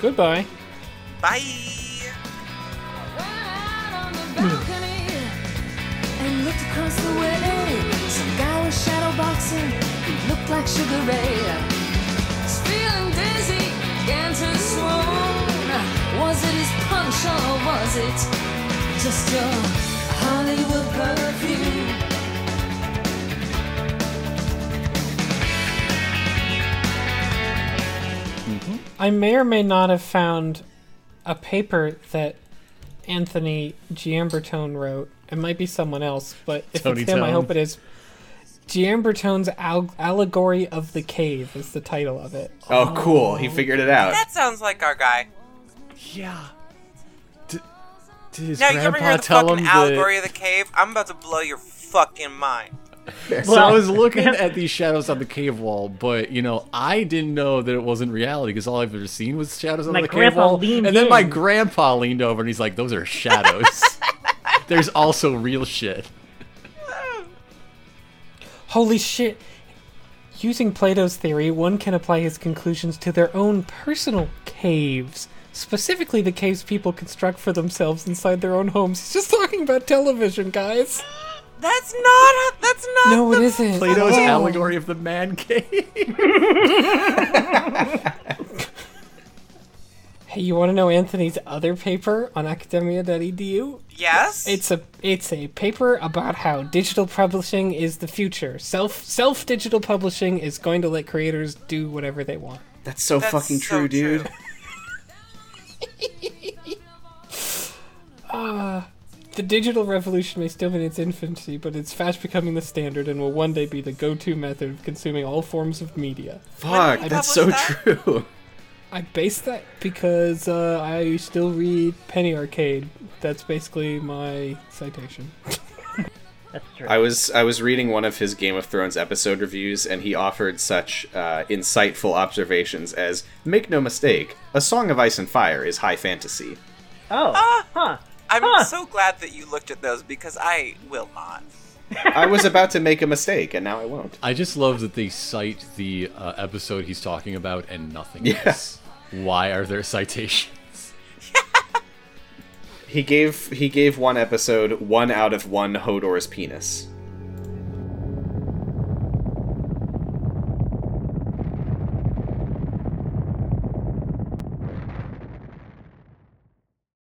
S1: Goodbye.
S4: Bye.
S2: out on the balcony and looked across the way. Some guy was shadow boxing. He looked like Sugar Ray. He's feeling dizzy, began to swoon. Was it his punch or was it just your Hollywood perfume?
S1: I may or may not have found a paper that Anthony Giambertone wrote. It might be someone else, but if
S5: Tony
S1: it's him, I
S5: Tone.
S1: hope it is. Giambertone's Al- Allegory of the Cave is the title of it.
S6: Oh, cool. He figured it out.
S4: That sounds like our guy.
S5: [laughs] Yeah. Did, did his
S4: Now, you ever
S5: grandpa
S4: hear the
S5: tell him
S4: fucking allegory
S5: that?
S4: of the cave? I'm about to blow your fucking mind.
S5: So I [laughs] was looking at these shadows on the cave wall, but you know, I didn't know that it wasn't reality because all I've ever seen was shadows on
S3: My
S5: the cave
S3: grandpa
S5: wall.
S3: leaned
S5: And then my
S3: in.
S5: grandpa leaned over and he's like, "Those are [laughs] shadows." There's also real shit.
S1: Holy shit! Using Plato's theory, one can apply his conclusions to their own personal caves. Specifically, the caves people construct for themselves inside their own homes. He's just talking about television, guys.
S4: That's not. That's not.
S1: No, it
S4: the-
S1: isn't.
S5: [laughs] Plato's
S1: Oh.
S5: allegory of the man cave.
S1: Hey, you want to know Anthony's other paper on academia.edu?
S4: Yes.
S1: It's a it's a paper about how digital publishing is the future. Self self digital publishing is going to let creators do whatever they want.
S6: That's so
S4: That's
S6: fucking
S4: so
S6: true, dude. [laughs]
S1: The digital revolution may still be in its infancy, but it's fast becoming the standard and will one day be the go-to method of consuming all forms of media.
S6: Fuck,
S4: When did
S6: that's
S4: he
S6: so
S4: publish that?
S6: true.
S1: I base that because uh, I still read Penny Arcade. That's basically my citation.
S3: That's true.
S6: I was I was reading one of his Game of Thrones episode reviews, and he offered such uh, insightful observations as, "Make no mistake, A Song of Ice and Fire is high fantasy."
S3: oh. huh.
S4: I'm
S3: Huh.
S4: so glad that you looked at those because I will not.
S6: I was about to make a mistake, and now I won't.
S5: I just love that they cite the uh, episode he's talking about and nothing
S6: Yeah.
S5: else. Why are there citations?
S6: He gave he gave one episode one out of one Hodor's penis.